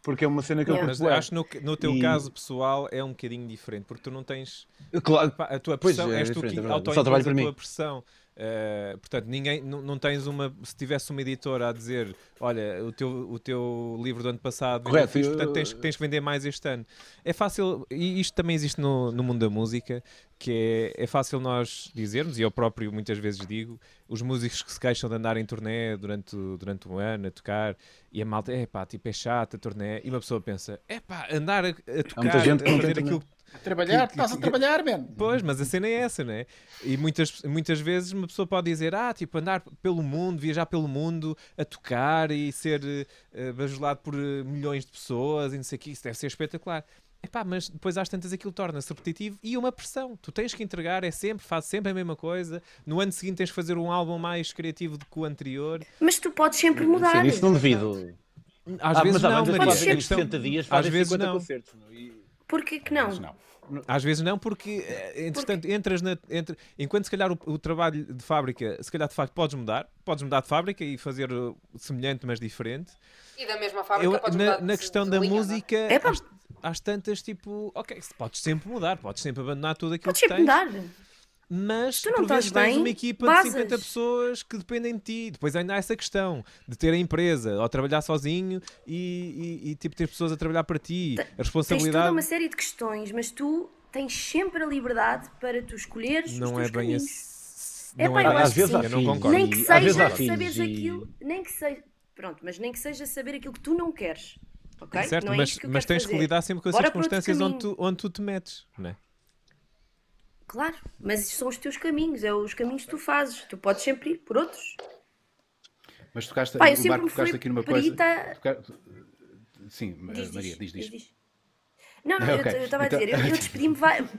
Speaker 7: Porque é uma cena que eu
Speaker 5: Yeah.
Speaker 4: Mas
Speaker 7: curto bué.
Speaker 4: acho que no, no teu
Speaker 7: E-
Speaker 4: caso pessoal é um bocadinho diferente, porque tu não tens.
Speaker 7: Claro,
Speaker 4: Pá, a tua
Speaker 7: Pois,
Speaker 4: pressão,
Speaker 7: é
Speaker 4: és tu
Speaker 7: diferente,
Speaker 4: que
Speaker 7: é verdade. Só trabalho
Speaker 4: autoimpões a
Speaker 7: para mim.
Speaker 4: tua pressão. Uh, portanto, ninguém, não, não tens uma. Se tivesse uma editora a dizer, olha, o teu, o teu livro do ano passado, ainda
Speaker 7: Correto,
Speaker 4: fiz,
Speaker 7: eu-
Speaker 4: portanto tens, tens que vender mais este ano. É fácil, e isto também existe no, no mundo da música, que é, é fácil nós dizermos, e eu próprio muitas vezes digo, os músicos que se queixam de andar em turnê durante, o- durante um ano a tocar, e a malta, é pá, tipo, é chato a turnê, e uma pessoa pensa, é pá, andar a, a tocar,
Speaker 7: gente que
Speaker 4: a
Speaker 7: não
Speaker 4: fazer
Speaker 7: tem
Speaker 4: aquilo
Speaker 3: Trabalhar,
Speaker 4: Que-
Speaker 3: estás a
Speaker 4: que-
Speaker 3: trabalhar, man.
Speaker 7: Uhum.
Speaker 4: Pois, mas a cena é essa, né? E muitas, muitas vezes uma pessoa pode dizer, ah, tipo, andar pelo mundo, viajar pelo mundo, a tocar e ser eh, bajulado por eh, milhões de pessoas e não sei o que, isso deve ser espetacular. Epá, mas depois às tantas aquilo torna-se repetitivo e uma pressão. Tu tens que entregar, é sempre, faz sempre a mesma coisa. No ano seguinte tens que fazer um álbum mais criativo do que o anterior.
Speaker 5: Mas tu podes sempre mudar.
Speaker 7: Sim, isso não devido.
Speaker 4: Às
Speaker 7: Ah,
Speaker 4: vezes
Speaker 7: há
Speaker 4: não,
Speaker 7: bandas que
Speaker 4: Maria,
Speaker 5: fazem
Speaker 4: a
Speaker 7: em
Speaker 4: questão-
Speaker 7: 60 dias,
Speaker 4: às
Speaker 7: fazem
Speaker 4: vezes
Speaker 7: 50
Speaker 4: não.
Speaker 7: concertos. não? E-
Speaker 5: Porquê que não?
Speaker 3: Mas não.
Speaker 4: Às vezes não, porque eh, entretanto entras na. Entre, enquanto se calhar o, o trabalho de fábrica, se calhar de facto podes mudar, podes mudar de fábrica e fazer uh, semelhante, mas diferente.
Speaker 6: E da mesma fábrica
Speaker 4: Eu,
Speaker 6: podes
Speaker 4: na,
Speaker 6: mudar
Speaker 4: na
Speaker 6: de-
Speaker 4: questão
Speaker 6: de
Speaker 4: da
Speaker 6: linha, não é?
Speaker 4: música,
Speaker 5: Epá.
Speaker 4: às, às tantas, tipo, ok, se podes sempre mudar, podes sempre abandonar tudo aquilo
Speaker 5: Podes
Speaker 4: que
Speaker 5: sempre
Speaker 4: tens,
Speaker 5: mudar.
Speaker 4: mas
Speaker 5: Tu não
Speaker 4: por vezes
Speaker 5: estás
Speaker 4: tens
Speaker 5: bem,
Speaker 4: uma equipa de
Speaker 5: basas.
Speaker 4: 50 pessoas que dependem de ti. Depois ainda há essa questão de ter a empresa ou trabalhar sozinho e, e- e, tipo ter pessoas a trabalhar para ti. A
Speaker 5: Tens toda
Speaker 4: responsabilidade
Speaker 5: uma série de questões, mas tu tens sempre a liberdade para tu escolheres os
Speaker 4: não é
Speaker 5: teus
Speaker 4: bem
Speaker 5: caminhos.
Speaker 4: esse.
Speaker 5: É pá, eu
Speaker 4: bem
Speaker 5: acho
Speaker 4: esse.
Speaker 5: que sim.
Speaker 4: eu não concordo.
Speaker 5: Nem que
Speaker 7: E às vezes
Speaker 5: seja
Speaker 7: há fins
Speaker 5: saberes
Speaker 7: e-
Speaker 5: aquilo, nem que seja, pronto, mas nem que seja saber aquilo que tu não queres. ok?
Speaker 4: Certo,
Speaker 5: não é
Speaker 4: mas,
Speaker 5: isto que eu
Speaker 4: mas
Speaker 5: quero
Speaker 4: tens que
Speaker 5: fazer.
Speaker 4: lidar sempre com as
Speaker 5: Bora para outro
Speaker 4: circunstâncias onde tu,
Speaker 5: caminho.
Speaker 4: onde tu te metes, não é?
Speaker 5: Claro, mas são os teus caminhos, é os caminhos que tu fazes. Tu podes sempre ir por outros.
Speaker 3: Mas tocaste,
Speaker 5: Pá, eu
Speaker 3: o
Speaker 5: sempre
Speaker 3: Marco
Speaker 5: me fui
Speaker 3: tocaste aqui numa coisa.
Speaker 5: perita-
Speaker 3: Toca- Sim,
Speaker 5: Diz,
Speaker 3: Maria, diz, diz.
Speaker 5: Não, não, eu-
Speaker 3: Ok,
Speaker 5: eu estava
Speaker 3: então-
Speaker 5: a dizer, eu, eu despedi-me várias.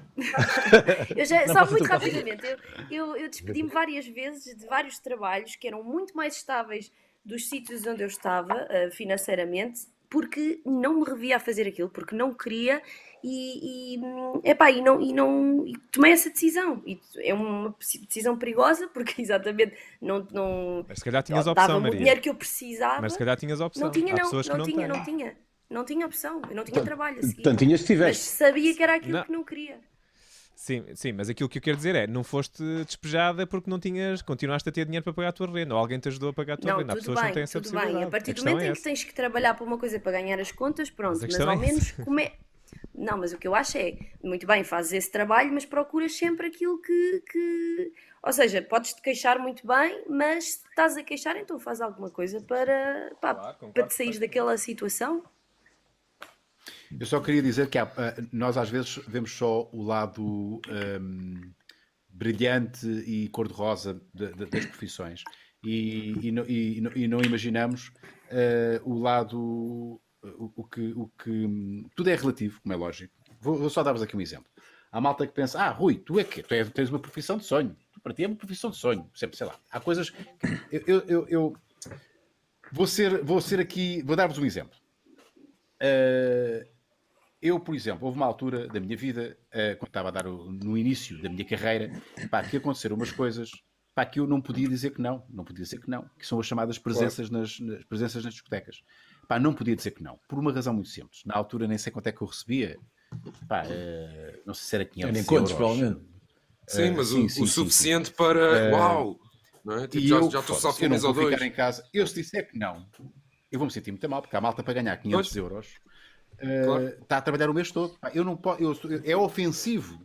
Speaker 5: eu já,
Speaker 7: Não,
Speaker 5: só
Speaker 7: passa
Speaker 5: muito
Speaker 7: tu, passa tu.
Speaker 5: rapidamente, eu, eu, eu despedi-me várias vezes de vários trabalhos que eram muito mais estáveis dos sítios onde eu estava eh, financeiramente, porque não me revia a fazer aquilo, porque não queria e, e, hum, epá, e não, e não e tomei essa decisão. E é uma decisão perigosa, porque exatamente não, não
Speaker 4: Mas se calhar tinhas a opção,
Speaker 5: dava-me o
Speaker 4: Maria.
Speaker 5: dinheiro que eu precisava.
Speaker 4: Mas se calhar tinhas a opção.
Speaker 5: Não tinha,
Speaker 4: Há
Speaker 5: não,
Speaker 4: pessoas que
Speaker 5: não
Speaker 4: não
Speaker 5: tinha,
Speaker 4: têm.
Speaker 5: não tinha. Não tinha opção, eu não tinha trabalho a seguir.
Speaker 7: Portanto, tinhas,
Speaker 5: mas
Speaker 7: tiveste.
Speaker 5: sabia que era aquilo
Speaker 4: Não.
Speaker 5: que não queria.
Speaker 4: Sim, sim, mas aquilo que eu quero dizer é, não foste despejada porque não tinhas, continuaste a ter dinheiro para pagar a tua renda, ou alguém te ajudou a pagar a tua
Speaker 5: Não,
Speaker 4: renda. Há
Speaker 5: tudo
Speaker 4: pessoas que não têm
Speaker 5: bem,
Speaker 4: essa
Speaker 5: tudo bem.
Speaker 4: possibilidade.
Speaker 5: A partir do
Speaker 4: questão
Speaker 5: momento
Speaker 4: é
Speaker 5: em que
Speaker 4: essa.
Speaker 5: tens que trabalhar para uma coisa para ganhar as contas, pronto,
Speaker 4: Mas a
Speaker 5: mas,
Speaker 4: questão
Speaker 5: ao
Speaker 4: é
Speaker 5: menos como é. Não, mas o que eu acho é, muito bem, fazes esse trabalho, mas procuras sempre aquilo que, que- Ou seja, podes-te queixar muito bem, mas se estás a queixar, então faz alguma coisa para, pá, para te sair daquela situação.
Speaker 3: Eu só queria dizer que há, ah, nós às vezes vemos só o lado ahm, brilhante e cor-de-rosa da- da- das profissões e, e não- e não- e não imaginamos ah, o lado. O, o que, o que- Tudo é relativo, como é lógico. Vou, vou só dar-vos aqui um exemplo. Há malta que pensa: ah, Rui, tu é que tu é- tens uma profissão de sonho. Tu, para ti é uma profissão de sonho. Sempre, sei lá. Há coisas. que- eu- eu- eu- eu vou ser, vou ser aqui. Vou dar-vos um exemplo. Uh, eu, por exemplo, houve uma altura da minha vida, uh, quando estava a dar o- no início da minha carreira, pá, que aconteceram umas coisas pá, que eu não podia dizer que não, não podia dizer que não, que são as chamadas presenças, nas, nas- presenças nas discotecas. Pá, não podia dizer que não, por uma razão muito simples. Na altura nem sei quanto é que eu recebia, pá, uh, não sei se era 500
Speaker 7: Era em contos,
Speaker 3: euros.
Speaker 7: provavelmente.
Speaker 2: Sim, mas
Speaker 3: sim,
Speaker 2: o,
Speaker 3: sim,
Speaker 2: o
Speaker 3: sim,
Speaker 2: suficiente para. Uau! Não é? Tipo,
Speaker 3: E
Speaker 2: já,
Speaker 3: eu,
Speaker 2: já estou
Speaker 3: foda-se,
Speaker 2: só com um
Speaker 3: eu não
Speaker 2: mês
Speaker 3: vou
Speaker 2: ou
Speaker 3: ficar
Speaker 2: dois.
Speaker 3: em casa. Eu se disser que não, eu vou me sentir muito mal, porque a malta para ganhar 500
Speaker 2: Pois.
Speaker 3: euros
Speaker 2: Claro.
Speaker 3: eh, está a trabalhar o mês todo. Pá, Eu não po- eu sou- é ofensivo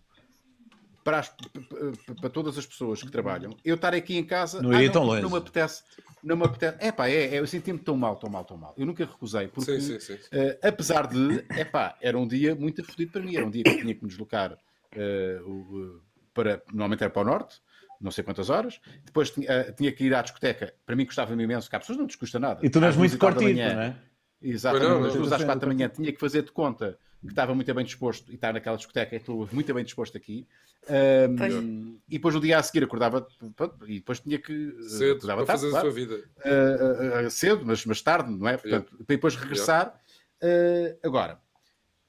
Speaker 3: para, as- p- p- para todas as pessoas que trabalham. Eu estar aqui em casa, "Ah,
Speaker 7: Não iria
Speaker 3: não,
Speaker 7: tão longe.
Speaker 3: não me apetece, não me apetece. É pá, é, é, eu senti-me tão mal, tão mal, tão mal. Eu nunca recusei, porque
Speaker 2: Sim, sim, sim.
Speaker 3: eh, apesar de, epá, era um dia muito fodido para mim, era um dia que eu tinha que me deslocar eh, o- o- para, normalmente era para o norte, não sei quantas horas, depois tinha, eh, tinha que ir à discoteca, para mim custava-me imenso, que há pessoas não te custa nada.
Speaker 7: E tu não és
Speaker 3: Às
Speaker 7: muito
Speaker 3: duas e tal da
Speaker 7: cortito,
Speaker 3: manhã,
Speaker 7: não é?
Speaker 3: Exatamente,
Speaker 2: Pois não,
Speaker 3: às
Speaker 2: não.
Speaker 3: duas às quatro da manhã tinha que fazer de conta que estava muito bem disposto e estar naquela discoteca e estou muito bem disposto aqui. Ahm,
Speaker 5: Pois.
Speaker 3: e depois no dia a seguir acordava pronto, e depois tinha que eh,
Speaker 2: Cedo,
Speaker 3: acordava
Speaker 2: para
Speaker 3: tarde,
Speaker 2: fazer a
Speaker 3: claro.
Speaker 2: sua vida.
Speaker 3: Ah, ah, ah, cedo, mas, mas tarde, não é? Portanto, para depois eh, regressar. Ah, agora,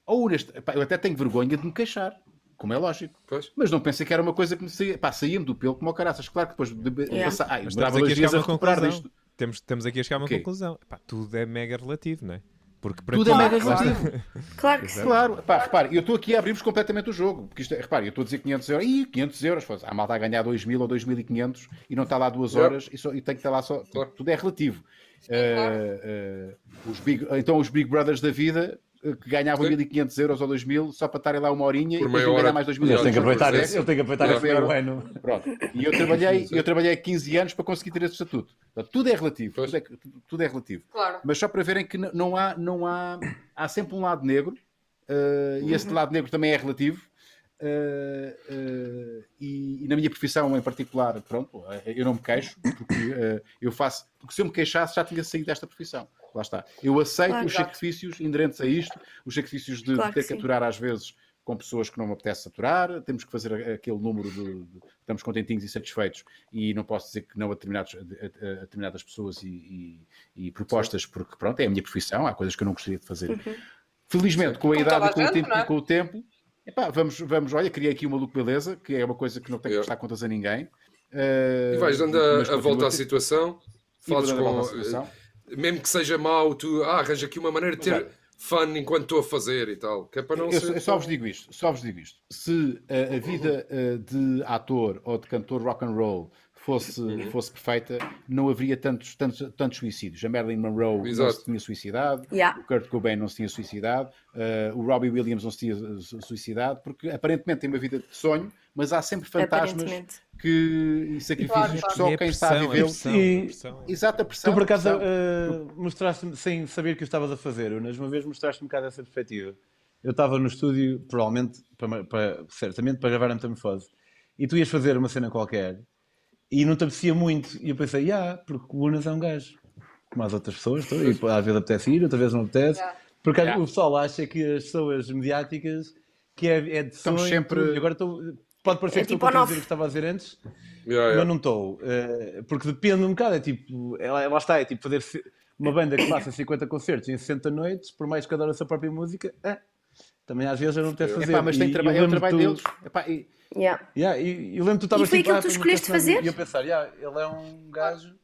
Speaker 3: ou neste, pá, eu até tenho vergonha de me queixar. como é lógico.
Speaker 2: Pois.
Speaker 3: Mas não pensei que era uma coisa que me saía. Pá, saía-me do pelo como o caraças. Claro que depois de de-
Speaker 5: Yeah.
Speaker 3: passar. Ai, é
Speaker 4: Mas
Speaker 3: demorava
Speaker 4: estamos aqui a
Speaker 3: dois dias
Speaker 4: chegar
Speaker 3: a
Speaker 4: a uma
Speaker 3: recuperar
Speaker 4: conclusão.
Speaker 3: disto.
Speaker 4: Temos, temos aqui a chegar a uma
Speaker 3: O quê?
Speaker 4: conclusão. Epá, tudo é mega relativo, não é? Porque para
Speaker 3: Tudo é
Speaker 4: ti-
Speaker 3: mega
Speaker 4: Lá está.
Speaker 3: relativo.
Speaker 5: Claro que sim.
Speaker 3: Claro. Pá, repare, eu estou aqui a abrir-vos completamente o jogo. Porque isto é, repare, eu estou a dizer 500 euros. Ih, 500 euros. Foda-se. Há malta a ganhar 2 mil ou 2.500 e não está lá duas
Speaker 2: Yeah.
Speaker 3: horas e, só, e tem que estar lá só.
Speaker 2: Claro.
Speaker 3: Tudo é relativo. Uh, uh, os big, então os Big Brothers da vida uh, que ganhavam
Speaker 2: Sim.
Speaker 3: 1.500 euros ou 2.000 só para estarem lá uma horinha
Speaker 2: Por
Speaker 3: e depois
Speaker 2: meia
Speaker 3: iam ganhar
Speaker 2: hora.
Speaker 3: mais 2.000
Speaker 2: Eles
Speaker 3: euros.
Speaker 2: têm que aproveitar esse- ele
Speaker 7: tem que aproveitar
Speaker 3: é esse primeiro
Speaker 7: ano.
Speaker 3: Pronto. E eu trabalhei, eu trabalhei 15 anos para conseguir ter esse estatuto. Portanto, tudo é relativo.
Speaker 2: Pois.
Speaker 3: Tudo é, tudo é relativo.
Speaker 6: Claro.
Speaker 3: Mas só para verem que n- não há, não há, há sempre um lado negro eh, e esse lado negro também é relativo. eh, eh, e, e na minha profissão em particular, pronto, eh, eu não me queixo porque eh, eu faço, porque se eu me queixasse já tinha saído desta profissão. Lá está. Eu aceito
Speaker 5: Claro,
Speaker 3: os
Speaker 6: exato.
Speaker 3: sacrifícios inerentes a isto, os sacrifícios de,
Speaker 5: Claro
Speaker 3: ter
Speaker 5: que
Speaker 3: que
Speaker 5: sim.
Speaker 3: aturar às vezes com pessoas que não me apetece saturar, temos que fazer a- aquele número de, de- estamos contentinhos e satisfeitos e não posso dizer que não a, determinados, a- a- a determinadas pessoas e, e- e propostas, porque pronto, é a minha profissão, há coisas que eu não gostaria de fazer. Felizmente, com a
Speaker 6: Como toda
Speaker 3: idade e
Speaker 6: a
Speaker 3: com o
Speaker 6: gente,
Speaker 3: tempo,
Speaker 6: não é?
Speaker 3: com o tempo epá, vamos, vamos, olha, criei aqui uma look beleza, que é uma coisa que não tem que
Speaker 2: Yeah.
Speaker 3: prestar contas a ninguém.
Speaker 2: E
Speaker 3: Eh,
Speaker 2: vais dando
Speaker 3: mas
Speaker 2: a, a
Speaker 3: continua
Speaker 2: volta à
Speaker 3: ter- e
Speaker 2: situação,
Speaker 3: vou
Speaker 2: falas
Speaker 3: dando a volta à
Speaker 2: com. eh,
Speaker 3: situação.
Speaker 2: Mesmo que seja mau, tu ah, arranja aqui uma maneira de ter fun enquanto estou a fazer e tal. Que é para não
Speaker 3: eu,
Speaker 2: ser.
Speaker 3: eu só vos digo isto, só vos digo isto. Se eh, a vida eh, de ator ou de cantor rock and roll fosse,
Speaker 2: Uhum.
Speaker 3: fosse perfeita, não haveria tantos, tantos, tantos suicídios. A Marilyn Monroe não
Speaker 2: Exato.
Speaker 3: se tinha suicidado,
Speaker 5: Yeah.
Speaker 3: o Kurt Cobain não se tinha suicidado, eh, o Robbie Williams não se tinha eh, su- suicidado, porque aparentemente tem uma vida de sonho, mas há sempre fantasmas
Speaker 5: Aparentemente.
Speaker 3: que, e sacrifícios
Speaker 6: Claro,
Speaker 3: que
Speaker 6: claro.
Speaker 3: só
Speaker 4: E é
Speaker 3: quem está a
Speaker 4: pressão, é
Speaker 3: viver.
Speaker 4: pressão,
Speaker 7: E-
Speaker 4: é pressão.
Speaker 3: Exato, a pressão.
Speaker 7: Tu por acaso
Speaker 3: a pressão.
Speaker 7: eh, mostraste-me, sem saber que o estavas a fazer, Unas, uma vez mostraste-me um bocado essa perspectiva. Eu estava no estúdio, provavelmente, para, para- certamente, para gravar a Metamorfose, e tu ias fazer uma cena qualquer, e não te apetecia muito, e eu pensei, ah, porque o Unas é um gajo, como as outras pessoas, tu, e às vezes apetece ir, outras vezes não apetece,
Speaker 6: Yeah.
Speaker 7: porque
Speaker 3: Yeah.
Speaker 7: o pessoal acha que as pessoas mediáticas, que é, é de
Speaker 3: Estamos
Speaker 7: sonho,
Speaker 3: sempre-
Speaker 7: tudo, e agora estou... Pode parecer
Speaker 5: É
Speaker 7: que estou
Speaker 5: tipo
Speaker 7: a
Speaker 5: on-off.
Speaker 7: dizer o que estava a dizer antes,
Speaker 3: Ah,
Speaker 2: Yeah,
Speaker 3: é.
Speaker 2: yeah.
Speaker 7: mas não estou. eh, porque depende um bocado. É tipo, é, lá- lá está, é tipo fazer se- uma banda que faça 50 concertos em 60 noites, por mais que adore a sua própria música, ah, também às vezes eu não tenho fazer.
Speaker 3: Epá, mas tem
Speaker 7: E
Speaker 3: traba-
Speaker 7: eu
Speaker 3: é o
Speaker 7: lembro
Speaker 3: trabalho
Speaker 7: tu-
Speaker 3: deles. Epá, e-
Speaker 5: Yeah.
Speaker 7: Yeah, e, e eu lembro que tu estavas
Speaker 5: foi
Speaker 7: tipo,
Speaker 5: aquilo
Speaker 7: "Ah, pá,
Speaker 5: que tu
Speaker 7: não
Speaker 5: escolheste
Speaker 7: apetece nada".
Speaker 5: fazer?
Speaker 7: E eu pensar, yeah, ele é um gajo,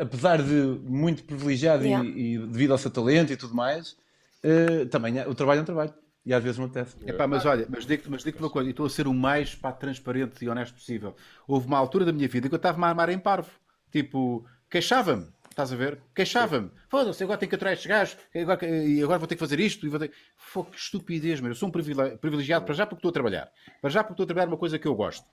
Speaker 7: apesar de muito privilegiado e-
Speaker 5: Yeah.
Speaker 7: e, devido ao seu talento e tudo mais, eh, também é- o trabalho é um trabalho. E às vezes não acontece.
Speaker 3: Epá, mas olha, mas digo-te mas digo uma coisa, e estou a ser o mais pá, transparente e honesto possível. Houve uma altura da minha vida que eu estava-me a armar em parvo. Tipo, queixava-me, estás a ver? Queixava-me. Foda-se, agora tenho que aturar estes gajos, agora, que- e agora vou ter que fazer isto. E vou ter... Fô, que estupidez, meu. Eu sou um privile- privilegiado para já porque estou a trabalhar. Para já porque estou a trabalhar uma coisa que eu gosto.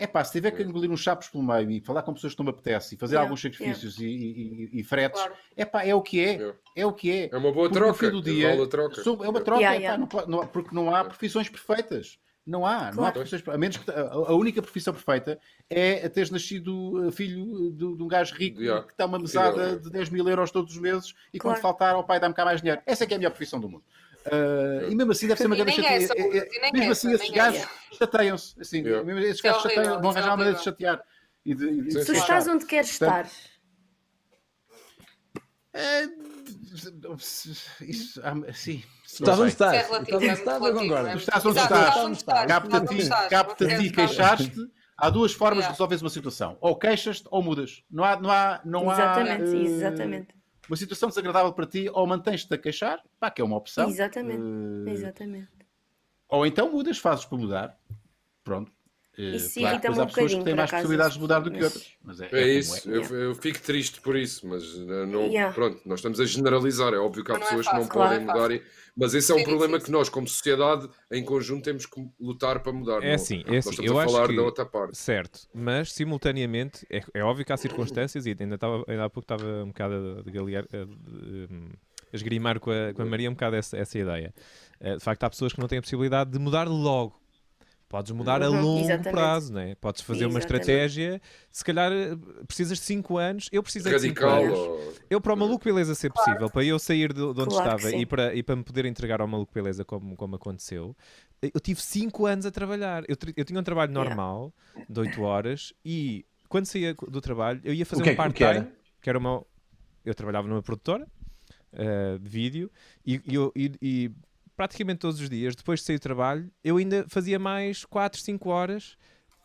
Speaker 3: É pá, se tiver que engolir uns chapos pelo meio e falar com pessoas que não me apetece e fazer
Speaker 5: Yeah,
Speaker 3: alguns sacrifícios e, e- e- e fretes,
Speaker 6: Claro.
Speaker 3: é pá, é o que é.
Speaker 2: Yeah.
Speaker 3: É o que é.
Speaker 2: É uma boa
Speaker 3: Porque
Speaker 2: troca.
Speaker 3: No fim do
Speaker 2: é uma boa
Speaker 3: dia,
Speaker 2: troca.
Speaker 3: sou- é uma troca,
Speaker 5: Yeah,
Speaker 3: pá,
Speaker 5: yeah.
Speaker 3: não pode- não- porque não há profissões perfeitas. Não há, não há profissões perfeitas. A menos que a, a única profissão perfeita é teres nascido eh, filho de, de um gajo rico
Speaker 2: Yeah.
Speaker 3: que está uma mesada
Speaker 2: Yeah.
Speaker 3: de 10 mil euros todos os meses e
Speaker 5: Claro.
Speaker 3: quando faltar ao pai dá-me cá mais dinheiro. Essa é que é a melhor profissão do mundo. Ah, E mesmo assim deve ser uma
Speaker 6: E
Speaker 3: grande
Speaker 6: nem
Speaker 3: chatice.
Speaker 6: essa,
Speaker 3: Eh, eh,
Speaker 6: puto, e nem essa,
Speaker 3: Mesmo assim, esses
Speaker 6: nem
Speaker 3: gajos
Speaker 6: essa.
Speaker 3: chateiam-se. Assim,
Speaker 2: Yeah.
Speaker 3: mesmo Esses
Speaker 6: Isso é
Speaker 3: gajos
Speaker 6: horrível,
Speaker 3: chateiam, vão
Speaker 6: isso é
Speaker 3: arranjar uma maneira de
Speaker 6: horrível.
Speaker 3: chatear. E de, e de
Speaker 2: Sim,
Speaker 5: Tu
Speaker 2: sim.
Speaker 3: queixar.
Speaker 5: estás onde queres
Speaker 3: Portanto,
Speaker 5: estar.
Speaker 3: É, isso, ah, sim.
Speaker 7: Estás
Speaker 3: não
Speaker 7: onde estás.
Speaker 3: sei.
Speaker 6: Isso é
Speaker 7: Estás
Speaker 6: relativo,
Speaker 7: onde
Speaker 6: é
Speaker 7: estás, Tá eu
Speaker 6: relativo,
Speaker 7: concordo.
Speaker 6: é
Speaker 3: Tu então estás onde
Speaker 6: Exato,
Speaker 3: estás.
Speaker 6: estás onde estás, estás onde
Speaker 3: Capta-te,
Speaker 6: estás,
Speaker 3: capta-te e
Speaker 6: não queres
Speaker 3: queixaste. Há duas formas
Speaker 6: Yeah.
Speaker 3: de resolveres uma situação. Ou queixas-te ou mudas. Não há, não há, não há
Speaker 5: Exatamente,
Speaker 3: eh,
Speaker 5: exatamente.
Speaker 3: uma situação desagradável para ti, ou mantens-te a queixar, pá, que é uma opção.
Speaker 5: Exatamente,
Speaker 3: Eh,
Speaker 5: exatamente.
Speaker 3: Ou então mudas, fazes para mudar. Pronto. Eh,
Speaker 5: Isso
Speaker 3: claro,
Speaker 5: irrita-me
Speaker 3: depois
Speaker 5: um
Speaker 3: há pessoas que
Speaker 5: bocadinho,
Speaker 3: têm
Speaker 5: por
Speaker 3: mais
Speaker 5: acaso,
Speaker 3: possibilidades de
Speaker 5: isso.
Speaker 3: mudar do que
Speaker 5: Mas-
Speaker 3: outras. Mas é, é
Speaker 2: É
Speaker 3: como
Speaker 2: isso, eu,
Speaker 5: Yeah.
Speaker 2: eu fico triste por isso, mas eh, não,
Speaker 5: Yeah.
Speaker 2: pronto, nós estamos a generalizar, é óbvio que há
Speaker 6: Mas não é
Speaker 2: pessoas que não
Speaker 6: fácil,
Speaker 5: claro.
Speaker 2: podem mudar, e- mas esse é um
Speaker 6: Sim,
Speaker 2: problema
Speaker 6: sim,
Speaker 2: que nós, como sociedade, em conjunto temos que lutar para mudar.
Speaker 4: É
Speaker 2: não-
Speaker 4: assim, é
Speaker 2: nós
Speaker 4: assim,
Speaker 2: estamos
Speaker 4: eu
Speaker 2: a
Speaker 4: acho
Speaker 2: falar
Speaker 4: que-
Speaker 2: da outra parte.
Speaker 4: Certo, mas simultaneamente é, é óbvio que há circunstâncias e ainda, estava ainda há pouco estava um bocado a, de galear- a- de, hum, a esgrimar com a, com a Maria um bocado essa, essa ideia. Eh, De facto, há pessoas que não têm a possibilidade de mudar logo. Podes mudar a
Speaker 5: Uhum,
Speaker 4: longo
Speaker 5: exatamente.
Speaker 4: prazo, né? podes fazer uma
Speaker 5: Exatamente.
Speaker 4: estratégia. Se calhar eh, precisas de 5 anos. Eu precisei
Speaker 2: Radical,
Speaker 4: de 5 anos. é
Speaker 2: ou-
Speaker 4: Eu, para o Maluco Beleza ser possível, para eu sair de, de onde
Speaker 5: Claro que
Speaker 4: estava
Speaker 5: sim.
Speaker 4: e para, e para me poder entregar ao Maluco Beleza como, como aconteceu, eu tive 5 anos a trabalhar. Eu, tri- eu tinha um trabalho
Speaker 5: Yeah.
Speaker 4: normal, de 8 horas, e quando saía co- do trabalho, eu ia fazer
Speaker 7: que é
Speaker 4: um
Speaker 7: que- o que
Speaker 4: part-time,
Speaker 7: era?
Speaker 4: que era eh, uma. Eu trabalhava numa produtora ah, de vídeo e, e eu- e- e praticamente todos os dias, depois de sair do trabalho, eu ainda fazia mais 4, 5 horas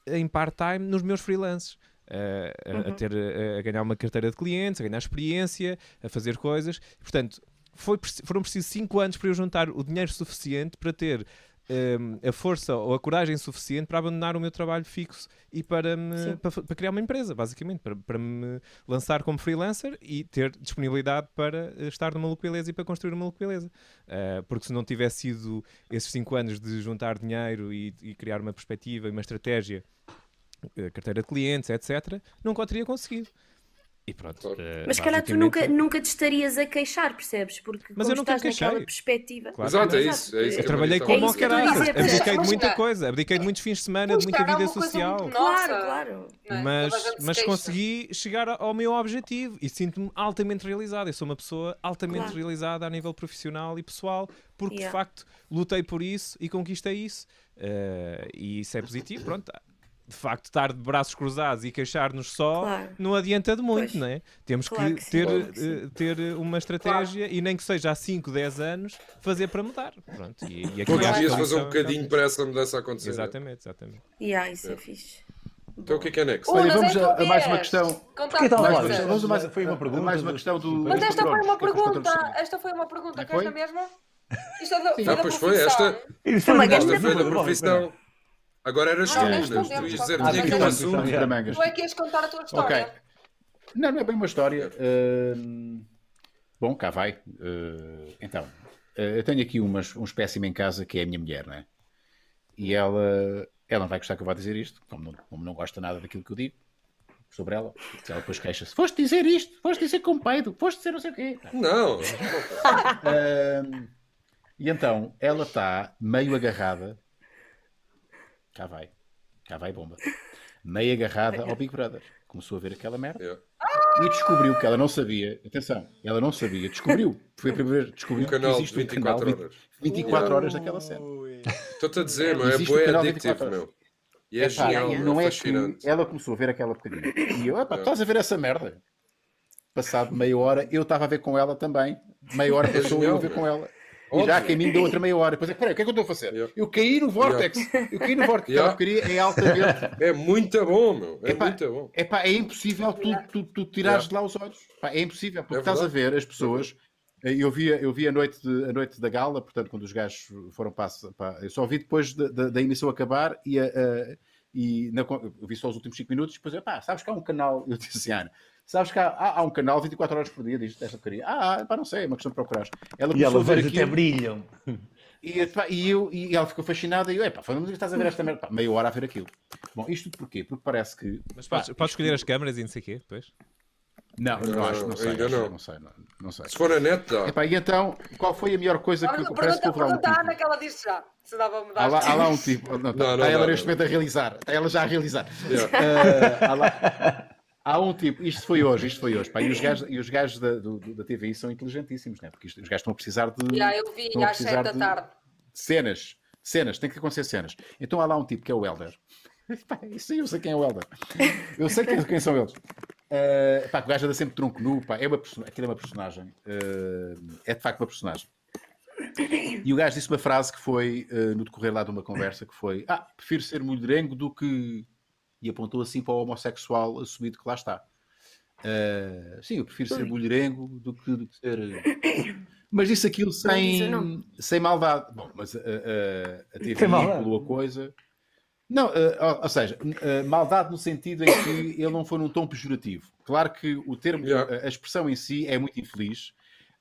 Speaker 4: em part-time nos meus freelances. eh, A, a ter, eh, a ganhar uma carteira de clientes, a ganhar experiência, a fazer coisas. Portanto, foi preci- foram precisos 5 anos para eu juntar o dinheiro suficiente para ter ehm, a força ou a coragem suficiente para abandonar o meu trabalho fixo e para, me, para, fa- para criar uma empresa, basicamente, para, para me lançar como freelancer e ter disponibilidade para eh, estar numa localeza e para construir uma localeza. Ah, porque se não tivesse sido esses 5 anos de juntar dinheiro e, e criar uma perspectiva e uma estratégia, eh, carteira de clientes, etc., nunca o teria conseguido. E pronto.
Speaker 2: Claro.
Speaker 4: eh,
Speaker 5: Mas se calhar tu
Speaker 4: basicamente-
Speaker 5: nunca, nunca te estarias a queixar, percebes? Porque
Speaker 4: Mas
Speaker 5: como
Speaker 4: eu nunca
Speaker 5: estás naquela
Speaker 4: queixei.
Speaker 5: perspectiva.
Speaker 4: Claro.
Speaker 2: Exato, é isso, é isso
Speaker 4: Eu
Speaker 2: que
Speaker 4: trabalhei
Speaker 2: Margarida
Speaker 4: como
Speaker 5: É
Speaker 4: ao
Speaker 5: isso que eu estou a
Speaker 4: caraças,
Speaker 5: dizer, pois,
Speaker 4: abdiquei de
Speaker 6: mas
Speaker 4: muita
Speaker 6: está.
Speaker 4: coisa, abdiquei de muitos fins de semana, de muita
Speaker 6: Mostrar
Speaker 4: vida
Speaker 6: alguma coisa
Speaker 4: social.
Speaker 6: muito nossa,
Speaker 5: Claro, claro.
Speaker 6: não é?
Speaker 4: Mas,
Speaker 6: Toda a gente se
Speaker 4: mas
Speaker 6: queixa.
Speaker 4: consegui chegar ao meu objetivo e sinto-me altamente realizado. Eu sou uma pessoa altamente
Speaker 5: Claro.
Speaker 4: realizada a nível profissional e pessoal, porque de
Speaker 5: Yeah.
Speaker 4: facto lutei por isso e conquistei isso. Eh, e isso é positivo, pronto. De facto, estar de braços cruzados e queixar-nos só
Speaker 5: Claro.
Speaker 4: não adianta de muito,
Speaker 5: Pois.
Speaker 4: não é? Temos
Speaker 5: Claro
Speaker 4: que,
Speaker 5: que sim,
Speaker 4: ter,
Speaker 5: claro que sim.
Speaker 4: eh, ter uma estratégia e nem que seja há 5, 10 anos, fazer para mudar. Pronto, e, e aqui
Speaker 2: Todos
Speaker 4: acho
Speaker 2: os
Speaker 4: que
Speaker 2: dias
Speaker 4: a
Speaker 2: fazer um
Speaker 4: lição é
Speaker 2: bocadinho para essa mudança acontecer.
Speaker 4: Exatamente, exatamente.
Speaker 5: Yeah, isso é fixe.
Speaker 2: Então o que é que é next?
Speaker 6: Unas,
Speaker 3: Olha, vamos
Speaker 6: então,
Speaker 3: a- a mais uma
Speaker 6: vias.
Speaker 3: questão.
Speaker 6: Contar
Speaker 7: Porquê estava a
Speaker 3: Mais
Speaker 7: falar
Speaker 3: uma
Speaker 7: disto?
Speaker 3: questão, mais uma-
Speaker 7: Foi uma pergunta.
Speaker 3: mais uma questão do-
Speaker 7: Mas
Speaker 6: Mas esta foi uma
Speaker 3: O que é que os patrões
Speaker 6: pergunta.
Speaker 3: dizem?
Speaker 6: Esta foi uma pergunta.
Speaker 3: Não
Speaker 6: Queres
Speaker 3: foi?
Speaker 6: na mesma? Isto é da,
Speaker 2: Ah,
Speaker 6: é da
Speaker 2: pois foi,
Speaker 6: profissão.
Speaker 2: esta-
Speaker 5: Foi uma grande
Speaker 2: Esta foi da
Speaker 7: Vamos, vamos,
Speaker 2: profissão. Agora eras tu,
Speaker 6: Não,
Speaker 2: Nunes.
Speaker 6: respondemos,
Speaker 2: Tu ias
Speaker 6: só
Speaker 2: dizer
Speaker 6: para
Speaker 2: tinha aqui um
Speaker 6: responder.
Speaker 2: assunto.
Speaker 3: Para mangas.
Speaker 6: Tu é que ias contar a tua história.
Speaker 3: Ok. Não, não é bem uma história. Ahm, bom, cá vai. Ah, então, ah, eu tenho aqui umas, um espécime em casa que é a minha mulher, não é? E ela, ela não vai gostar que eu vá dizer isto, como não, como não gosta nada daquilo que eu digo sobre ela. Ela depois queixa-se: foste dizer isto, foste dizer com peido, foste dizer não sei o quê.
Speaker 2: Não,
Speaker 3: Ahm, e então, ela está meio agarrada. Cá vai. Cá vai bomba. Meio agarrada ao Big Brother. Começou a ver aquela merda
Speaker 2: Yeah.
Speaker 3: e descobriu que ela não sabia. Atenção, ela não sabia. Descobriu. Foi a primeira vez. Descobriu
Speaker 2: Um canal
Speaker 3: que
Speaker 2: de
Speaker 3: existe um
Speaker 2: 24
Speaker 3: canal de
Speaker 2: horas.
Speaker 3: 24
Speaker 2: Yeah.
Speaker 3: horas daquela série.
Speaker 2: estou-te a dizer, meu, é
Speaker 3: Existe
Speaker 2: boé
Speaker 3: um canal
Speaker 2: adictivo,
Speaker 3: 24 horas.
Speaker 2: meu. E é
Speaker 3: Epá,
Speaker 2: genial,
Speaker 3: e
Speaker 2: meu,
Speaker 3: não é
Speaker 2: fascinante. É.
Speaker 3: que ela começou a ver aquela bocadinha. E eu, epá, estás a ver essa merda? Passado meia hora, eu estava a ver com ela também. Meia hora passou eu a
Speaker 2: É genial,
Speaker 3: ver
Speaker 2: meu.
Speaker 3: com ela. E
Speaker 2: Óbvio.
Speaker 3: já a caminho da outra meia hora. Depois é, peraí, o que é que eu estou a fazer?
Speaker 2: Yeah.
Speaker 3: Eu caí no Vortex. Eu caí no Vortex.
Speaker 2: Yeah.
Speaker 3: Aquela porcaria é altamente.
Speaker 2: É muito bom, meu. É
Speaker 3: Epá,
Speaker 2: muito bom.
Speaker 3: Epá, é impossível tu, tu, tu tirares de lá os olhos. Pá, é impossível, porque
Speaker 2: É
Speaker 3: estás a
Speaker 2: verdade.
Speaker 3: ver as pessoas. eh, Eu vi, eu vi a, noite de- a noite da gala, portanto, quando os gajos foram para. a- para- eu só vi depois da, da- da emissão acabar e, a- a- e na co- eu vi só os últimos 5 minutos. E depois, epá, sabes que há um canal. Eu disse assim, Ana, sabes que há, há- há um canal 24 horas por dia, diz desta porcaria. Ah, pá, não sei, é uma questão de procurar. Ela
Speaker 7: E
Speaker 3: começou
Speaker 7: ela
Speaker 3: a ver
Speaker 7: vejo até
Speaker 3: aquilo.
Speaker 7: brilham.
Speaker 3: E, epá, e eu, e ela ficou fascinada e eu, epá, falando estás a ver esta merda, Pá, meia hora a ver aquilo. Bom, isto porquê? Porque parece que.
Speaker 4: Mas
Speaker 3: pá,
Speaker 4: podes, podes escolher as câmaras e não sei o quê, depois.
Speaker 3: Não, não,
Speaker 2: Não,
Speaker 3: acho, não sei,
Speaker 2: ainda
Speaker 3: acho,
Speaker 2: não.
Speaker 3: não sei, não, não sei.
Speaker 2: Se for na net, dá.
Speaker 3: Epá, e então, qual foi a melhor coisa que
Speaker 6: Olha,
Speaker 3: eu parece que
Speaker 6: Pergunta,
Speaker 3: houve lá um
Speaker 6: pergunta à Ana
Speaker 3: tipo?
Speaker 6: que ela disse já. Se dá para mudar.
Speaker 3: Há lá, há lá um tipo, não,
Speaker 2: Não,
Speaker 3: está,
Speaker 2: não
Speaker 3: ela
Speaker 2: dá,
Speaker 3: neste
Speaker 2: não.
Speaker 3: momento a realizar, está ela já a realizar.
Speaker 2: Yeah.
Speaker 3: Ah, há, lá- há um tipo, isto foi hoje, isto foi hoje, pá, e os gajos, e os gajos da, do- do- da TVI são inteligentíssimos, né? porque isto- os gajos estão a precisar de,
Speaker 6: Já, eu vi
Speaker 3: Estou a
Speaker 6: às 7
Speaker 3: precisar
Speaker 6: da
Speaker 3: de-
Speaker 6: tarde.
Speaker 3: cenas, cenas, tem que acontecer cenas. Então há lá um tipo que é o Helder. Pá, Isso aí eu sei quem é o Helder. Eu sei quem, quem são eles. Ah, pá, o gajo anda sempre tronco nu, pá, é uma perso- aquilo é uma personagem. Ah, é de facto uma personagem. E o gajo disse uma frase que foi ah, no decorrer lá de uma conversa que foi: Ah, prefiro ser mulherengo do que. E apontou assim para o homossexual assumido que lá está. Ah, sim, eu prefiro ser mulherengo do que, do que ser. eh, Mas disse aquilo
Speaker 5: diz o
Speaker 3: sem,
Speaker 5: nome.
Speaker 3: sem maldade. Bom, mas ah, ah, a TV
Speaker 7: Sem maldade.
Speaker 3: colou a coisa. Não, eh, ou, ou seja, n- eh, maldade no sentido em que ele não foi num tom pejorativo. Claro que o termo,
Speaker 2: Yeah.
Speaker 3: eh, a expressão em si é muito infeliz,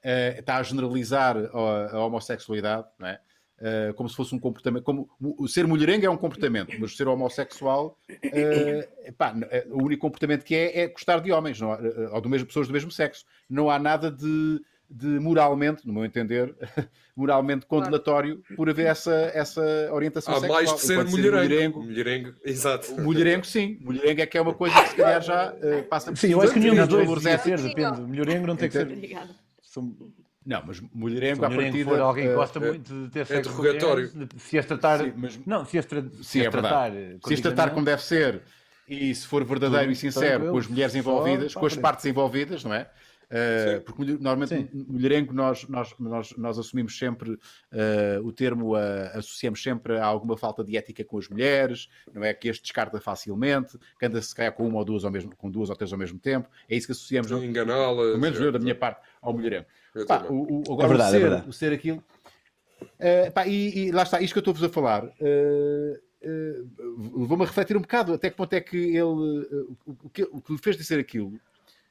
Speaker 3: eh, está a generalizar a, a homossexualidade, não é? Eh, como se fosse um comportamento. Como, o, o ser mulherengo é um comportamento, mas ser homossexual, eh, epá, n- eh, o único comportamento que é é gostar de homens, não há- eh, ou de mesmo, pessoas do mesmo sexo. Não há nada de, de moralmente, no meu entender, moralmente condenatório por haver essa, essa orientação
Speaker 2: Há
Speaker 3: sexual.
Speaker 2: mais de ser
Speaker 3: Enquanto
Speaker 2: mulherengo. Mulherengo, exato.
Speaker 3: o mulherengo, sim. O mulherengo é que é uma coisa que se calhar já eh, passa por
Speaker 7: Sim, eu acho que nenhum dos
Speaker 3: determinados
Speaker 7: dois
Speaker 3: valores
Speaker 7: devia
Speaker 3: éticos.
Speaker 7: ser, assim, depende. Melhorengo não tem que ser.
Speaker 5: Obrigada.
Speaker 7: Se um
Speaker 3: Não, mas mulherengo, à
Speaker 7: melhorengo
Speaker 3: partida...
Speaker 7: for alguém que
Speaker 3: eh,
Speaker 7: gosta
Speaker 2: é-
Speaker 7: muito de ter sexo com
Speaker 2: interrogatório.
Speaker 7: mulheres, de- se as tratar.
Speaker 3: Sim, mas-
Speaker 7: Não, se as, tra...
Speaker 3: Sim, é
Speaker 7: as tratar.
Speaker 3: verdade. Se as tratar como deve ser e se for verdadeiro
Speaker 7: Tudo
Speaker 3: e sincero com as
Speaker 7: tranquilo,
Speaker 3: mulheres
Speaker 7: só
Speaker 3: envolvidas,
Speaker 7: para
Speaker 3: com as
Speaker 7: frente.
Speaker 3: partes envolvidas, não é? Uh, porque mulher- normalmente
Speaker 7: Sim.
Speaker 3: mu- mulherengo nós, nós, nós, nós assumimos sempre uh, o termo, a- associamos sempre a alguma falta de ética com as mulheres, não é? Que este descarta facilmente, que anda-se se calhar com uma ou duas ao mesmo, com duas ou três ao mesmo tempo, é isso que associamos, não-
Speaker 2: Enganá-la.
Speaker 3: pelo menos eu da minha parte, ao mulherengo.
Speaker 2: Eu
Speaker 3: Pá,
Speaker 2: também.
Speaker 3: o, o- agora
Speaker 8: É verdade,
Speaker 3: o,
Speaker 8: é
Speaker 3: ser,
Speaker 8: verdade.
Speaker 3: o ser aquilo. Eh, pá, e, e lá está, isto que eu estou-vos a falar. eh, eh, Levou-me a refletir um bocado até que ponto é que ele. eh, o- o, que, o que lhe fez dizer aquilo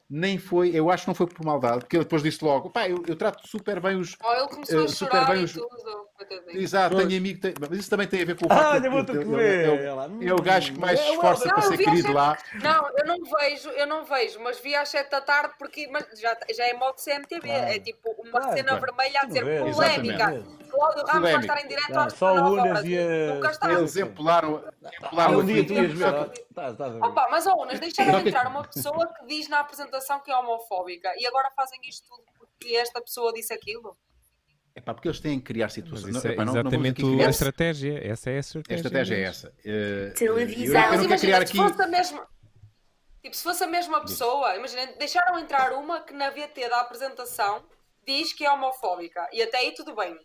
Speaker 3: nem foi. Eu acho que não foi por maldade, porque ele depois disse logo: pá, eu, eu trato super bem os.
Speaker 6: Oh, ele começou
Speaker 3: Eh,
Speaker 6: a
Speaker 3: super
Speaker 6: chorar
Speaker 3: bem
Speaker 6: e
Speaker 3: os-
Speaker 6: tudo. coitadinho.
Speaker 3: Exato,
Speaker 7: Pois.
Speaker 3: tenho amigo. tenho-" Mas isso também tem a ver com o facto
Speaker 7: Ah,
Speaker 3: de
Speaker 7: eu vou-te
Speaker 3: ele- ele-
Speaker 7: comer.
Speaker 3: ele-
Speaker 7: Ela,
Speaker 3: ele é o gajo que mais se
Speaker 7: "Hum,
Speaker 3: esforça
Speaker 6: não,
Speaker 3: para ser
Speaker 6: eu vi
Speaker 3: querido
Speaker 6: essa-
Speaker 3: lá.
Speaker 6: Não, eu não vejo, eu não vejo, mas vi às 7 da tarde porque mas já, já é modo CMTV,
Speaker 7: Claro.
Speaker 6: é tipo uma
Speaker 7: Claro,
Speaker 6: cena
Speaker 7: claro.
Speaker 6: vermelha a dizer
Speaker 7: Tudo bem,
Speaker 6: polémica.
Speaker 7: exatamente.
Speaker 6: Cláudio Ramos vai
Speaker 3: Polémica.
Speaker 6: estar em direto
Speaker 7: Não,
Speaker 6: às
Speaker 7: só
Speaker 6: 19
Speaker 7: Unas
Speaker 6: horas.
Speaker 7: e a-
Speaker 6: Nunca está.
Speaker 7: Ele-
Speaker 3: Eles empolaram.
Speaker 7: Ah,
Speaker 3: empolaram
Speaker 7: um dia tu ias ver.
Speaker 6: Só
Speaker 7: ah,
Speaker 6: que-
Speaker 7: Estás estás a ver.
Speaker 6: Opa, mas oh, Unas, deixaram
Speaker 3: Só
Speaker 6: de
Speaker 3: que-
Speaker 6: entrar uma pessoa que diz na apresentação que é homofóbica e agora fazem isto tudo porque esta pessoa disse aquilo.
Speaker 3: Epá, porque eles têm que criar
Speaker 4: Mas
Speaker 3: situações.
Speaker 4: isso
Speaker 3: Não,
Speaker 4: é
Speaker 3: epá, não- não vamos
Speaker 4: exatamente
Speaker 3: aqui
Speaker 4: a
Speaker 3: criar-
Speaker 4: estratégia. Essa é a estratégia.
Speaker 3: A estratégia é
Speaker 4: deles.
Speaker 3: essa. Eh,
Speaker 5: Televisão.
Speaker 3: eu- Eu,
Speaker 6: Mas
Speaker 3: não quero
Speaker 6: imagina,
Speaker 3: criar aqui.
Speaker 6: se fosse a mesma. Tipo, se fosse a mesma pessoa, imagina, deixaram entrar uma que na VT da apresentação diz que é homofóbica. E até aí tudo bem.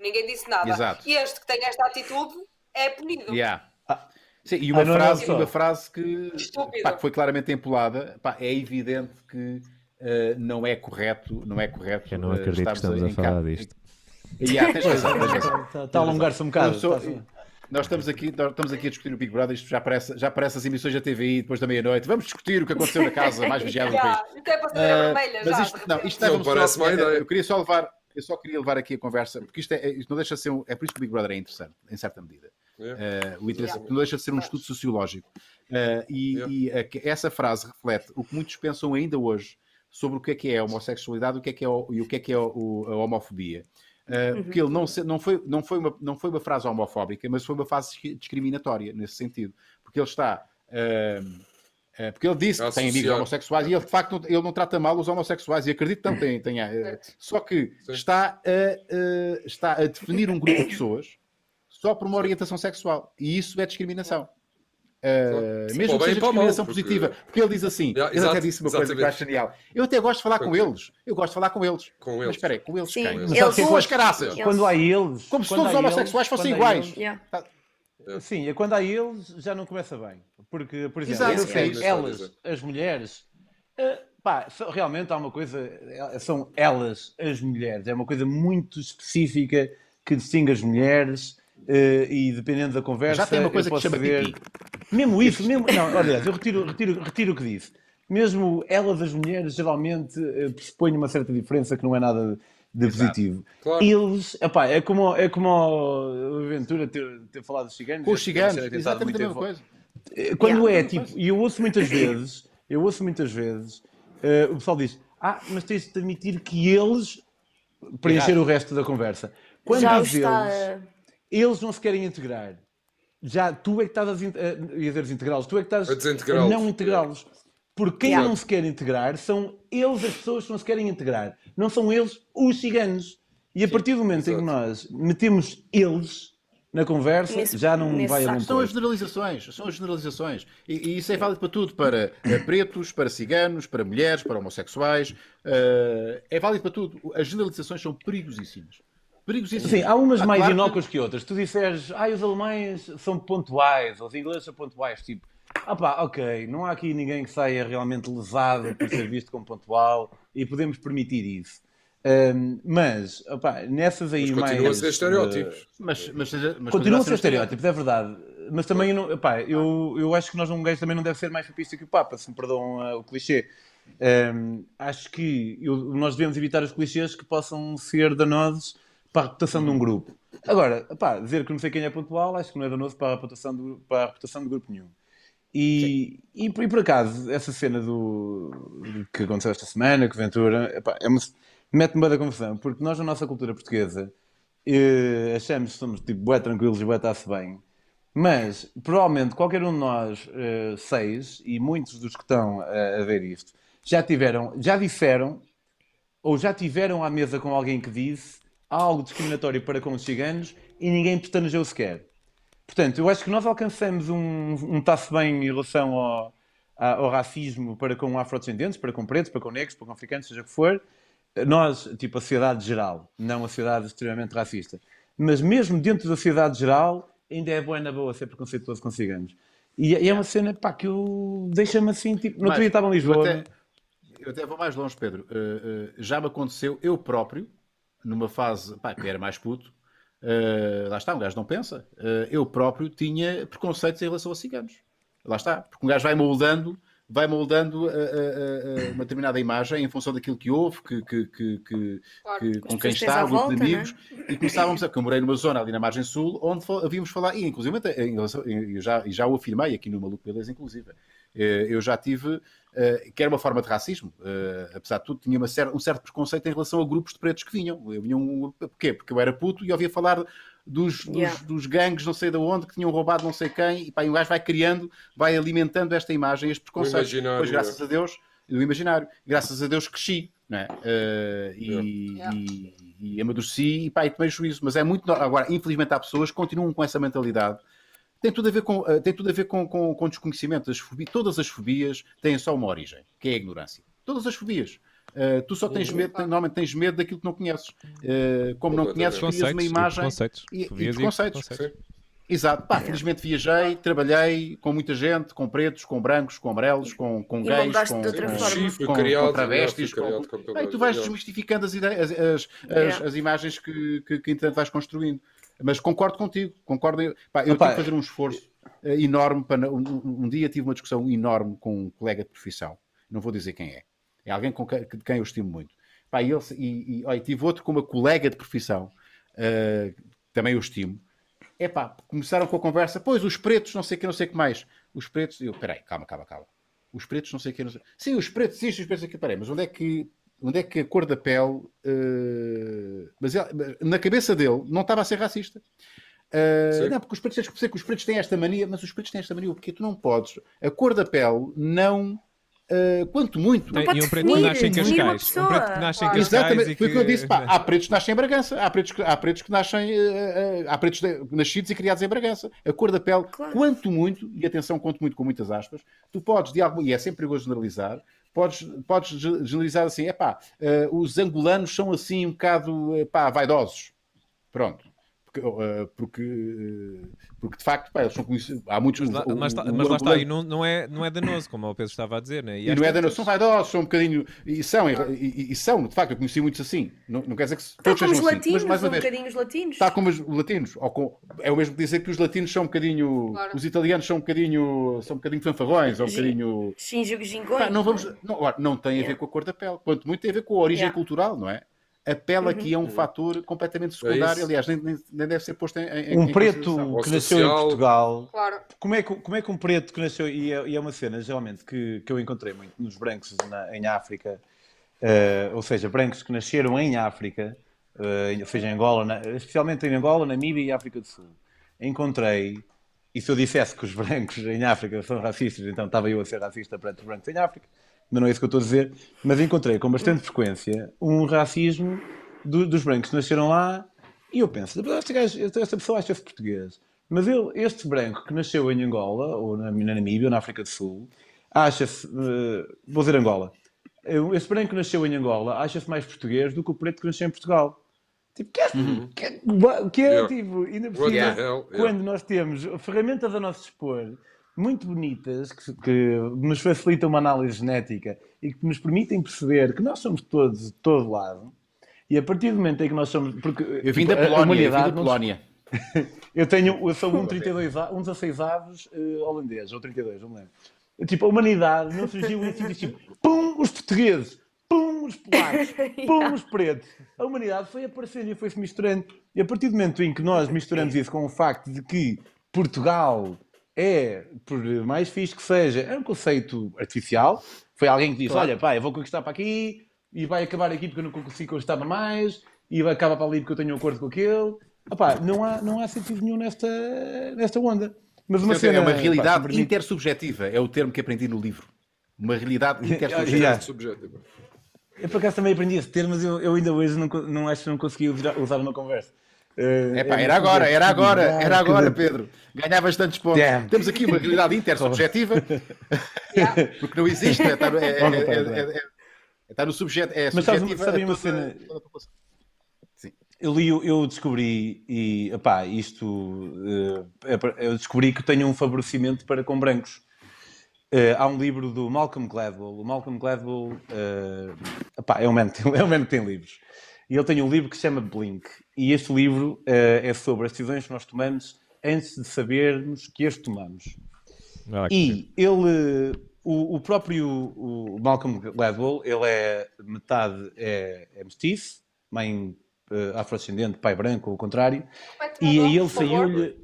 Speaker 6: Ninguém disse nada.
Speaker 3: Exato.
Speaker 6: E este que tem esta atitude é punido.
Speaker 3: Yeah.
Speaker 7: Ah.
Speaker 3: Sim, e uma,
Speaker 7: Ah, não era
Speaker 3: frase,
Speaker 7: só.
Speaker 3: uma frase que,
Speaker 6: Estúpido.
Speaker 3: pá, que foi claramente empolada. Pá, é evidente que eh, não é correto. Não é correto.
Speaker 4: Eu não
Speaker 3: eh,
Speaker 4: acredito que
Speaker 3: estarmos
Speaker 4: estamos a
Speaker 3: em
Speaker 4: falar
Speaker 3: ca-
Speaker 4: disto.
Speaker 3: Yeah, tens razão, tens razão.
Speaker 7: Está- Está a alongar-se um bocado.
Speaker 3: Eu sou-
Speaker 7: está-
Speaker 3: Nós estamos aqui, nós estamos aqui a discutir o Big Brother, isto já parece, já parece as emissões da TVI depois da meia-noite. Vamos discutir o que aconteceu na casa mais vigiada do país.
Speaker 6: Yeah. Até é para ser
Speaker 3: Ah,
Speaker 6: vermelha,
Speaker 3: mas
Speaker 6: já. é
Speaker 3: isto, não, isto
Speaker 2: Não,
Speaker 3: leva-me só-
Speaker 2: parece má
Speaker 3: eu-
Speaker 2: ideia.
Speaker 3: Eu queria só levar, eu só queria levar aqui a conversa, porque isto, é, isto não deixa de ser um, é por isso que o Big Brother é interessante, em certa medida.
Speaker 2: Yeah.
Speaker 3: Eh, o interesse, porque não deixa de ser um estudo sociológico. Eh, e
Speaker 2: Yeah.
Speaker 3: e a- que essa frase reflete o que muitos pensam ainda hoje sobre o que é que é a homossexualidade o que é que é o- e o que é que é o- a homofobia. Eh, Porque ele não, se- não, foi, não, foi uma, não foi uma frase homofóbica, mas foi uma frase discri- discriminatória nesse sentido. Porque ele está. eh, eh, porque ele disse que tem amigos
Speaker 2: Associar.
Speaker 3: homossexuais e ele de facto não, ele não trata mal os homossexuais e acredito que não tem, tem, eh,
Speaker 6: Certo.
Speaker 3: só que
Speaker 2: Sim.
Speaker 3: está a, eh, está a definir um grupo de pessoas só por uma orientação sexual e isso é discriminação Eh,
Speaker 2: Sim,
Speaker 3: mesmo
Speaker 2: para o bem e para o
Speaker 3: que seja
Speaker 2: mal,
Speaker 3: discriminação
Speaker 2: porque-
Speaker 3: positiva porque ele diz assim,
Speaker 2: Yeah,
Speaker 3: ele até
Speaker 2: exato,
Speaker 3: disse uma coisa que eu
Speaker 2: exatamente.
Speaker 3: acho genial eu até gosto de falar com
Speaker 2: Foi.
Speaker 3: eles eu gosto de falar com eles,
Speaker 2: Com
Speaker 3: mas
Speaker 2: eles.
Speaker 3: espera aí, com eles
Speaker 5: Sim,
Speaker 3: quem?
Speaker 5: eles-
Speaker 3: Não sabe quem são as caraças
Speaker 5: eles-
Speaker 7: Quando há eles.
Speaker 3: como
Speaker 7: quando
Speaker 3: se todos os
Speaker 7: há eles-
Speaker 3: homossexuais fossem
Speaker 7: quando há
Speaker 3: iguais
Speaker 5: Yeah.
Speaker 7: eles- Sim, é quando há eles já não começa bem. Porque, por exemplo,
Speaker 3: Exato,
Speaker 7: eu
Speaker 3: sim.
Speaker 7: sei,
Speaker 3: É isso,
Speaker 2: é
Speaker 7: elas,
Speaker 2: isso.
Speaker 7: as mulheres. eh, Pá, só- realmente há uma coisa, eh, são elas, as mulheres, é uma coisa muito específica que distingue as mulheres eh, e dependendo da conversa.
Speaker 3: já tem uma coisa
Speaker 7: eu
Speaker 3: que se
Speaker 7: posso
Speaker 3: chama
Speaker 7: saber-
Speaker 3: pipi
Speaker 7: Mesmo isso, mesmo. Não, aliás, eu retiro, retiro, retiro o que disse. Mesmo ela das mulheres geralmente eh, pressupõe uma certa diferença que não é nada de positivo.
Speaker 2: Claro.
Speaker 7: Eles, epá, é como, é como o Ventura ter, ter falado dos ciganos.
Speaker 3: com
Speaker 7: Eu
Speaker 3: os ciganos,
Speaker 7: tenho tentado
Speaker 3: exatamente a mesma
Speaker 7: muito
Speaker 3: coisa
Speaker 7: eh, Quando é tipo, e eu ouço muitas vezes, eu ouço muitas vezes, eh, o pessoal diz: Ah, mas tens de admitir que eles preencher o resto da conversa. Quando
Speaker 5: Já o
Speaker 7: diz
Speaker 5: está.
Speaker 7: eles, eles não se querem integrar. Já tu é que estás a, desin- a- ia dizer desintegrá-los, tu é que estás
Speaker 2: A desintegrá-los.
Speaker 7: não integrá-los. Porque quem
Speaker 5: Yeah.
Speaker 7: não se quer integrar são eles as pessoas que não se querem integrar. Não são eles os ciganos. E a partir do momento em que nós metemos eles na conversa,
Speaker 5: Nesse-
Speaker 7: já não
Speaker 5: nesse
Speaker 7: vai a
Speaker 5: saco.
Speaker 7: bom
Speaker 3: São as
Speaker 7: porto.
Speaker 3: generalizações, são as generalizações. E, e isso é válido para tudo, para eh, pretos, para ciganos, para mulheres, para homossexuais. eh, é válido para tudo. As generalizações são perigosíssimas. Perigosíssimas.
Speaker 7: Sim, há umas
Speaker 3: Ah,
Speaker 7: mais
Speaker 3: claro que-
Speaker 7: inócuas que outras. Tu disseres, ah, os alemães são pontuais, ou os ingleses são pontuais. Tipo, ah pá, ok, não há aqui ninguém que saia realmente lesado por ser visto como pontual e podemos permitir isso. Ahm, mas, opá, nessas aí
Speaker 2: Mas
Speaker 7: mais.
Speaker 2: continua a ser estereótipos.
Speaker 3: Mas, mas, seja- mas
Speaker 7: Continua a
Speaker 3: continua
Speaker 7: ser estereótipos, é verdade. Mas também, eu, não, epá, eu, eu acho que nós, um gajo, também não deve ser mais papista que o Papa, se me perdoam ah, o clichê. Ahm, acho que eu- nós devemos evitar os clichês que possam ser danosos para a reputação de um grupo. Agora, epá, dizer que não sei quem é pontual, acho que não é danoso para a reputação de, para a reputação de grupo nenhum. E, e, por- e por acaso, essa cena do, do que aconteceu esta semana, que Ventura, epá, é uma- mete-me bem da confusão, porque nós, na nossa cultura portuguesa, eh, achamos que somos tipo bué tranquilos e bué está-se bem. Mas, provavelmente, qualquer um de nós eh, seis, e muitos dos que estão eh, a ver isto, já tiveram, já disseram, ou já tiveram à mesa com alguém que disse algo discriminatório para com os ciganos e ninguém pestanejou sequer. Portanto, eu acho que nós alcançamos um, um está-se bem em relação ao, à a- ao racismo para com afrodescendentes, para com pretos, para com negros, para com africanos, seja o que for, nós, tipo a sociedade geral, não a sociedade extremamente racista, mas mesmo dentro da sociedade geral, ainda é boa na boa ser preconceituoso com ciganos. E é- e é uma cena pá, que eu deixa-me assim, tipo, no outro
Speaker 3: Mas,
Speaker 7: dia estava em Lisboa. um
Speaker 3: eu até- Eu até vou mais longe, Pedro. Uh, uh, já me aconteceu eu próprio, numa fase pá, que era mais puto, uh, lá está, um gajo não pensa. uh, eu próprio tinha preconceitos em relação a ciganos. Lá está, porque um gajo vai moldando, vai moldando uh, uh, uh, uh, uma determinada imagem em função daquilo que houve, que, que- que- que-
Speaker 6: Claro.
Speaker 3: que- com
Speaker 5: pessoas
Speaker 3: quem
Speaker 5: que tens à
Speaker 3: está, o grupo de
Speaker 5: volta, é?
Speaker 3: amigos, e começávamos a. que eu morei numa zona ali na margem sul, onde fal- havíamos falar, e inclusive até- em relação- e eu já, e já o afirmei aqui no Maluco Beleza, inclusive. Eh, Eu já tive, eh, que era uma forma de racismo, eh, apesar de tudo, tinha uma cer- um certo preconceito em relação a grupos de pretos que vinham. Eu vinha um grupo- porquê? Porque eu era puto e ouvia falar dos, dos,
Speaker 5: Yeah.
Speaker 3: dos gangues, não sei de onde, que tinham roubado não sei quem, e pá, e um gajo vai criando, vai alimentando esta imagem, este preconceito.
Speaker 2: Um imaginário,
Speaker 3: Depois, graças
Speaker 2: é.
Speaker 3: a Deus, do imaginário, graças a Deus cresci, não é? Eh, e,
Speaker 6: Yeah.
Speaker 3: e- e amadureci e pá, e tomei juízo. Mas é muito. no- Agora, infelizmente, há pessoas que continuam com essa mentalidade. Tem tudo a ver com, eh, tem tudo a ver com, com, com desconhecimento. As fobi- todas as fobias têm só uma origem, que é a ignorância. Todas as fobias. Eh, tu só tens medo, normalmente tens medo daquilo que não conheces. Eh, como não conheces, crias uma
Speaker 4: Conceitos,
Speaker 3: imagem.
Speaker 4: conceitos.
Speaker 3: e- e preconceitos.
Speaker 2: Sim. Um
Speaker 3: Exato.
Speaker 5: É.
Speaker 3: Pá, felizmente viajei, trabalhei com muita gente, com pretos, com brancos, com amarelos, com, com
Speaker 5: E
Speaker 3: gays,
Speaker 5: moldaste
Speaker 3: com,
Speaker 5: de outra
Speaker 3: com-
Speaker 5: forma.
Speaker 2: Sim, fui
Speaker 3: com-
Speaker 2: criado,
Speaker 3: com travestis,
Speaker 2: fui
Speaker 3: com-
Speaker 2: criado com toda
Speaker 3: Bem,
Speaker 2: a
Speaker 3: tu vais
Speaker 2: gente.
Speaker 3: desmistificando as, ideias, as, as,
Speaker 5: Yeah.
Speaker 3: as imagens que, que, que entretanto vais construindo. Mas concordo contigo, concordo. Pá, eu
Speaker 7: Opa,
Speaker 3: tenho que fazer um esforço eh, enorme para. Um, um- um dia tive uma discussão enorme com um colega de profissão, não vou dizer quem é. É alguém com quem, de quem eu estimo muito. Pá, e, ele, se- e, e, olha, tive outro com uma colega de profissão, eh, também eu estimo. É pá, começaram com a conversa, pois os pretos, não sei o que, não sei o que mais. Os pretos, eu, peraí, calma, calma, calma. Os pretos, não sei o que, não sei. Sim, os pretos, isto, os pretos aqui, peraí, mas onde é que, onde é que a cor da pele. eh, Mas, ele- mas na cabeça dele não estava a ser racista. Eh,
Speaker 2: Sim.
Speaker 3: não, porque os pretos, tens que perceber que os pretos têm esta mania, mas os pretos têm esta mania, porque tu não podes. A cor da pele não. eh, quanto muito.
Speaker 4: Tem-
Speaker 5: pode
Speaker 4: e um preto que
Speaker 5: definir,
Speaker 4: nasce em
Speaker 5: definir uma
Speaker 4: Cascais. Um preto que nasce em
Speaker 6: Claro.
Speaker 4: Cascais.
Speaker 3: Ah, Exatamente,
Speaker 4: e né?
Speaker 3: foi o que eu disse. Pá, há pretos que nascem em Bragança, há pretos que, há pretos que nascem, eh, eh, há pretos de- nascidos e criados em Bragança. A cor da pele,
Speaker 5: Claro.
Speaker 3: quanto muito, e atenção, quanto muito com muitas aspas, tu podes, de algum, e é sempre perigoso generalizar, podes, podes ge- generalizar assim: é pá, os angolanos são assim um bocado eh, pá, vaidosos. Pronto. Porque, eh, porque, eh, porque, de facto, pá, eles são conhecidos. Há muitos.
Speaker 4: Mas lá,
Speaker 3: o-
Speaker 4: mas, tá-
Speaker 3: o
Speaker 4: mas lá está,
Speaker 3: angolano-
Speaker 4: e não, não, é, não é danoso, como o Pedro estava a dizer, né?
Speaker 3: e
Speaker 4: às
Speaker 3: não é
Speaker 4: tantas-
Speaker 3: danoso, são vaidosos, são um bocadinho. E são, e, e- e são, de facto, eu conheci muitos assim. Não, não quer dizer que se-
Speaker 5: Tal
Speaker 3: todos
Speaker 5: como os
Speaker 3: sejam assim.
Speaker 5: latinos,
Speaker 3: Mas, mais Tá
Speaker 5: um
Speaker 3: uma vez,
Speaker 5: bocadinho os latinos.
Speaker 3: está como os latinos. Ou com- é o mesmo que dizer que os latinos são um bocadinho.
Speaker 6: Claro.
Speaker 3: Os italianos são um bocadinho. São um bocadinho fanfarrões, ou um
Speaker 5: Sim.
Speaker 3: bocadinho.
Speaker 5: Xingo,
Speaker 3: Pá,
Speaker 5: gingões.
Speaker 3: não, vamos, não, ora, não tem a ver com a cor da pele. Quanto muito tem a ver com a origem
Speaker 5: Yeah.
Speaker 3: cultural, não é? A pele aqui é
Speaker 7: Uhum.
Speaker 3: um fator completamente secundário.
Speaker 2: isso.
Speaker 3: Aliás, nem, nem- nem deve ser posto em. em-
Speaker 7: É Um
Speaker 3: em consideração.
Speaker 7: preto
Speaker 2: Ou
Speaker 7: que nasceu em
Speaker 2: social.
Speaker 7: Portugal
Speaker 6: Claro.
Speaker 7: Como é, que, como é que um preto que nasceu, e é, e é uma cena geralmente que, que eu encontrei muito nos brancos na- em África, eh, ou seja, brancos que nasceram em África, eh, ou seja, em Angola, na- especialmente em Angola, Namíbia e África do Sul, encontrei, e se eu dissesse que os brancos em África são racistas, então estava eu a ser racista perante os brancos em África, mas não é isso que eu estou a dizer, mas encontrei com bastante frequência um racismo do- dos brancos que nasceram lá, e eu penso, este gajo- esta esta pessoa acha-se português, mas eu, este branco que nasceu em Angola, ou na, na Namíbia, ou na África do Sul, acha-se, eh, vou dizer Angola, Eu- este branco que nasceu em Angola acha-se mais português do que o preto que nasceu em Portugal. Tipo, que é, que é- o que é,
Speaker 2: Yeah.
Speaker 7: tipo, ainda por
Speaker 2: What the
Speaker 7: cima,
Speaker 2: hell, yeah.
Speaker 7: quando nós temos ferramentas a nosso dispor muito bonitas, que, que nos facilitam uma análise genética e que nos permitem perceber que nós somos todos de todo lado, e a partir do momento em que nós somos. Porque,
Speaker 3: Eu vim
Speaker 7: tipo,
Speaker 3: da
Speaker 7: a- a
Speaker 3: Polónia, eu vim
Speaker 7: humanidade
Speaker 3: da
Speaker 7: não-
Speaker 3: Polónia.
Speaker 7: eu tenho, eu
Speaker 2: assim?
Speaker 7: sou um 32, a- um 16 avos eh, holandês, ou 32, não me lembro. Tipo, a humanidade não surgiu em sítios tipo, pum, os portugueses, pum, os polacos, pum, os pretos. A humanidade foi aparecendo e foi-se misturando. E a partir do momento em que nós misturamos isso com o facto de que Portugal é, por mais fixe que seja, é um conceito artificial. Foi alguém que disse, olha pá, eu vou conquistar para aqui, e vai acabar aqui porque eu não consigo conquistar para mais, e vai acabar para ali porque eu tenho um acordo com aquele. Opá, não, há, não há sentido nenhum nesta, nesta onda. Mas uma
Speaker 3: Portanto,
Speaker 7: cena,
Speaker 3: é uma
Speaker 7: pá,
Speaker 3: realidade
Speaker 7: se me permite-
Speaker 3: intersubjetiva, é o termo que aprendi no livro. Uma realidade
Speaker 7: Yeah.
Speaker 3: intersubjetiva.
Speaker 2: Subjetivo.
Speaker 7: Eu por acaso também aprendi esse termo, mas eu, eu ainda hoje não, co- não acho que não consegui usar, usar uma conversa. Eh,
Speaker 3: É pá, era agora, era agora, era agora, Pedro. Ganhavas tantos pontos.
Speaker 1: Damn.
Speaker 3: Temos aqui uma realidade intersubjetiva,
Speaker 6: Yeah.
Speaker 3: porque não existe. é, Está no- é- é-
Speaker 1: Vamos, vamos,
Speaker 3: é- é- é- está no subjeto. É
Speaker 7: Mas sabes-
Speaker 3: subjetiva
Speaker 7: sabem
Speaker 3: a
Speaker 7: uma
Speaker 3: toda-
Speaker 7: cena?
Speaker 3: toda a população.
Speaker 7: Eu, li, eu descobri, e epá, isto eh, é pra- eu descobri que tenho um favorecimento para com brancos. Eh, há um livro do Malcolm Gladwell. O Malcolm Gladwell eh, epá, é, um man, que tem- é um man que tem livros. E ele tem um livro que se chama Blink. E este livro eh, é sobre as decisões que nós tomamos antes de sabermos que as tomamos.
Speaker 4: Vai lá, Cristiano.
Speaker 7: E ele, o, o próprio o Malcolm Gladwell, ele é metade é, é mestiço, mãe eh, afrodescendente, pai branco, ou o contrário,
Speaker 6: Mete-me
Speaker 7: e aí
Speaker 6: um nome,
Speaker 7: ele
Speaker 6: por favor.
Speaker 7: saiu-lhe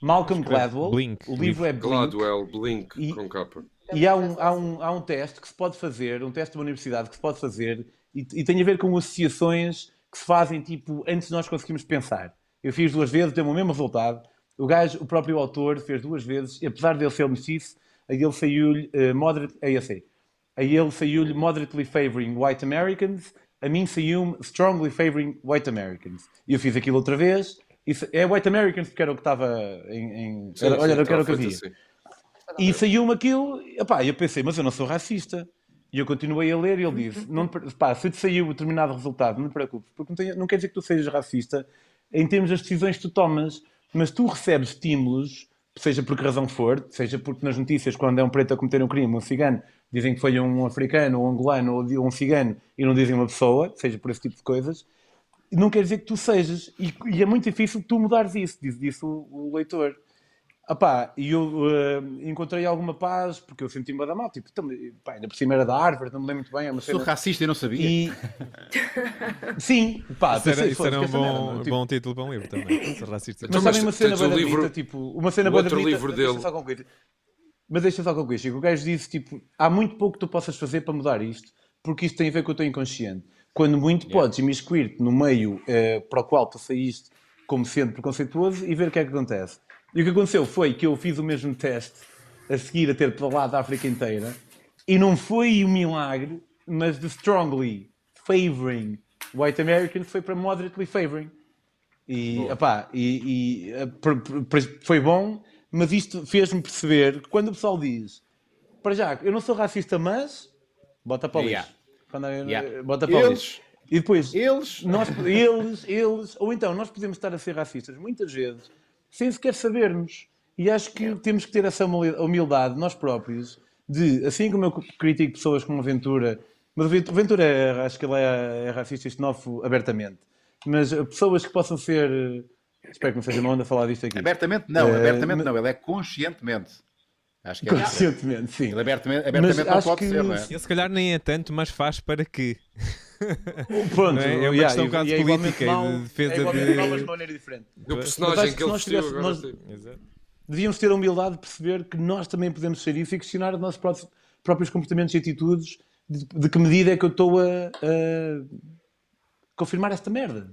Speaker 7: Malcolm
Speaker 4: Escreve
Speaker 7: Gladwell,
Speaker 4: Blink,
Speaker 7: o livro é Blink,
Speaker 2: Gladwell, Blink,
Speaker 7: E-
Speaker 2: com capa.
Speaker 7: e há um, há, um, há um teste que se pode fazer, um teste de uma universidade que se pode fazer, e, e tem a ver com associações que se fazem tipo antes de nós conseguirmos pensar. Eu fiz duas vezes, deu o mesmo resultado. O gajo, o próprio autor, fez duas vezes, e apesar de ele ser mestiço, a ele saiu-lhe eh, moderate. Aí eu sei. A ele saiu-lhe moderately favoring white Americans, a mim saiu-me strongly favoring white Americans. E eu fiz aquilo outra vez. e se- é white Americans porque era o que estava em. em-
Speaker 2: Sim,
Speaker 7: era-
Speaker 2: sim,
Speaker 7: olha, era o que
Speaker 2: tá
Speaker 7: era o que
Speaker 2: feito
Speaker 7: havia.
Speaker 2: assim.
Speaker 7: E saiu-me aquilo, epá, eu pensei, mas eu não sou racista. E eu continuei a ler e ele disse: não, te pre- pá, se te saiu determinado resultado, não te preocupes, porque não, tem- não quer dizer que tu sejas racista em termos das decisões que tu tomas, mas tu recebes estímulos, seja por que razão for, seja porque nas notícias, quando é um preto a cometer um crime, um cigano, dizem que foi um africano, ou um angolano, ou de- ou um cigano, e não dizem uma pessoa, seja por esse tipo de coisas, não quer dizer que tu sejas. E, e é muito difícil tu mudares isso, diz, disse o- o leitor. Ah pá, e eu eh, encontrei alguma paz porque eu senti-me a dar mal. Tipo, então, pá, ainda por cima era da Harvard, não me lembro muito bem. É uma
Speaker 3: Sou
Speaker 7: cena.
Speaker 3: racista e não sabia.
Speaker 7: E. Sim, pá,
Speaker 4: Isso era,
Speaker 7: Ah, pensei,
Speaker 4: isso
Speaker 7: "Foda-se, esta
Speaker 4: era um
Speaker 7: merda,
Speaker 4: bom,
Speaker 7: meu", tipo,
Speaker 4: bom título para um livro também. Ser racista.
Speaker 7: Mas
Speaker 2: Então,
Speaker 7: sabem
Speaker 2: mas
Speaker 7: uma cena
Speaker 2: tens
Speaker 7: bué
Speaker 2: o
Speaker 7: da
Speaker 2: livro-
Speaker 7: bonita, tipo, uma cena
Speaker 2: o
Speaker 7: bué da
Speaker 2: outro
Speaker 7: bonita-
Speaker 2: livro
Speaker 7: deixa
Speaker 2: dele.
Speaker 7: só concluir. Mas deixa só concluir, Chico. O gajo disse, tipo, há muito pouco que tu possas fazer para mudar isto, porque isto tem a ver com o teu inconsciente. Quando muito podes imiscuir-te no meio eh, para o qual tu saíste como sendo preconceituoso e ver o que é que acontece. E o que aconteceu foi que eu fiz o mesmo teste a seguir a ter falado a África inteira e não foi um milagre, mas de strongly favoring white Americans foi para moderately favoring. E, epá, e, e, eh, por- por- por- foi bom, mas isto fez-me perceber que quando o pessoal diz para já, eu não sou racista, mas bota para o lixo.
Speaker 3: Yeah.
Speaker 7: Quando eu-
Speaker 3: Yeah.
Speaker 7: Bota para o lixo.
Speaker 3: Eles,
Speaker 7: E depois,
Speaker 3: eles,
Speaker 7: nós, eles, eles, ou então nós podemos estar a ser racistas muitas vezes sem sequer sabermos. E acho que temos que ter essa humil- humildade nós próprios de, assim como eu critico pessoas como o Ventura, mas o Vent- o Ventura é- acho que ele é, é racista e xenófobo abertamente, mas eh, pessoas que possam ser, eh, espero que não seja mal onda falar disto aqui,
Speaker 3: abertamente não,
Speaker 7: Eh,
Speaker 3: abertamente não, ele é conscientemente. Acho que é diferente.
Speaker 7: conscientemente, sim.
Speaker 3: Ele abertamente, abertamente não
Speaker 7: acho
Speaker 3: pode
Speaker 7: que-
Speaker 3: ser, não é?
Speaker 4: Ele se calhar nem é tanto, mas faz para que.
Speaker 7: Pronto,
Speaker 4: É uma
Speaker 7: yeah,
Speaker 4: questão
Speaker 7: e-
Speaker 4: quase
Speaker 7: e é igualmente
Speaker 4: política e de
Speaker 7: mau-
Speaker 4: defesa
Speaker 7: é igualmente
Speaker 4: de-
Speaker 7: mau, mas de uma maneira diferente.
Speaker 2: Do
Speaker 7: Mas
Speaker 2: personagem
Speaker 7: acho
Speaker 2: que
Speaker 7: que
Speaker 2: ele
Speaker 7: se nós
Speaker 2: vestiu
Speaker 7: tivesse-
Speaker 2: agora.
Speaker 7: nós-
Speaker 2: tem-
Speaker 4: Exato.
Speaker 7: devíamos ter a humildade de perceber que nós também podemos ser isso e questionar os nossos pró- próprios comportamentos e atitudes de, de que medida é que eu estou a, a confirmar esta merda.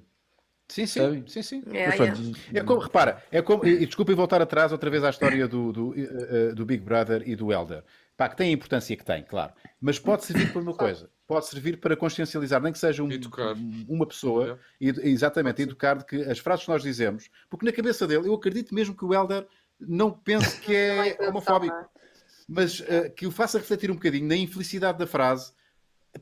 Speaker 3: Sim, sim,
Speaker 7: Sabem?
Speaker 3: sim, sim.
Speaker 5: É,
Speaker 7: Mas pronto,
Speaker 3: É como, repara, é como, e, e desculpem voltar atrás outra vez à história do, do, eh, eh, do Big Brother e do Elder. Pá, que tem a importância que tem, claro. Mas pode servir para uma coisa. Pode servir para consciencializar, nem que seja um-
Speaker 2: Educar.
Speaker 3: um- uma pessoa, e- exatamente, educar de que as frases que nós dizemos, porque na cabeça dele, eu acredito mesmo que o Elder não pense que
Speaker 6: Vai
Speaker 3: é
Speaker 6: pensar,
Speaker 3: homofóbico
Speaker 6: não é?
Speaker 3: mas eh, que o faça refletir um bocadinho na infelicidade da frase,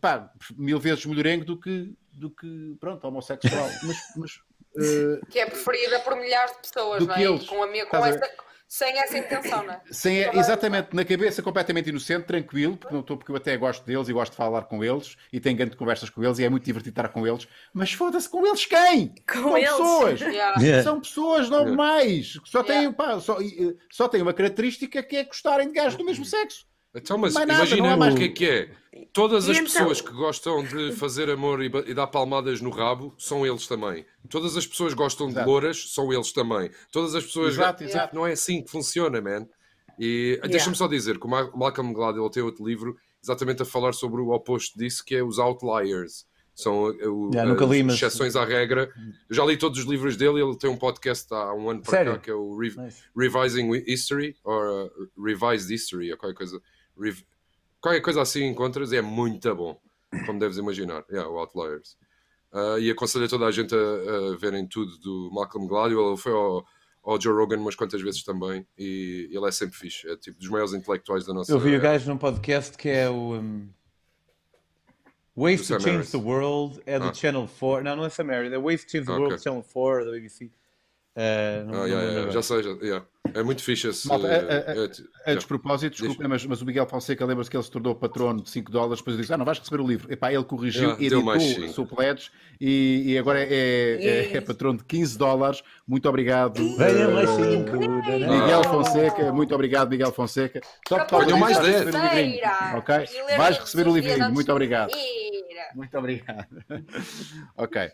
Speaker 3: pá, mil vezes melhorengo do que, do que pronto, homossexual. mas, mas, eh,
Speaker 6: Que é preferida por milhares de pessoas,
Speaker 3: Do
Speaker 6: não é?
Speaker 3: que eles.
Speaker 6: E Com a minha, com
Speaker 3: Estás a ver?
Speaker 6: essa, sem essa intenção, não é?
Speaker 3: sem, exatamente, na cabeça completamente inocente, tranquilo, porque, não estou, porque eu até gosto deles e gosto de falar com eles e tenho grande conversas com eles e é muito divertido estar com eles, mas foda-se com eles quem?
Speaker 5: Com
Speaker 3: São
Speaker 5: eles.
Speaker 3: pessoas!
Speaker 6: Yeah.
Speaker 2: É.
Speaker 3: São pessoas, não
Speaker 2: Yeah.
Speaker 3: mais! que Só têm,
Speaker 6: Yeah.
Speaker 3: pá, só, e, eh, só têm uma característica que é gostarem de gajos do mesmo sexo.
Speaker 2: Então, mas
Speaker 3: Mais nada,
Speaker 2: imagina
Speaker 3: não há
Speaker 2: mais
Speaker 3: mais-
Speaker 2: o que é que é. Todas
Speaker 5: E
Speaker 2: as
Speaker 5: então?
Speaker 2: pessoas que gostam de fazer amor e, ba- e dar palmadas no rabo são eles também. Todas as pessoas que gostam de
Speaker 3: Exato.
Speaker 2: louras são eles também. Todas as pessoas.
Speaker 3: Exato, exato.
Speaker 2: Não é assim que funciona, man. E ah, deixa-me só dizer que o Ma- Malcolm Gladwell tem outro livro exatamente a falar sobre o oposto disso, que é os outliers. São eh, o-
Speaker 7: Já, nunca
Speaker 2: as
Speaker 7: li, mas-
Speaker 2: exceções à regra. Eu já li todos os livros dele. Ele tem um podcast há um ano para
Speaker 7: Sério?
Speaker 2: cá que é o Re-
Speaker 7: Nice.
Speaker 2: Revising Wi- History ou uh, Revised History ou qualquer coisa. Rev- Qualquer coisa assim encontras é muito bom, como deves imaginar. Yeah, o Outliers. Ah, e aconselho a toda a gente a, a verem tudo do Malcolm Gladwell. Ele foi ao, ao Joe Rogan umas quantas vezes também e ele é sempre fixe. É tipo dos maiores intelectuais da nossa.
Speaker 7: Eu vi o gajo num podcast que é o. um, Ways
Speaker 2: Do
Speaker 7: to
Speaker 2: Sam
Speaker 7: Change
Speaker 2: Harris.
Speaker 7: the World é do
Speaker 2: Ah.
Speaker 7: Channel 4. Não, não é Sam Harris, é Ways to Change the
Speaker 2: Ah,
Speaker 7: World,
Speaker 2: ok.
Speaker 7: Channel 4 da BBC. Eh, não-
Speaker 2: Ah,
Speaker 7: não
Speaker 2: yeah,
Speaker 7: lembro
Speaker 2: yeah,
Speaker 7: agora.
Speaker 2: já sei, já, yeah. é muito fixe esse.
Speaker 3: Malta, é- é-
Speaker 2: é-
Speaker 3: A
Speaker 2: yeah.
Speaker 3: despropósito, desculpa, mas, mas o Miguel Fonseca lembra-se que ele se tornou patrono de 5 dólares, depois disse: Ah, não vais receber o livro. Epá, ele corrigiu,
Speaker 2: Ah, deu
Speaker 3: editou
Speaker 2: mais cinco.
Speaker 3: supletos e, e agora é, é, é patrono de 15 dólares. Muito obrigado.
Speaker 7: Venha
Speaker 3: eh,
Speaker 7: mais cinco.
Speaker 3: Miguel Fonseca, muito obrigado, Miguel Fonseca. Só por causa
Speaker 2: Venham mais dez.
Speaker 3: disso, vais receber o livrinho. Ok? Vais
Speaker 6: um
Speaker 3: receber o livrinho. Muito obrigado. Muito obrigado. ok.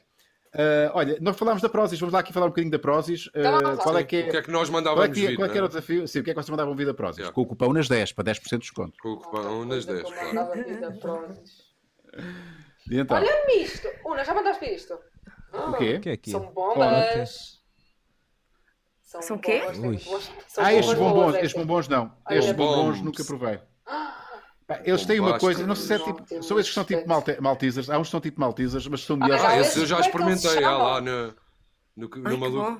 Speaker 3: Ah, olha, nós falámos da Prozis, vamos lá aqui falar um bocadinho da Prozis. Ah,
Speaker 6: Então vamos lá.
Speaker 3: qual é que
Speaker 2: O que
Speaker 3: é,
Speaker 2: é que nós
Speaker 3: qual é,
Speaker 2: mandávamos
Speaker 3: que,
Speaker 2: vir?
Speaker 3: qual é que
Speaker 2: né?
Speaker 3: era o desafio? Sim, o que é que vocês mandavam vir da Prozis?
Speaker 2: Yeah.
Speaker 3: Com o cupão nas 10, para 10% de desconto.
Speaker 2: Com o um cupão nas 10,
Speaker 5: é
Speaker 2: claro.
Speaker 3: E então,
Speaker 6: Olha-me isto. Una, já mandaste para isto? Ah,
Speaker 3: o quê?
Speaker 4: O que é aqui?
Speaker 6: São bombas.
Speaker 5: São quê?
Speaker 6: bombas,
Speaker 4: Ui.
Speaker 6: tem boas- são
Speaker 3: Ah, estes bombons,
Speaker 6: boas, é
Speaker 3: estes
Speaker 6: que-
Speaker 3: bombons não.
Speaker 6: Olha. Ah!
Speaker 3: Estes bombons
Speaker 2: Bombs.
Speaker 3: nunca provei. Pá, Eles têm uma
Speaker 2: Bombásticos.
Speaker 3: coisa, não sei se é
Speaker 6: Não,
Speaker 3: tipo.
Speaker 6: temos
Speaker 3: São esses que são tipo
Speaker 6: respeito.
Speaker 3: malte- maltesers, há uns que são tipo maltesers, mas são
Speaker 6: Ah,
Speaker 3: melhores.
Speaker 2: Ah,
Speaker 6: Olha,
Speaker 2: esse eu já
Speaker 6: como é que eles
Speaker 2: experimentei ah, lá
Speaker 6: chamam?
Speaker 2: no, no, no
Speaker 5: Ai, que
Speaker 2: maluco.
Speaker 5: bom.
Speaker 6: Ah,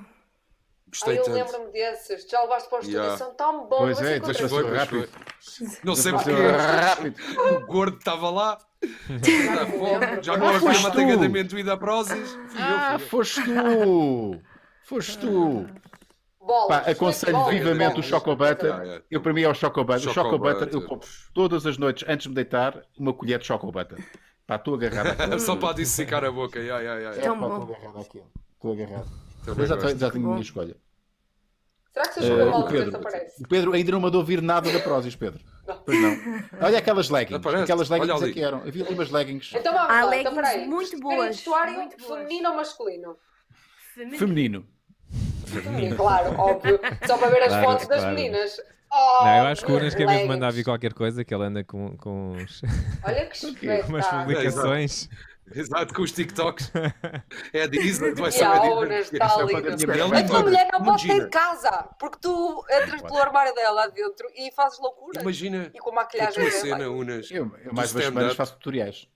Speaker 2: Gostei
Speaker 6: eu
Speaker 2: tanto.
Speaker 6: lembro-me desses. Já levaste para o estúdio,
Speaker 2: Yeah.
Speaker 6: são tão bons.
Speaker 3: Pois
Speaker 6: mas
Speaker 3: é,
Speaker 6: encontrei-
Speaker 2: Pois
Speaker 3: Passou
Speaker 2: foi, pois
Speaker 3: rápido.
Speaker 2: foi. Não sei
Speaker 3: Mas
Speaker 2: porque
Speaker 3: eu- rápido.
Speaker 2: o gordo estava lá.
Speaker 6: Já
Speaker 2: Já
Speaker 6: me
Speaker 2: fome,
Speaker 6: lembro.
Speaker 2: já
Speaker 6: Ah,
Speaker 2: comeu a
Speaker 3: foste
Speaker 2: manteiga
Speaker 3: tu.
Speaker 2: de amendoim da Prozis. Fui
Speaker 3: Ah,
Speaker 2: eu, fui eu.
Speaker 3: foste tu! Foste tu!
Speaker 6: Bolas,
Speaker 3: Pá,
Speaker 6: bolas,
Speaker 3: aconselho
Speaker 6: bolas.
Speaker 3: vivamente o
Speaker 2: bolas.
Speaker 3: Choco
Speaker 2: Ah, é.
Speaker 3: Butter. Eu, para mim, é o Choco Butter. O
Speaker 2: Choco
Speaker 3: Choco Butter, eu
Speaker 2: Butter.
Speaker 3: compro todas as noites, antes de me deitar, uma colher de Choco Butter. Pá, estou agarrado àquilo.
Speaker 2: É
Speaker 3: É,
Speaker 2: Só para adicicar a boca. Ya, ya, ya, ya.
Speaker 5: Tão
Speaker 3: Pá,
Speaker 5: bom.
Speaker 3: Estou agarrado àquilo. Estou agarrado.
Speaker 2: Também
Speaker 3: Mas já,
Speaker 2: gosto.
Speaker 3: já tenho a minha escolha.
Speaker 6: Será que se eu
Speaker 3: Eh,
Speaker 6: jogar mal,
Speaker 3: o,
Speaker 6: depois
Speaker 3: Pedro,
Speaker 6: aparece?
Speaker 3: o Pedro ainda não mandou ouvir nada da Prozis, Pedro.
Speaker 6: Não.
Speaker 3: Pois não. Olha aquelas leggings.
Speaker 2: Aparece.
Speaker 3: Aquelas
Speaker 2: Olha
Speaker 3: leggings
Speaker 2: ali.
Speaker 3: é que eram. Havia ali umas leggings.
Speaker 6: Então vamos
Speaker 5: Há
Speaker 6: lá, então
Speaker 5: leggings
Speaker 6: peraí.
Speaker 5: muito
Speaker 6: Querem
Speaker 5: boas,
Speaker 6: vestuário
Speaker 5: muito boas.
Speaker 6: feminino ou masculino?
Speaker 5: Feminino.
Speaker 3: Feminino.
Speaker 6: Sim, Claro, óbvio. Só para ver as
Speaker 4: Claro,
Speaker 6: fotos das
Speaker 4: claro.
Speaker 6: meninas. Oh,
Speaker 4: Não, eu acho que o Unas quer mesmo
Speaker 6: Leggings.
Speaker 4: mandar vir qualquer coisa, que ele anda com, com uns-
Speaker 6: Olha que
Speaker 4: umas
Speaker 6: espetáculo. É
Speaker 4: publicações.
Speaker 2: Exato, com os TikToks. É a Disney que vai
Speaker 6: E a
Speaker 2: saber.
Speaker 6: Ona está
Speaker 3: é
Speaker 6: ali. A tua
Speaker 3: Imagina.
Speaker 6: mulher não pode ter em casa, porque tu entras pelo armário dela dentro e fazes loucura.
Speaker 2: Imagina
Speaker 6: E com a
Speaker 2: a
Speaker 6: maquilhagem
Speaker 2: tua
Speaker 6: dela.
Speaker 2: cena, Unas.
Speaker 3: Eu, eu mais
Speaker 2: Do
Speaker 3: umas semanas
Speaker 2: stand-up.
Speaker 3: faço tutoriais.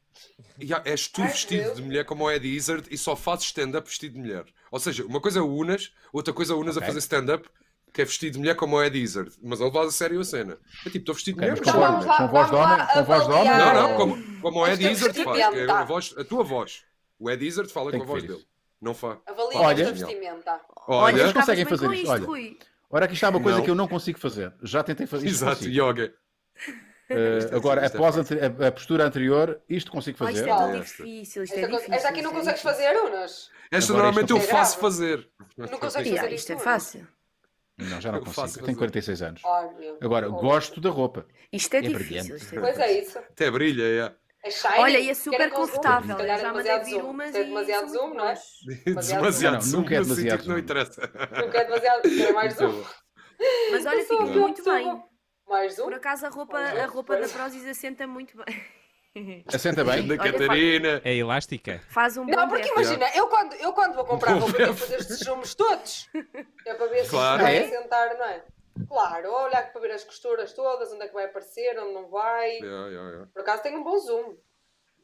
Speaker 2: Ya, és tu
Speaker 6: Ai,
Speaker 2: vestido
Speaker 6: Deus.
Speaker 2: de mulher como o Eddie Izzard e só fazes stand-up vestido de mulher. Ou seja, uma coisa é o Unas, outra coisa é o Unas a fazer stand-up que é vestido de mulher como o Eddie Izzard. Mas ele levas a sério a cena. É tipo, estou vestido de
Speaker 3: Ok,
Speaker 2: mulher,
Speaker 3: mas
Speaker 2: mas
Speaker 6: Então
Speaker 3: com
Speaker 2: não.
Speaker 3: voz-
Speaker 6: vamos lá,
Speaker 3: com voz
Speaker 6: vamos lá
Speaker 3: de homem? Com voz de homem?
Speaker 6: avaliar.
Speaker 2: Não,
Speaker 3: Ah,
Speaker 2: não, como, como o
Speaker 6: mas
Speaker 2: Eddie
Speaker 6: temos
Speaker 2: Izzard
Speaker 6: que tá.
Speaker 2: faz, que é a,
Speaker 6: inventar.
Speaker 2: voz, a tua voz. O Eddie Izzard fala
Speaker 4: Tem
Speaker 2: com a
Speaker 4: que
Speaker 2: voz
Speaker 4: ver isso.
Speaker 2: dele. Não faz.
Speaker 6: Avalia
Speaker 3: Olha.
Speaker 6: esta vestimenta.
Speaker 5: Olha,
Speaker 2: Olha,
Speaker 3: eles
Speaker 5: ficavas
Speaker 3: conseguem
Speaker 5: bem
Speaker 3: fazer
Speaker 5: com
Speaker 3: isto,
Speaker 5: isto,
Speaker 3: olha.
Speaker 5: Rui.
Speaker 3: Ora, aqui está uma coisa
Speaker 2: Não.
Speaker 3: que eu não consigo fazer. Já tentei fazer isto. não
Speaker 2: exato,
Speaker 3: consigo.
Speaker 2: yoga.
Speaker 3: Eh,
Speaker 2: Isto é-
Speaker 3: agora,
Speaker 2: isto é
Speaker 3: após a, a- a postura anterior, isto consigo
Speaker 5: Oh,
Speaker 3: fazer.
Speaker 5: isto é tão
Speaker 2: Esta.
Speaker 5: difícil, isto
Speaker 6: Esta,
Speaker 5: é
Speaker 6: coisa-
Speaker 5: difícil.
Speaker 6: esta aqui não
Speaker 5: isto é
Speaker 6: consegues
Speaker 5: difícil.
Speaker 6: fazer, Unas?
Speaker 2: Esta
Speaker 3: Agora
Speaker 2: normalmente eu
Speaker 6: isto é
Speaker 2: faço
Speaker 6: grave.
Speaker 2: fazer.
Speaker 6: Não consegues
Speaker 5: Yeah,
Speaker 6: fazer
Speaker 5: isto
Speaker 6: isto?
Speaker 5: é
Speaker 6: Unas?
Speaker 5: fácil.
Speaker 3: Não, já não
Speaker 2: Eu faço
Speaker 3: consigo. Eu
Speaker 2: fazer.
Speaker 3: tenho 46 anos.
Speaker 6: Ai, Oh, meu
Speaker 3: Agora,
Speaker 6: Deus.
Speaker 3: gosto da roupa.
Speaker 5: Isto é
Speaker 3: É brilhante.
Speaker 5: difícil. isto é
Speaker 6: Pois
Speaker 5: difícil.
Speaker 6: é isso.
Speaker 2: Até brilha, é.
Speaker 6: É shiny.
Speaker 5: Olha, e é
Speaker 6: Querem
Speaker 5: super
Speaker 6: com zoom?
Speaker 5: confortável.
Speaker 6: Se
Speaker 5: Eu
Speaker 6: calhar é
Speaker 5: já mandei
Speaker 6: demasiado
Speaker 5: vir
Speaker 6: zoom.
Speaker 5: umas
Speaker 6: Se é
Speaker 5: e
Speaker 6: demasiado
Speaker 5: são
Speaker 6: zoom,
Speaker 5: muito
Speaker 6: não é?
Speaker 5: boas.
Speaker 2: Demasiado
Speaker 3: Não, nunca é
Speaker 2: zoom, no sítio
Speaker 3: demasiado
Speaker 2: que não
Speaker 3: zoom.
Speaker 2: interessa. Então,
Speaker 6: Nunca é demasiado. Querem mais um.
Speaker 2: Muito
Speaker 6: zoom?
Speaker 2: bom.
Speaker 5: Mas olha, fica
Speaker 6: Zoom,
Speaker 5: muito
Speaker 6: zoom.
Speaker 5: bem.
Speaker 6: Mais zoom?
Speaker 5: Por acaso a roupa,
Speaker 6: Olha,
Speaker 5: a roupa da
Speaker 6: pois.
Speaker 5: Prozis assenta muito bem.
Speaker 3: Assenta bem.
Speaker 2: Da
Speaker 5: Olha,
Speaker 2: Catarina.
Speaker 4: É elástica.
Speaker 5: Faz um bom
Speaker 6: Não, porque
Speaker 5: backup.
Speaker 6: imagina, eu quando, eu quando vou comprar
Speaker 2: Vou
Speaker 6: roupa,
Speaker 2: ver.
Speaker 6: tenho que fazer estes zooms todos. É para ver se
Speaker 2: Claro.
Speaker 6: vai
Speaker 3: É?
Speaker 6: sentar, não é? Claro, olhar para ver as costuras todas, onde é que vai aparecer, onde não vai.
Speaker 2: Ya, ya, ya.
Speaker 6: Por acaso tem um bom zoom.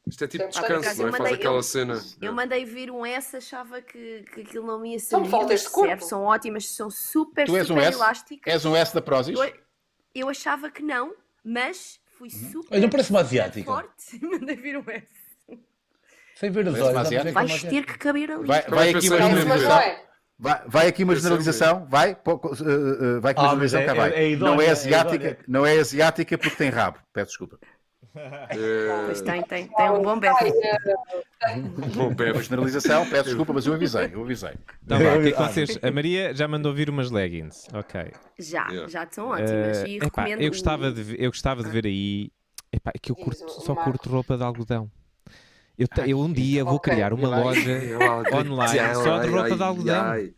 Speaker 2: Isto é tipo
Speaker 6: Por
Speaker 2: descanso,
Speaker 5: acaso,
Speaker 2: não é?
Speaker 5: eu
Speaker 2: Faz
Speaker 5: mandei-
Speaker 2: aquela
Speaker 5: eu-
Speaker 2: cena.
Speaker 5: Eu mandei vir um S, achava que, que aquilo não me ia
Speaker 6: Só me
Speaker 5: servir.
Speaker 6: falta
Speaker 5: mas
Speaker 6: este corpo.
Speaker 5: serve, São ótimas, são super,
Speaker 3: Tu és um
Speaker 5: super
Speaker 3: S?
Speaker 5: elásticas.
Speaker 3: És um S da Prozis?
Speaker 5: Eu, eu achava que não, mas fui
Speaker 3: Uhum.
Speaker 5: super,
Speaker 7: Olha, não parece uma
Speaker 5: super
Speaker 7: asiática.
Speaker 5: forte e mandei vir um S.
Speaker 7: Sem ver os
Speaker 3: Parece
Speaker 7: olhos.
Speaker 3: uma
Speaker 7: dá para ver
Speaker 3: asiática.
Speaker 7: como é
Speaker 5: Vais
Speaker 7: que é.
Speaker 5: ter que caber ali.
Speaker 3: Vai, vai aqui uma
Speaker 2: Também
Speaker 6: É isso, mas não
Speaker 3: generalização.
Speaker 6: é.
Speaker 3: Vai, vai
Speaker 2: Pensei
Speaker 3: aqui uma generalização. Vai, pô, co- eh, eh, vai aqui uma
Speaker 7: Ah, mas
Speaker 3: generalização.
Speaker 7: é-
Speaker 3: cá vai.
Speaker 7: é- é idónea,
Speaker 3: não é
Speaker 7: é
Speaker 3: asiática,
Speaker 7: idónea.
Speaker 3: não é asiática porque tem rabo. Peço desculpa.
Speaker 5: Pois tem, tem, tem um bom
Speaker 6: Ai,
Speaker 5: backup.
Speaker 6: eh,
Speaker 2: Bom,
Speaker 3: Uma
Speaker 2: bebe.
Speaker 3: generalização, peço desculpa, mas eu avisei, eu avisei.
Speaker 4: Então vá, o que é que vocês... A Maria já mandou vir umas leggings. Ok.
Speaker 5: Já,
Speaker 2: Yeah.
Speaker 5: já te são ótimas.
Speaker 4: Eh,
Speaker 5: e
Speaker 4: epá,
Speaker 5: recomendo.
Speaker 4: eu, gostava
Speaker 5: o-
Speaker 4: de, ver- eu gostava de ver aí. Epá, é que eu
Speaker 6: Diz
Speaker 4: curto-
Speaker 6: o
Speaker 4: só
Speaker 6: Marco.
Speaker 4: curto roupa de algodão. Eu, te- eu um dia vou
Speaker 6: ok,
Speaker 4: criar uma
Speaker 3: vai.
Speaker 4: loja online só de roupa de algodão.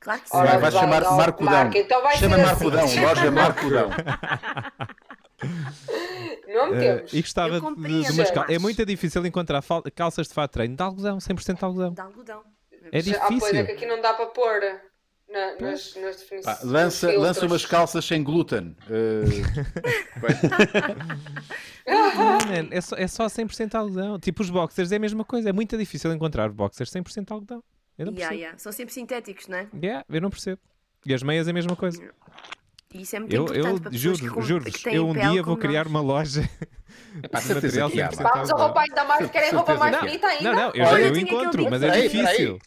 Speaker 5: Claro que sim.
Speaker 6: Ora,
Speaker 3: Vai, vais chamar
Speaker 6: vai,
Speaker 3: Marcudão.
Speaker 6: Marco, então vai
Speaker 3: Chama
Speaker 6: ser
Speaker 3: Marcudão,
Speaker 6: assim.
Speaker 3: loja Marcudão.
Speaker 6: assim, Não
Speaker 4: Eh,
Speaker 6: temos.
Speaker 4: e gostava
Speaker 5: Eu
Speaker 4: de,
Speaker 5: compreendo,
Speaker 4: de umas cal- É
Speaker 5: mas-
Speaker 4: muito difícil encontrar fal-
Speaker 5: um
Speaker 4: calças de fato de treino de algodão, 100% de algodão.
Speaker 5: De
Speaker 4: É
Speaker 5: algodão.
Speaker 6: Ah, pois é que
Speaker 4: difícil.
Speaker 6: aqui não dá para pôr. eh, na- nas, nas definições.
Speaker 3: Pá, lança,
Speaker 6: nos
Speaker 3: lança umas
Speaker 6: filtros.
Speaker 3: calças sem glúten. Eh, vai-
Speaker 4: Man, é, só, é só 100% algodão. Tipo, os boxers é a mesma coisa. É muito difícil encontrar boxers 100% algodão. Eu não
Speaker 5: Yeah,
Speaker 4: percebo.
Speaker 5: yeah. São sempre sintéticos, não é?
Speaker 4: Yeah, eu não percebo. E as meias é a mesma coisa.
Speaker 5: E isso é muito
Speaker 4: Eu,
Speaker 5: importante
Speaker 4: eu
Speaker 5: para pessoas que,
Speaker 4: juro,
Speaker 5: com-
Speaker 4: juro
Speaker 5: que têm
Speaker 4: eu um
Speaker 5: pele
Speaker 4: dia
Speaker 5: como
Speaker 4: vou criar
Speaker 5: nós.
Speaker 4: uma loja
Speaker 3: É pá,
Speaker 4: de
Speaker 3: certeza
Speaker 4: material
Speaker 3: que há,
Speaker 4: 100%
Speaker 3: pá.
Speaker 6: Vamos a roupa
Speaker 4: algodão.
Speaker 6: ainda mais, querem roupa
Speaker 3: certeza
Speaker 6: mais
Speaker 4: é.
Speaker 3: que há.
Speaker 6: bonita ainda?
Speaker 4: Não, não, eu,
Speaker 3: Olha,
Speaker 4: eu
Speaker 5: eu tinha aquele
Speaker 4: encontro, mas é
Speaker 3: peraí, peraí.
Speaker 4: difícil.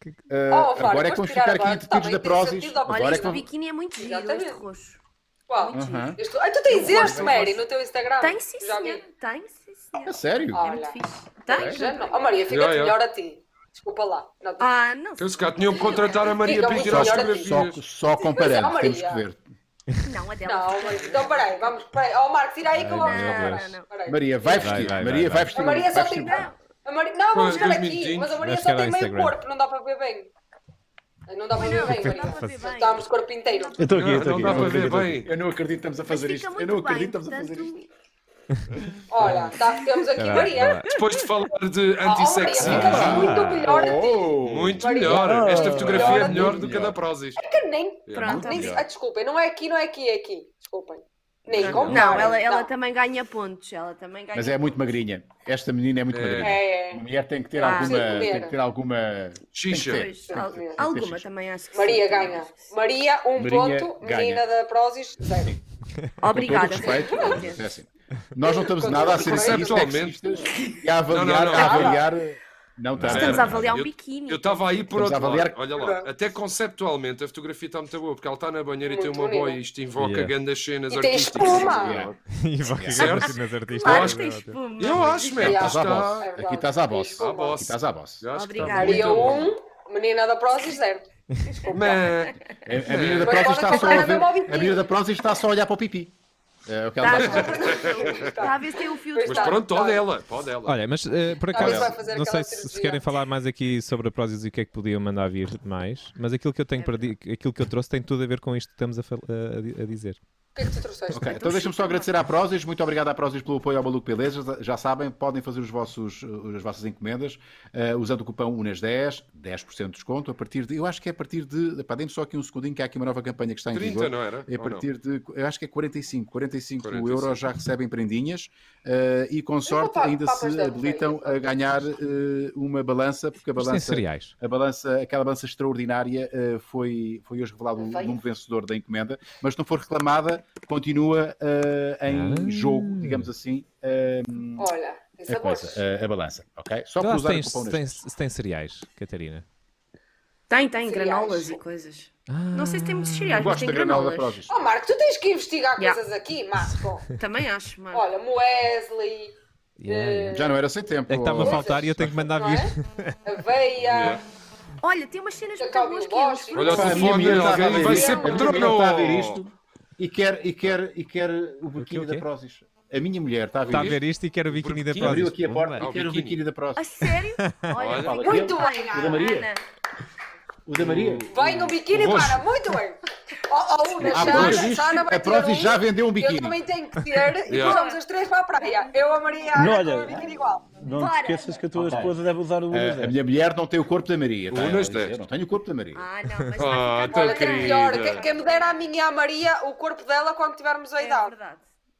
Speaker 3: eh,
Speaker 6: Oh, Flávio,
Speaker 3: agora
Speaker 6: depois
Speaker 3: é que vamos
Speaker 6: tirar
Speaker 3: ficar
Speaker 6: agora,
Speaker 3: aqui
Speaker 6: tá bem,
Speaker 3: detidos na
Speaker 6: tem sentido,
Speaker 3: Prozis.
Speaker 6: ó,
Speaker 5: Olha,
Speaker 3: Agora é
Speaker 5: este
Speaker 3: que vamos-
Speaker 5: biquíni é muito giro, este
Speaker 6: Exatamente.
Speaker 5: roxo.
Speaker 6: Qual?
Speaker 3: Aham.
Speaker 6: Este- Ai, tu tens este,
Speaker 5: gosto.
Speaker 6: Mary, no teu Instagram?
Speaker 5: Tem sim,
Speaker 6: Já vi.
Speaker 5: senhor. Tem sim,
Speaker 3: É
Speaker 5: senhor.
Speaker 3: sério?
Speaker 5: É
Speaker 6: Ah.
Speaker 5: muito
Speaker 6: Olha.
Speaker 5: fixe.
Speaker 6: Ai,
Speaker 5: Tem?
Speaker 6: Já não. Oh, Maria, fica-te
Speaker 2: Já, já.
Speaker 6: melhor a ti. Desculpa lá. Não,
Speaker 5: Ah, não
Speaker 2: Então, se calhar, tinham que contratar a Maria
Speaker 6: Diga,
Speaker 2: para tirar
Speaker 6: muito
Speaker 2: as
Speaker 6: melhor a
Speaker 2: fotografias.
Speaker 3: Só, só comparando,
Speaker 6: Mas, ó,
Speaker 3: temos que
Speaker 6: Maria.
Speaker 3: ver.
Speaker 5: Não, a dela.
Speaker 6: não Maria. Então, peraí, vamos. Peraí. Oh, Marcos, tira aí que eu
Speaker 4: Ai,
Speaker 6: vou
Speaker 4: meu
Speaker 6: buscar.
Speaker 4: Deus.
Speaker 6: Não, peraí.
Speaker 3: Maria, vai
Speaker 4: Vai,
Speaker 3: vestir.
Speaker 4: vai,
Speaker 3: Maria, vai
Speaker 4: vai, vai.
Speaker 3: vestir. um
Speaker 6: A Maria
Speaker 3: vai
Speaker 6: só tem.
Speaker 3: vestir.
Speaker 6: Não, a Maria... não
Speaker 2: Pois,
Speaker 6: vamos buscar
Speaker 2: dois
Speaker 6: aqui.
Speaker 2: minutinhos.
Speaker 6: Mas a Maria
Speaker 4: Vai
Speaker 6: só
Speaker 4: ficar
Speaker 6: tem
Speaker 4: ao
Speaker 6: meio
Speaker 4: Instagram.
Speaker 6: corpo, não dá para ver bem. Não dá para ver bem,
Speaker 5: Não, dá
Speaker 6: Maria.
Speaker 5: para ver bem.
Speaker 6: Estávamos de corpo inteiro.
Speaker 8: Eu estou aqui, eu
Speaker 2: Ah, Não,
Speaker 8: estou aqui.
Speaker 2: não dá
Speaker 8: eu estou
Speaker 2: para
Speaker 8: aqui, eu
Speaker 2: ver
Speaker 8: estou aqui.
Speaker 2: bem.
Speaker 3: Eu não acredito que estamos a
Speaker 5: Mas
Speaker 3: fazer
Speaker 5: fica
Speaker 3: isto. Eu
Speaker 5: muito
Speaker 3: não
Speaker 5: bem,
Speaker 3: acredito que estamos a fazer isto.
Speaker 5: portanto,
Speaker 6: Olha, tá, temos aqui
Speaker 4: Vai lá, vai
Speaker 6: Maria.
Speaker 4: lá.
Speaker 2: Depois de falar de
Speaker 6: Oh, Maria,
Speaker 2: antissexismo,
Speaker 6: ficas muito melhor a ti.
Speaker 3: Oh!
Speaker 2: muito
Speaker 6: Maria.
Speaker 2: melhor. Esta
Speaker 7: Ah,
Speaker 2: fotografia é
Speaker 6: melhor,
Speaker 2: melhor do
Speaker 3: melhor.
Speaker 2: que a da Prozis.
Speaker 6: Que nem.
Speaker 5: Pronto.
Speaker 6: nem
Speaker 2: Melhor.
Speaker 6: ah, desculpem, não é aqui, não é aqui, é aqui. Desculpem. Nem
Speaker 2: Não,
Speaker 6: comparem,
Speaker 5: Não, ela, ela
Speaker 6: não.
Speaker 5: também ganha pontos. Ela também ganha
Speaker 3: Mas é muito magrinha. Esta menina é muito
Speaker 2: É.
Speaker 3: magrinha.
Speaker 6: É,
Speaker 3: Uma
Speaker 6: é.
Speaker 3: mulher tem que ter
Speaker 5: Ah.
Speaker 3: alguma.
Speaker 6: Sim, comer.
Speaker 3: Tem que ter alguma.
Speaker 2: Xixa.
Speaker 3: Tem que ter.
Speaker 5: pontos. Al-
Speaker 6: Sim, sim,
Speaker 5: Alguma
Speaker 3: sim.
Speaker 5: também acho que
Speaker 6: Maria
Speaker 5: sim, também
Speaker 6: ganha.
Speaker 5: acho que sim.
Speaker 6: Maria, um
Speaker 3: Maria
Speaker 6: ponto.
Speaker 3: ganha.
Speaker 6: Menina da Prozis, zero.
Speaker 3: Com todo o
Speaker 5: Obrigada.
Speaker 3: respeito, é assim. nós não estamos nada a ser aqui
Speaker 2: Conceptualmente.
Speaker 3: sexistas e a avaliar.
Speaker 2: Não, não, não.
Speaker 3: a avaliar não tá. está.
Speaker 5: Estamos a
Speaker 2: Era,
Speaker 5: avaliar um
Speaker 2: eu-
Speaker 5: biquíni.
Speaker 2: Eu estava aí por
Speaker 3: Estamos a
Speaker 2: outro lado.
Speaker 3: avaliar-
Speaker 2: Olha lá, até conceptualmente a fotografia está muito boa, porque ela está na banheira e tem
Speaker 6: Muito
Speaker 2: uma boia
Speaker 6: bonita.
Speaker 2: e isto invoca
Speaker 4: Yeah.
Speaker 2: grandes cenas
Speaker 6: E tem
Speaker 2: artísticas.
Speaker 6: espuma.
Speaker 2: Yeah.
Speaker 4: E vai ficar
Speaker 2: Certo?
Speaker 4: assim nas artistas.
Speaker 5: Claro
Speaker 2: acho
Speaker 5: que tem
Speaker 4: Ótimo.
Speaker 5: espuma.
Speaker 2: Eu acho, mesmo.
Speaker 6: Yeah.
Speaker 3: Estás à
Speaker 2: Está...
Speaker 3: boss. Aqui estás à boss.
Speaker 6: À
Speaker 2: boss.
Speaker 3: Aqui estás à boss.
Speaker 2: Eu acho que está
Speaker 5: Obrigada.
Speaker 6: Maria,
Speaker 2: muito bom.
Speaker 6: um. Menina da Prozis, zero. Desculpa.
Speaker 2: Mas-
Speaker 3: A, a É, menina da
Speaker 6: Mas
Speaker 3: Prozis
Speaker 6: pode
Speaker 3: está só a
Speaker 6: comprar
Speaker 3: ver.
Speaker 6: no móvel.
Speaker 3: A menina da Prozis está só a olhar para o pipi. É o que ela
Speaker 5: Tá,
Speaker 3: está a fazer.
Speaker 5: Está a ver se tem um filtro.
Speaker 2: Então, Mas
Speaker 6: Tá,
Speaker 2: pronto,
Speaker 6: tá.
Speaker 2: pode ela, pode ela.
Speaker 4: Olha, mas eh, por
Speaker 6: Talvez
Speaker 4: acaso,
Speaker 6: vai fazer
Speaker 4: não sei
Speaker 6: aquela
Speaker 4: se, se
Speaker 6: cirurgia.
Speaker 4: querem falar mais aqui sobre a prósis e o que é que podiam mandar vir mais, mas aquilo que eu
Speaker 5: É
Speaker 4: tenho para di- aquilo que eu trouxe tem tudo a ver com isto que estamos a, fal- a- a di- a dizer.
Speaker 6: O que é que tu trouxeste?
Speaker 3: Ok, então deixa-me só agradecer à Prozis, muito obrigado à Prozis pelo apoio ao Maluco Beleza. Já- Já sabem, podem fazer os vossos, uh, as vossas encomendas uh, usando o cupão UNAS10, 10% de desconto, a partir de, eu acho que é a partir de, pá, dê-me só aqui um segundinho que há aqui uma nova campanha que está em
Speaker 2: 30,
Speaker 3: vigor.
Speaker 2: não era?
Speaker 3: É
Speaker 2: Ou não?
Speaker 3: a partir de, eu acho que é 45, 45,
Speaker 2: 45.
Speaker 3: euros já recebem prendinhas uh, e com sorte
Speaker 6: pa-
Speaker 3: ainda
Speaker 6: papas
Speaker 3: se
Speaker 6: da
Speaker 3: habilitam a ganhar uh, uma balança, porque a
Speaker 4: Mas tem
Speaker 3: balança
Speaker 4: cereais.
Speaker 3: a balança, aquela balança extraordinária eh, foi, foi hoje revelado o
Speaker 6: Veio.
Speaker 3: número vencedor da encomenda, mas se não for reclamada, continua eh, em
Speaker 4: Ah.
Speaker 3: jogo, digamos assim, eh,
Speaker 6: Olha, é tem
Speaker 3: a
Speaker 6: sabor.
Speaker 3: É coisa, a, a balança, ok? Só
Speaker 4: Vê Então, lá
Speaker 3: por
Speaker 4: se
Speaker 3: usar o
Speaker 4: tem,
Speaker 3: cupom
Speaker 4: se,
Speaker 3: neste.
Speaker 4: tem, se tem cereais, Catarina.
Speaker 5: Tem, tem, granolas
Speaker 6: Cereais.
Speaker 5: e coisas.
Speaker 4: Ah,
Speaker 5: Não sei se tem muitos
Speaker 3: Eu
Speaker 5: cereais, mas
Speaker 3: gosto
Speaker 5: tem
Speaker 3: da granola da
Speaker 5: granolas.
Speaker 3: Prozis.
Speaker 6: Oh, Marco, tu tens que investigar
Speaker 5: Yeah.
Speaker 6: coisas aqui, Marco.
Speaker 5: Também acho, mano.
Speaker 6: Olha, Moesley,
Speaker 4: Ah, yeah, yeah.
Speaker 3: Já não era sem tempo.
Speaker 4: É que estava a
Speaker 3: oh,
Speaker 4: faltar e eu tenho que mandar
Speaker 6: não
Speaker 4: vir.
Speaker 6: é? Aveia.
Speaker 2: Yeah.
Speaker 5: Olha, tem umas cenas muito
Speaker 6: Cacau
Speaker 5: boas que
Speaker 6: biológico.
Speaker 5: é.
Speaker 2: Olha o
Speaker 3: Pá, a
Speaker 2: telefone,
Speaker 3: minha está a
Speaker 2: alguém
Speaker 3: ver
Speaker 2: vai
Speaker 3: isto.
Speaker 2: ser
Speaker 6: A minha
Speaker 3: A minha mulher
Speaker 2: patrono.
Speaker 3: está a ver isto e quer, e quer, e quer o biquíni
Speaker 4: o
Speaker 3: da
Speaker 4: quê?
Speaker 3: Prozis. A minha mulher está a ver
Speaker 4: Está a
Speaker 3: isto,
Speaker 4: ver isto e quero o biquíni da
Speaker 2: Porque
Speaker 4: prósis.
Speaker 3: abriu aqui a porta
Speaker 2: Ah,
Speaker 3: e
Speaker 2: o
Speaker 3: quer o
Speaker 2: biquíni.
Speaker 3: biquíni da
Speaker 5: A
Speaker 3: Prozis.
Speaker 5: sério?
Speaker 2: Olha,
Speaker 5: Olha,
Speaker 3: fala
Speaker 6: Muito
Speaker 5: obrigada.
Speaker 6: bem,
Speaker 3: O da Maria?
Speaker 5: Ana.
Speaker 3: O da Maria.
Speaker 6: Vem um biquíni
Speaker 2: Roxo.
Speaker 6: para, muito bem. Oh, oh, Una,
Speaker 3: Ah,
Speaker 6: Xana,
Speaker 3: pois, isto-
Speaker 6: Xana vai
Speaker 3: a Prozis
Speaker 6: ter um.
Speaker 3: já vendeu um biquíni.
Speaker 6: Eu também tenho que ter. E
Speaker 2: Yeah.
Speaker 6: vamos as três para a praia. Eu, a Maria e a
Speaker 8: Não,
Speaker 6: Ana
Speaker 8: olha.
Speaker 6: com o biquíni igual.
Speaker 8: Não te
Speaker 5: Bora.
Speaker 8: esqueças que a tua
Speaker 3: Ok.
Speaker 8: esposa deve usar o
Speaker 3: Ah, A, a
Speaker 8: Unas
Speaker 3: minha mulher não tem o corpo da Maria. tá?
Speaker 2: Unas
Speaker 3: Ela diz,
Speaker 2: dez.
Speaker 3: eu não tenho o corpo da Maria.
Speaker 5: Ah, não,
Speaker 2: Ah,
Speaker 5: mas vai
Speaker 2: tão
Speaker 5: ficar
Speaker 6: Olha,
Speaker 5: com
Speaker 6: que
Speaker 5: a
Speaker 2: querida.
Speaker 6: melhor. Que- Quem me dera a minha e à Maria o corpo dela quando tivermos a
Speaker 5: É
Speaker 6: idade.
Speaker 5: verdade.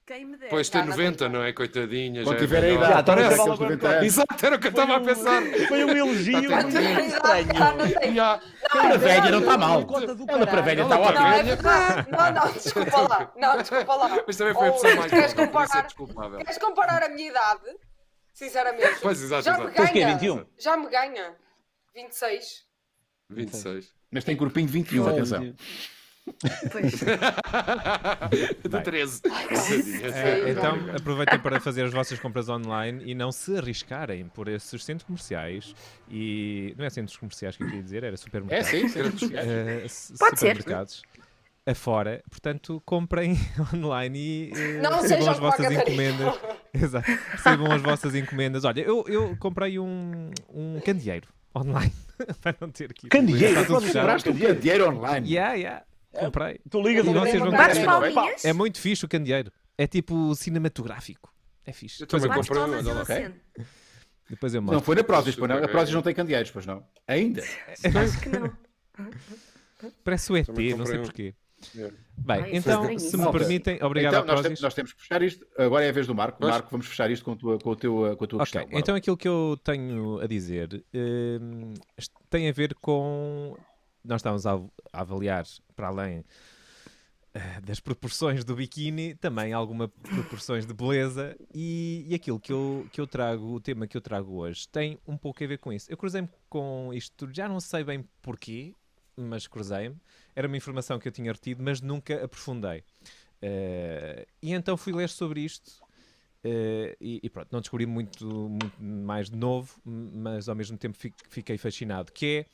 Speaker 5: Quem me dera.
Speaker 2: Pois tem 90, não é? Coitadinha.
Speaker 3: Quando
Speaker 2: já é
Speaker 3: tiver a
Speaker 2: velhota.
Speaker 3: idade,
Speaker 8: tá,
Speaker 3: parece
Speaker 8: tá,
Speaker 3: aqueles
Speaker 8: tá,
Speaker 3: 90
Speaker 8: tá.
Speaker 3: anos.
Speaker 2: Exato, era o que eu estava a pensar.
Speaker 8: Foi um elogio
Speaker 6: Quando tiver a idade, já não tem.
Speaker 2: Yeah.
Speaker 3: Para a velha não está mal.
Speaker 8: Cota do
Speaker 3: Ela para a
Speaker 8: caralho.
Speaker 3: velha
Speaker 2: Ela
Speaker 3: está
Speaker 2: para
Speaker 6: Não,
Speaker 3: ótima.
Speaker 6: é verdade. Não, não, desculpa lá. Não, desculpa lá.
Speaker 2: Mas também foi a
Speaker 6: Ou,
Speaker 2: pessoa mais
Speaker 6: queres
Speaker 2: nova, por isso é
Speaker 6: comparar,
Speaker 2: desculpável.
Speaker 6: queres comparar a minha idade? Sinceramente.
Speaker 2: Pois, exato,
Speaker 6: já
Speaker 2: exato.
Speaker 6: me
Speaker 8: Tens
Speaker 6: ganha.
Speaker 8: que é 21?
Speaker 6: Já me ganha. 26.
Speaker 2: 26.
Speaker 3: Mas tem corpinho de 21, atenção.
Speaker 5: Pois.
Speaker 2: De 13.
Speaker 6: Sei,
Speaker 4: Eh, então
Speaker 6: não.
Speaker 4: aproveitem para fazer as vossas compras online e não se arriscarem por esses centros comerciais e não é centros comerciais que eu queria dizer, era
Speaker 3: É,
Speaker 4: supermercados.
Speaker 3: sim,
Speaker 6: Tá
Speaker 3: sim.
Speaker 4: Eh, s-
Speaker 5: Pode ser.
Speaker 4: supermercados afora, portanto comprem online e eh,
Speaker 6: Não
Speaker 4: recebam
Speaker 6: sejam
Speaker 4: as
Speaker 6: como a
Speaker 4: vossas
Speaker 6: Catarina.
Speaker 4: encomendas. Exato. Recebam as vossas encomendas. Olha, eu, eu comprei um, um candeeiro online para não ter que ir.
Speaker 8: Candeeiro?
Speaker 4: Está Tá tudo
Speaker 8: Quando
Speaker 6: Tá
Speaker 4: fechado.
Speaker 8: compraste?
Speaker 3: Compraste um candeeiro online.
Speaker 6: é
Speaker 4: Yeah, yeah. Comprei.
Speaker 8: Tu ligas
Speaker 4: E
Speaker 8: o
Speaker 4: vocês vão
Speaker 5: Bates
Speaker 4: querer.
Speaker 5: palminhas?
Speaker 4: É muito fixe o candeeiro. É tipo cinematográfico. É fixe.
Speaker 2: Eu
Speaker 4: Depois eu,
Speaker 2: também
Speaker 5: Bates
Speaker 4: mostro.
Speaker 2: comprei um,
Speaker 5: palmas e
Speaker 2: olha lá.
Speaker 3: Ok.
Speaker 5: aceno.
Speaker 4: Depois eu
Speaker 3: Não
Speaker 4: mostro.
Speaker 3: foi na Prozis, pois não. A Prozis não tem candeeiros, pois não. Ainda.
Speaker 5: Acho que não.
Speaker 4: Parece o ET,
Speaker 2: Também
Speaker 4: não
Speaker 2: comprei
Speaker 4: sei
Speaker 2: um.
Speaker 4: porquê.
Speaker 2: Yeah.
Speaker 4: Bem,
Speaker 5: Ai,
Speaker 4: então,
Speaker 5: sim.
Speaker 4: se me
Speaker 3: Malta,
Speaker 4: permitem, obrigado
Speaker 3: então,
Speaker 4: a
Speaker 3: nós, temos, nós temos que fechar isto. Agora é a vez do Marco.
Speaker 2: Pois.
Speaker 3: Marco, vamos fechar isto com a tua, com a tua, com a tua
Speaker 4: Ok,
Speaker 3: questão. Bora.
Speaker 4: então aquilo que eu tenho a dizer hum, est- tem a ver com. Nós estávamos a av- a avaliar, para além eh, das proporções do biquíni, também alguma proporções de beleza. E, e aquilo que eu, que eu trago, o tema que eu trago hoje, tem um pouco a ver com isso. Eu cruzei-me com isto tudo, já não sei bem porquê, mas cruzei-me. Era uma informação que eu tinha retido, mas nunca aprofundei. Eh, e então fui ler sobre isto eh, e, e pronto, não descobri muito, muito mais de novo, m- mas ao mesmo tempo fi- fiquei fascinado, que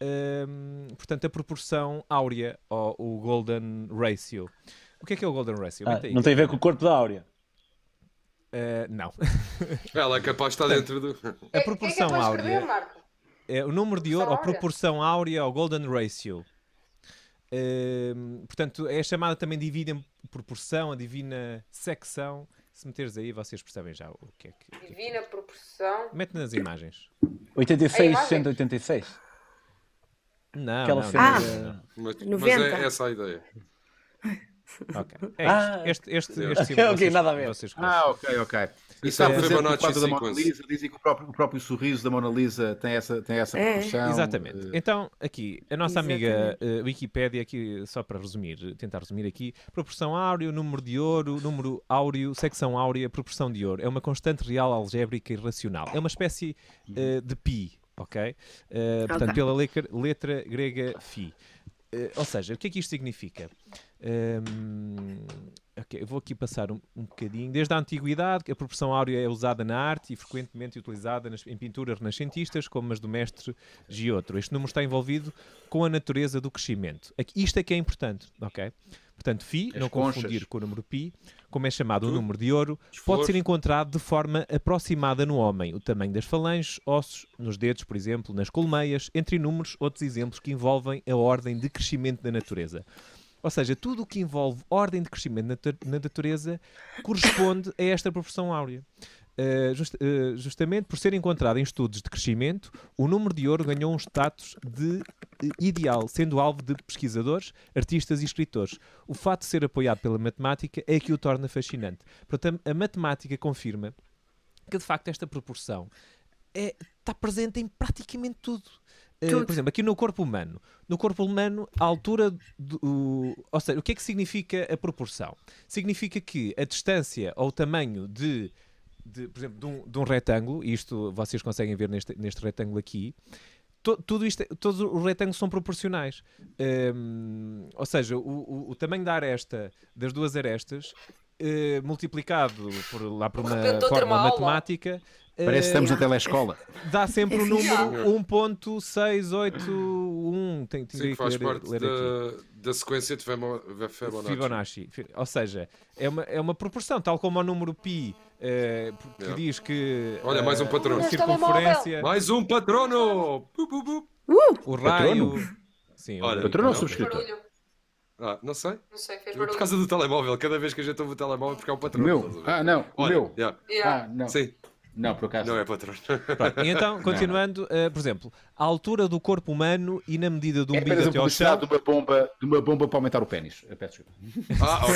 Speaker 4: é, hum, portanto, a proporção áurea, ou o Golden Ratio. O que é que é o Golden Ratio?
Speaker 7: Ah,
Speaker 4: Mete aí,
Speaker 7: não tem a ver com o corpo da Áurea.
Speaker 4: Eh, não.
Speaker 2: Ela é capaz de estar dentro do.
Speaker 6: Que-
Speaker 4: a
Speaker 6: que que é
Speaker 4: proporção
Speaker 6: que vais escrever,
Speaker 4: áurea
Speaker 6: Marco?
Speaker 4: é o número de ouro, ou
Speaker 6: Proporção áurea.
Speaker 4: proporção áurea, ou Golden Ratio. Hum, portanto, é chamada também divina proporção, a divina secção. Se meteres aí, vocês percebem já o que é que. é.
Speaker 6: Divina proporção.
Speaker 4: Mete nas imagens.
Speaker 7: 86,
Speaker 6: imagem.
Speaker 7: 186.
Speaker 4: Não,
Speaker 7: Aquela
Speaker 4: não,
Speaker 7: cena.
Speaker 4: não,
Speaker 7: de-
Speaker 4: não, não.
Speaker 2: Mas, mas
Speaker 5: 90.
Speaker 2: é essa a ideia.
Speaker 4: Ok. É
Speaker 7: Ah.
Speaker 4: isto. Este, este,
Speaker 2: Ok,
Speaker 4: este símbolo
Speaker 7: ok,
Speaker 4: vocês-
Speaker 7: nada a ver.
Speaker 4: vocês conhecem.
Speaker 3: Ah, ok, ok. E
Speaker 2: Isso é
Speaker 3: está
Speaker 2: o
Speaker 3: por exemplo, o
Speaker 2: Fibonacci
Speaker 3: quadro da Mona
Speaker 2: Sequence.
Speaker 3: Lisa, dizem que o próprio, o próprio sorriso da Mona Lisa tem essa, tem essa
Speaker 5: É.
Speaker 3: proporção.
Speaker 4: Exatamente.
Speaker 3: eh,
Speaker 4: Então, aqui, a nossa amiga eh, Wikipédia, aqui, só para resumir, tentar resumir aqui, proporção áureo, número de ouro, número áureo, secção áurea, proporção de ouro. É uma constante real algébrica e racional. É uma espécie eh, de pi, ok? Eh, Portanto, pela letra, letra grega fi. Eh, ou seja, o que é que isto significa? Hum, ok, eu vou aqui passar um, um bocadinho. Desde a antiguidade, a proporção áurea é usada na arte e frequentemente utilizada nas- em pinturas renascentistas, como as do mestre Giotto. Este número está envolvido com a natureza do crescimento. Aqui- isto é que é importante, ok? Portanto, Φ,
Speaker 3: As
Speaker 4: não
Speaker 3: conchas.
Speaker 4: confundir com o número pi, como é chamado o número de ouro, pode
Speaker 2: flores.
Speaker 4: ser encontrado de forma aproximada no homem. O tamanho das falanges, ossos, nos dedos, por exemplo, nas colmeias, entre inúmeros outros exemplos que envolvem a ordem de crescimento da natureza. Ou seja, tudo o que envolve ordem de crescimento na, natu- na natureza corresponde a esta proporção áurea. Uh, just- uh, justamente por ser encontrado em estudos de crescimento, o número de ouro ganhou um status de eh, ideal, sendo alvo de pesquisadores, artistas e escritores. O fato de ser apoiado pela matemática é que o torna fascinante. Portanto, a matemática confirma que de facto esta proporção é- está presente em praticamente tudo. Eh,
Speaker 5: Tudo.
Speaker 4: por exemplo, aqui no corpo humano. No corpo humano, a altura do. o- ou seja, o que é que significa a proporção? Significa que a distância ou o tamanho de. de, por exemplo, de um, de um retângulo, e isto vocês conseguem ver neste, neste retângulo aqui, to- tudo isto, é, todos os retângulos são proporcionais. Hum, ou seja, o, o- o tamanho da aresta, das duas arestas, eh, multiplicado por, lá por
Speaker 6: De
Speaker 4: uma
Speaker 6: repente estou a ter
Speaker 4: fórmula
Speaker 6: uma aula.
Speaker 4: matemática, eh,
Speaker 3: Parece que estamos na telescola.
Speaker 4: dá sempre o
Speaker 2: Yeah.
Speaker 4: número 1.681. Tenho, tenho
Speaker 2: Sim, que faz
Speaker 4: ler-
Speaker 2: parte
Speaker 4: ler aqui.
Speaker 2: da, da sequência de Femo- de Fibonacci.
Speaker 4: Fibonacci. Fi- Ou seja, é uma, é uma proporção, tal como o número pi eh, que
Speaker 2: Yeah.
Speaker 4: diz que.
Speaker 2: Olha, mais um
Speaker 4: eh,
Speaker 2: patrono.
Speaker 4: a Circunferência,
Speaker 2: Mais um patrono! Bu, bu, bu.
Speaker 5: Uh!
Speaker 4: o raio.
Speaker 3: Patrono?
Speaker 4: Sim,
Speaker 2: Olha,
Speaker 4: o-
Speaker 3: Patrono ou
Speaker 2: Não.
Speaker 3: subscritor?
Speaker 6: Barulho.
Speaker 2: Ah, não sei.
Speaker 6: Não sei, fez
Speaker 2: Por
Speaker 6: barulho.
Speaker 2: causa do telemóvel, cada vez que a gente ouve o telemóvel, porque é o
Speaker 3: O
Speaker 2: patrono.
Speaker 3: meu?
Speaker 2: estás a ver?
Speaker 3: Ah, não. O
Speaker 2: Olha,
Speaker 3: meu?
Speaker 2: yeah.
Speaker 6: Yeah.
Speaker 3: Ah, não.
Speaker 2: Sim,
Speaker 3: Não, por acaso.
Speaker 2: não é patrono.
Speaker 4: Pronto, e então, continuando, eh, por exemplo, a altura do corpo humano e na medida do
Speaker 3: É
Speaker 4: umbigo
Speaker 3: apenas a
Speaker 4: até ao chão.
Speaker 3: publicidade de uma, bomba, de uma bomba para aumentar o pênis. Eu Peço desculpa.
Speaker 2: Ah, ok.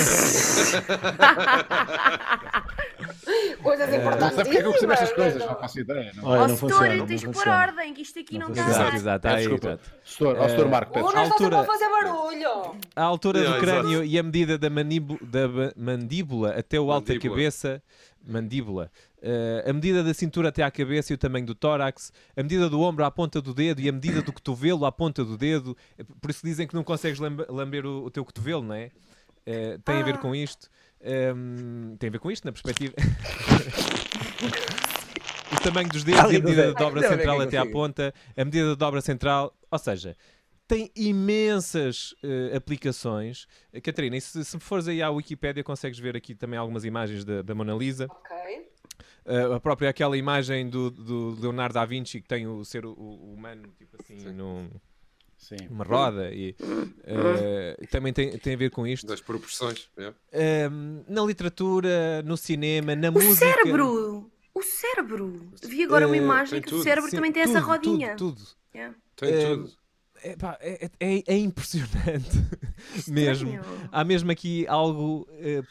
Speaker 6: Coisas
Speaker 3: Não sei porque é
Speaker 6: importantes.
Speaker 3: que eu percebo estas coisas, não faço ideia. Não.
Speaker 7: Olha,
Speaker 5: Ó,
Speaker 7: não
Speaker 5: setor,
Speaker 7: funciona.
Speaker 5: tens que
Speaker 7: não
Speaker 5: pôr
Speaker 7: funciona.
Speaker 5: ordem, que isto aqui
Speaker 7: Não
Speaker 5: não
Speaker 7: funciona.
Speaker 4: Exato,
Speaker 5: está.
Speaker 4: exato,
Speaker 3: Peço
Speaker 4: aí,
Speaker 3: desculpa.
Speaker 4: exato.
Speaker 3: Senhor, ao
Speaker 4: Eh,
Speaker 3: senhor Marco,
Speaker 6: O
Speaker 3: peço
Speaker 6: Nuno está sempre
Speaker 4: Altura.
Speaker 6: a fazer barulho.
Speaker 4: A altura
Speaker 2: Yeah,
Speaker 4: do crânio e a medida da, manibu- da ba- mandíbula até o alto da
Speaker 2: Mandíbula.
Speaker 4: cabeça, mandíbula, eh, a medida da cintura até à cabeça e o tamanho do tórax, a medida do ombro à ponta do dedo e a medida do cotovelo à ponta do dedo. Eh, Por isso dizem que não consegues lambe- lamber o, o teu cotovelo, não é? Eh, tem a ver com isto. Ehm, tem a ver com isto, na perspectiva. o tamanho dos dedos e a
Speaker 7: Tá Ali,
Speaker 4: medida
Speaker 7: não
Speaker 4: da
Speaker 7: sei.
Speaker 4: dobra
Speaker 7: Não, não
Speaker 4: central
Speaker 7: é
Speaker 4: até à
Speaker 7: consigo.
Speaker 4: ponta, a medida da dobra central, ou seja, tem imensas eh, aplicações. Eh, Catarina, e se, se fores aí à Wikipédia, consegues ver aqui também algumas imagens da, da Mona Lisa.
Speaker 6: Ok.
Speaker 4: Eh, a própria aquela imagem do, do Leonardo da Vinci que tem o ser o, o humano tipo assim num-
Speaker 3: Sim.
Speaker 4: numa roda e eh, também tem, tem a ver com isto.
Speaker 2: Das proporções. yeah.
Speaker 4: Ahm, na literatura, no cinema, na
Speaker 5: O
Speaker 4: música.
Speaker 5: cérebro! O cérebro! Vi agora uma
Speaker 4: Eh,
Speaker 5: imagem
Speaker 2: tem
Speaker 5: que
Speaker 2: tudo,
Speaker 5: o cérebro
Speaker 4: Sim,
Speaker 5: também tem essa
Speaker 4: tudo,
Speaker 5: rodinha. É.
Speaker 4: Tudo, tudo.
Speaker 5: Yeah.
Speaker 2: Tem
Speaker 4: Eh,
Speaker 2: tudo.
Speaker 4: é, pá, é, é- é impressionante mesmo. Há mesmo aqui algo. eh,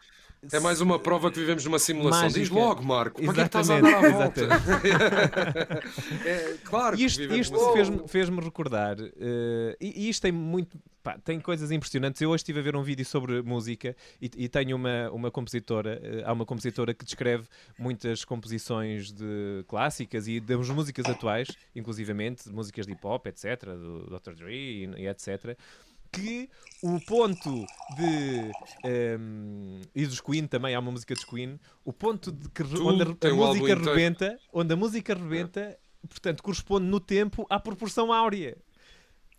Speaker 2: É mais uma prova que vivemos numa simulação. Diz
Speaker 4: Mágica.
Speaker 2: logo, Marco, para que é que estás a
Speaker 4: Exatamente,
Speaker 2: andar à volta? é, claro que
Speaker 4: Isto,
Speaker 2: vivemos
Speaker 4: isto
Speaker 2: numa
Speaker 4: fez-me fez recordar, eh, e, e isto tem muito, pá, tem coisas impressionantes. Eu hoje estive a ver um vídeo sobre música e, e tenho uma, uma compositora, eh, há uma compositora que descreve muitas composições de clássicas e das músicas atuais, inclusivamente, de músicas de hip hop, etc., do Dr. Dre e, e etc., que o ponto de. ehm, e dos Queen também, há uma música dos Queen. O ponto de que
Speaker 2: Tu
Speaker 4: onde a,
Speaker 2: tem
Speaker 4: a
Speaker 2: o álbum
Speaker 4: música
Speaker 2: inteiro.
Speaker 4: rebenta, onde a música rebenta, portanto, corresponde no tempo à proporção áurea.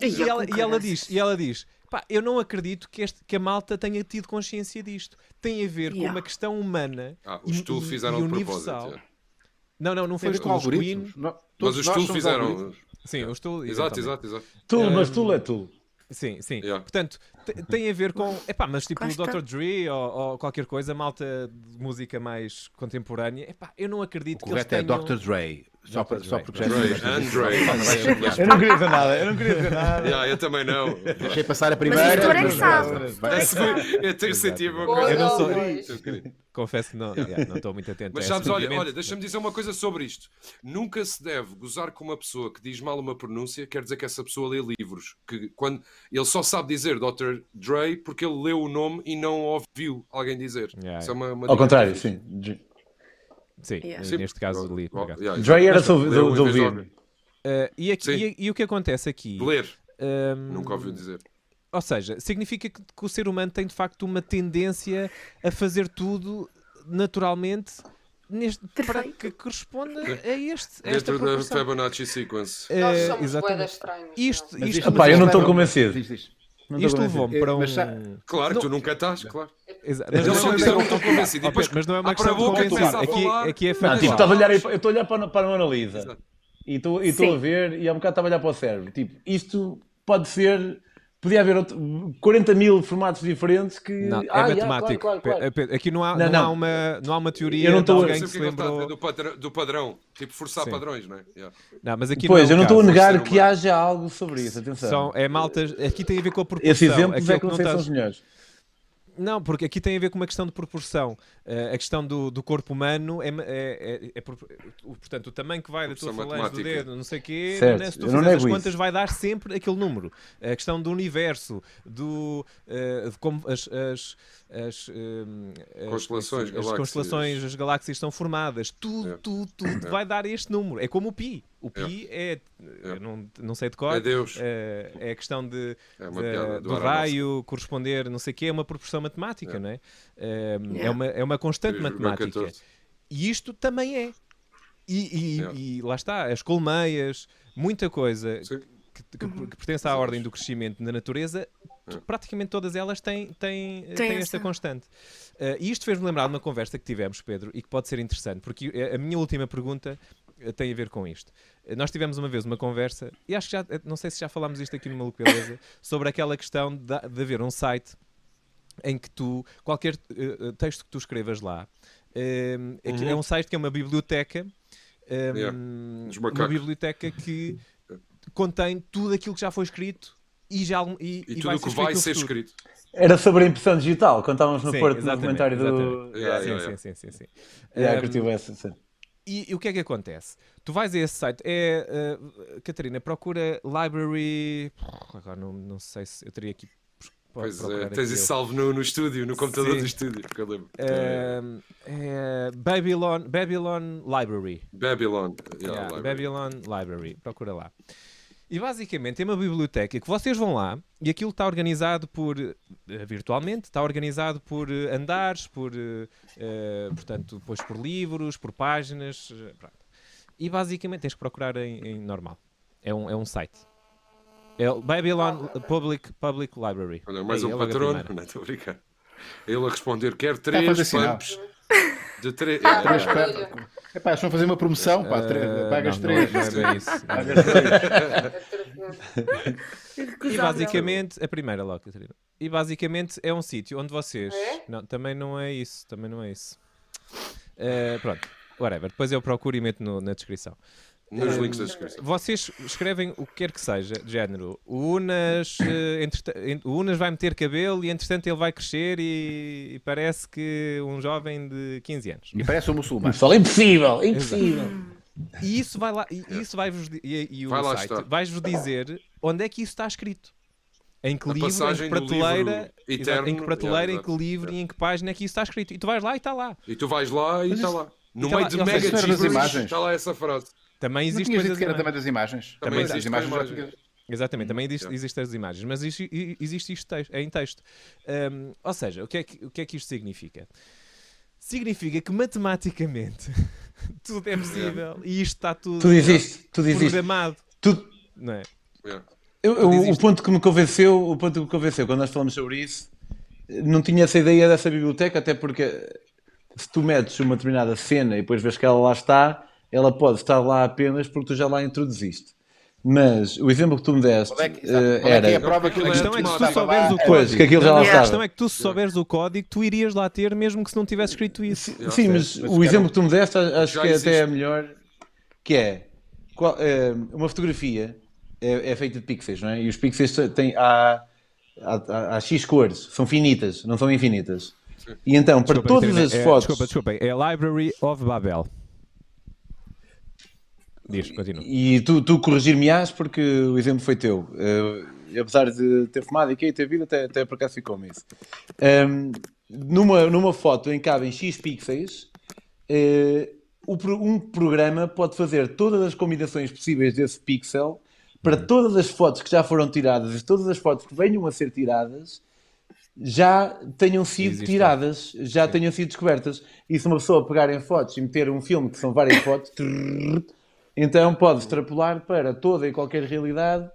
Speaker 4: E ela, e ela diz, e ela diz pá, eu não acredito que, este, que a malta tenha tido consciência disto. Tem a ver com
Speaker 5: Yeah.
Speaker 4: uma questão humana
Speaker 2: Ah,
Speaker 4: e-
Speaker 2: os tu
Speaker 4: e-
Speaker 2: fizeram de
Speaker 4: e é universal.
Speaker 2: propósito. é.
Speaker 4: Não, não, não
Speaker 3: Tem
Speaker 4: foi
Speaker 3: a ver
Speaker 4: os
Speaker 3: com
Speaker 4: Tools,
Speaker 3: algoritmos.
Speaker 4: Queen.
Speaker 3: Nós-
Speaker 2: Mas
Speaker 3: todos
Speaker 2: os
Speaker 3: nós
Speaker 2: tu
Speaker 3: somos
Speaker 2: fizeram.
Speaker 3: algoritmos.
Speaker 4: Sim, os Tool.
Speaker 2: Exato,
Speaker 4: exatamente.
Speaker 2: exato, exato.
Speaker 7: Tu, mas tu é tu.
Speaker 4: Sim, sim.
Speaker 2: Yeah.
Speaker 4: Portanto, te- tem a ver com. Epá, mas tipo
Speaker 5: Gosto
Speaker 4: o Dr. Dre ou, ou qualquer coisa, malta de música mais contemporânea. Epá, eu não acredito
Speaker 3: O
Speaker 4: que eles
Speaker 3: correto é
Speaker 4: tenham.
Speaker 3: Dr. Dre. Só,
Speaker 4: Dr.
Speaker 3: para, só
Speaker 4: Dre.
Speaker 3: porque já
Speaker 2: Dre, Andre.
Speaker 7: Eu não queria dizer nada, eu não queria dizer nada.
Speaker 2: yeah, eu também não.
Speaker 3: Deixei passar a
Speaker 5: Mas a
Speaker 3: primeira.
Speaker 5: editora é que
Speaker 3: mas-
Speaker 5: sabe.
Speaker 2: A seguir, Eu tenho sentido uma coisa.
Speaker 4: Eu não sou-
Speaker 6: Pois.
Speaker 4: Confesso que não yeah, não estou muito atento.
Speaker 2: Mas
Speaker 4: a
Speaker 2: sabes,
Speaker 4: esse
Speaker 2: olha,
Speaker 4: movimento.
Speaker 2: olha deixa-me dizer uma coisa sobre isto. Nunca se deve gozar com uma pessoa que diz mal uma pronúncia, quer dizer que essa pessoa lê livros. Que quando ele só sabe dizer Dr. Dre porque ele leu o nome e não ouviu alguém dizer.
Speaker 4: Yeah,
Speaker 2: Isso é uma, uma
Speaker 7: Ao contrário,
Speaker 2: diferença.
Speaker 7: sim.
Speaker 4: Sim,
Speaker 5: Yeah.
Speaker 2: Sim,
Speaker 4: neste caso li. por
Speaker 2: oh,
Speaker 4: acaso.
Speaker 2: yeah,
Speaker 7: Dre era
Speaker 2: mas
Speaker 7: de ouvi-
Speaker 2: leu
Speaker 7: de
Speaker 2: em vez de
Speaker 7: ouvir.
Speaker 4: Eh, e, aqui-
Speaker 2: Sim.
Speaker 4: e- e o que acontece aqui?
Speaker 2: ouvir. Ler,
Speaker 4: Ehm,
Speaker 2: nunca ouviu dizer.
Speaker 4: Ou seja, significa que, que o ser humano tem de facto uma tendência a fazer tudo naturalmente neste, para
Speaker 5: Perfeito.
Speaker 4: que corresponda a este. a esta
Speaker 2: Dentro da
Speaker 4: proporção.
Speaker 2: Fibonacci Sequence.
Speaker 4: Eh,
Speaker 6: Nós somos boedas
Speaker 4: exatamente.
Speaker 6: estranhos.
Speaker 4: Isto,
Speaker 3: Mas
Speaker 4: isto,
Speaker 3: isto-
Speaker 7: Epá, eu não estou
Speaker 3: Mas-
Speaker 7: convencido.
Speaker 3: Diz, diz.
Speaker 7: Não estou
Speaker 4: isto
Speaker 7: convencido.
Speaker 4: levou-me para um.
Speaker 3: Mas sa-
Speaker 2: Claro,
Speaker 4: Não.
Speaker 2: tu nunca estás, claro.
Speaker 4: Exato.
Speaker 2: Mas
Speaker 4: não
Speaker 2: só
Speaker 4: é
Speaker 2: disseram
Speaker 4: uma
Speaker 2: que estão convencidos. E
Speaker 4: questão-
Speaker 2: depois
Speaker 4: Ok, mas não é uma
Speaker 2: abre a
Speaker 4: questão de
Speaker 2: boca,
Speaker 4: convencer.
Speaker 2: começa a falar.
Speaker 4: Aqui, aqui é
Speaker 7: Não, tipo,
Speaker 4: factual.
Speaker 7: estava a olhar, eu estou a olhar para, para a Mona Lisa
Speaker 2: Exato.
Speaker 7: e estou e estou
Speaker 5: Sim.
Speaker 7: a ver e há um bocado estava a olhar para o cérebro. Tipo, isto pode ser. Podia haver outro, 40 mil formatos diferentes que.
Speaker 4: Não, é
Speaker 7: Ah, yeah,
Speaker 4: matemático.
Speaker 7: claro, claro, claro.
Speaker 4: Pe- pe- Aqui não há,
Speaker 7: Não,
Speaker 4: não, Há
Speaker 7: não.
Speaker 4: uma, não há uma teoria
Speaker 7: é Eu não
Speaker 4: de
Speaker 7: estou a-
Speaker 2: Eu
Speaker 4: alguém
Speaker 2: sei
Speaker 4: que
Speaker 2: porque
Speaker 4: se
Speaker 2: ele está a dizer
Speaker 4: lembrou.
Speaker 2: do padrão, do padrão. Tipo, forçar
Speaker 4: Sim.
Speaker 2: padrões, não é? Yeah.
Speaker 4: Não, mas aqui
Speaker 7: Pois,
Speaker 4: não é
Speaker 7: eu não estou a
Speaker 4: o caso.
Speaker 7: negar
Speaker 2: ser
Speaker 7: que
Speaker 2: humano.
Speaker 7: haja algo sobre isso, atenção.
Speaker 4: São, é maltas, aqui tem a ver com a proporção.
Speaker 7: Esses exemplos
Speaker 4: Aquilo
Speaker 7: é que não sei se são
Speaker 4: estás-
Speaker 7: os melhores.
Speaker 4: Não, porque aqui tem a ver com uma questão de proporção. Eh, a questão do, do corpo humano é, ma- é- é- é pro- o, portanto, o tamanho que vai da tua
Speaker 2: Proporção
Speaker 4: falange do
Speaker 2: matemática.
Speaker 4: dedo, não sei o quê,
Speaker 7: Certo,
Speaker 4: né, se tu
Speaker 7: eu não
Speaker 4: fizeres as
Speaker 7: nego
Speaker 4: contas,
Speaker 7: isso.
Speaker 4: vai dar sempre aquele número. A questão do universo, do eh, de como as, as, as, ehm, as-
Speaker 2: Constelações,
Speaker 4: as,
Speaker 2: galáxias.
Speaker 4: constelações, as galáxias são formadas, tudo,
Speaker 2: É.
Speaker 4: tudo, tudo vai dar este número. É como o pi. O pi é, eu não, não sei de cor,
Speaker 2: É Deus.
Speaker 4: eh, é a questão de
Speaker 2: É uma
Speaker 4: da-
Speaker 2: piada do
Speaker 4: do
Speaker 2: Aronofsky.
Speaker 4: raio corresponder, não sei o quê, é uma proporção matemática, não é? Um, É,
Speaker 5: Yeah.
Speaker 4: uma, é uma constante
Speaker 2: 3,14.
Speaker 4: matemática. E isto também é. E, e-
Speaker 2: Yeah.
Speaker 4: e lá está, as colmeias, muita coisa
Speaker 2: Sim.
Speaker 4: que, que- que pertence à ordem do crescimento na natureza, tu- praticamente todas elas têm, têm, têm,
Speaker 5: Tem
Speaker 4: esta
Speaker 5: essa.
Speaker 4: constante. Eh, e isto fez-me lembrar de uma conversa que tivemos, Pedro, e que pode ser interessante, porque eh, a minha última pergunta eh, tem a ver com isto. Eh, Nós tivemos uma vez uma conversa, e acho que já, eh, não sei se já falámos isto aqui numa localeza, sobre aquela questão da- de, haver um site em que tu, qualquer eh, eh, texto que tu escrevas lá, eh, é que- é um site que é uma biblioteca, eh,
Speaker 2: Uhum. Yeah. Dos
Speaker 4: uma
Speaker 2: macacos.
Speaker 4: biblioteca que contém tudo aquilo que já foi escrito e, já, algum- e,
Speaker 2: E
Speaker 4: e
Speaker 2: tudo o que vai
Speaker 4: no
Speaker 2: ser
Speaker 4: futuro.
Speaker 2: escrito.
Speaker 7: Era sobre a impressão digital, quando estávamos no
Speaker 4: Sim,
Speaker 7: Porto, no
Speaker 4: exatamente,
Speaker 7: comentário do.
Speaker 4: exatamente.
Speaker 2: Yeah,
Speaker 4: sim,
Speaker 2: yeah, yeah.
Speaker 4: sim, sim, sim, sim.
Speaker 7: Yeah,
Speaker 4: Um,
Speaker 7: curtiu essa, sim.
Speaker 4: e, e o que é que acontece? Tu vais a esse site, é uh, Catarina, procura library. Agora não, não sei se eu teria aqui. pro-
Speaker 2: Pois
Speaker 4: procurar
Speaker 2: é,
Speaker 4: aqui
Speaker 2: tens isso
Speaker 4: eu.
Speaker 2: salvo no, no estúdio, no computador
Speaker 4: Sim.
Speaker 2: do estúdio, porque eu lembro. É,
Speaker 4: Um, é Babylon, Babylon Library.
Speaker 2: Babylon. Yeah,
Speaker 4: Yeah,
Speaker 2: library.
Speaker 4: Babylon Library, procura lá. E basicamente é uma biblioteca que vocês vão lá e aquilo está organizado por, eh, virtualmente, está organizado por eh, andares, por, eh, eh, portanto, depois por livros, por páginas, eh, pronto. E basicamente tens que procurar em, em normal. É um, é um site. É o Babylon Public, Public Library.
Speaker 2: Olha, mais
Speaker 4: Aí, é
Speaker 2: um
Speaker 4: logo a
Speaker 2: patrono.
Speaker 4: primeira.
Speaker 2: Não, estou a brincar. Ele a responder: quer
Speaker 3: a fazer
Speaker 2: três
Speaker 3: sinal.
Speaker 2: pumps de É, três.
Speaker 6: Três
Speaker 2: Yeah, yeah,
Speaker 6: pumps.
Speaker 3: Epá, estão a fazer uma promoção, pá, tre-
Speaker 4: Eh,
Speaker 3: pagas
Speaker 4: não, não é-
Speaker 3: três.
Speaker 4: não é bem isso.
Speaker 3: Pagas três.
Speaker 4: E
Speaker 5: Irrecusável.
Speaker 4: basicamente, a primeira logo, Catarina. E basicamente é um sítio onde vocês.
Speaker 6: É?
Speaker 4: Não, também não é isso, também não é isso. Eh, pronto, whatever. Depois eu procuro e meto no- na descrição.
Speaker 2: Nos links da descrição.
Speaker 4: Vocês escrevem o que quer que seja, de género. O Unas, eh, entreta- en- o Unas vai meter cabelo e entretanto ele vai crescer e, e parece que um jovem de 15 anos.
Speaker 3: E parece um muçulmano.
Speaker 7: Pessoal, é impossível, impossível.
Speaker 4: E isso vai lá, e isso vai vos di- e, e o
Speaker 2: Vai lá
Speaker 4: site
Speaker 2: estar.
Speaker 4: vai-vos dizer onde é que isso está escrito. Em que
Speaker 2: A
Speaker 4: livro, em que
Speaker 2: passagem do
Speaker 4: prateleira,
Speaker 2: livro
Speaker 4: exato, em que
Speaker 2: eterno,
Speaker 4: prateleira,
Speaker 2: é,
Speaker 4: em que
Speaker 2: exato.
Speaker 4: livro e em que página é que isso está escrito. E tu vais lá e está lá.
Speaker 2: E tu vais lá e está lá. No
Speaker 4: tá
Speaker 2: meio
Speaker 4: lá.
Speaker 2: de
Speaker 4: Ou seja,
Speaker 2: mega
Speaker 3: isso era das
Speaker 2: cheeseburgers
Speaker 3: imagens.
Speaker 2: está lá essa frase.
Speaker 4: Também
Speaker 3: Não
Speaker 4: existe
Speaker 3: tinhas
Speaker 4: coisa
Speaker 3: dito que era
Speaker 4: também.
Speaker 3: também das imagens?
Speaker 2: Também
Speaker 3: das
Speaker 2: existe
Speaker 3: imagens
Speaker 2: com
Speaker 3: já
Speaker 2: imagens.
Speaker 3: tinhas-
Speaker 4: Exatamente, também existe,
Speaker 2: yeah.
Speaker 4: existem as imagens, mas existe, i- existe isto tex- em texto. Hum, ou seja, o que, é que, o que é que isto significa? Significa que matematicamente tudo é possível e isto está tudo
Speaker 7: Tu diziste, tu diziste.
Speaker 4: programado.
Speaker 7: Tu,
Speaker 4: Não é?
Speaker 2: Yeah.
Speaker 7: Eu- eu-
Speaker 4: Diz
Speaker 7: o
Speaker 4: isto.
Speaker 7: ponto que me convenceu, o ponto que me convenceu quando nós falamos sobre isso, não tinha essa ideia dessa biblioteca, até porque se tu metes uma determinada cena e depois vês que ela lá está, ela pode estar lá apenas porque tu já lá a introduziste. Mas o exemplo que tu me deste
Speaker 3: Qual é que-
Speaker 7: eh,
Speaker 3: exato. Qual é que
Speaker 7: era
Speaker 3: é a prova que
Speaker 2: A
Speaker 4: A
Speaker 3: ele
Speaker 4: questão é que se tu
Speaker 2: Matemática.
Speaker 4: souberes o
Speaker 3: É,
Speaker 4: código,
Speaker 7: pois, que aquilo já lá
Speaker 4: a
Speaker 7: estava.
Speaker 4: questão é que tu se souberes o código, tu irias lá ter mesmo que se não tivesse escrito isso.
Speaker 7: Sim, mas
Speaker 3: Mas
Speaker 7: o
Speaker 3: ficaram-
Speaker 7: exemplo que tu me deste a- acho
Speaker 2: Já
Speaker 7: que é até
Speaker 2: existe.
Speaker 7: é melhor, que é qual- eh, uma fotografia é, é feita de pixels, não é? E os pixels têm há, há, há- há X cores, são finitas, não são infinitas. E então, para
Speaker 4: Desculpa,
Speaker 7: todas as
Speaker 4: internet- é,
Speaker 7: fotos,
Speaker 4: Desculpa, desculpa. É Library of Babel. Diz, continua.
Speaker 7: e tu, tu corrigir-me-ás porque o exemplo foi teu. Eh, apesar de ter fumado e que ter vida, até, até por acaso ficou-me isso. Ehm, numa, numa foto em que cabem X pixels, eh, o pro- um programa pode fazer todas as combinações possíveis desse pixel para todas as fotos que já foram tiradas e todas as fotos que venham a ser tiradas já tenham sido
Speaker 4: Existe. é.
Speaker 7: tiradas, já tenham sido descobertas. E se uma pessoa pegar em fotos e meter um filme que são várias fotos, trrr, então pode extrapolar para toda e qualquer realidade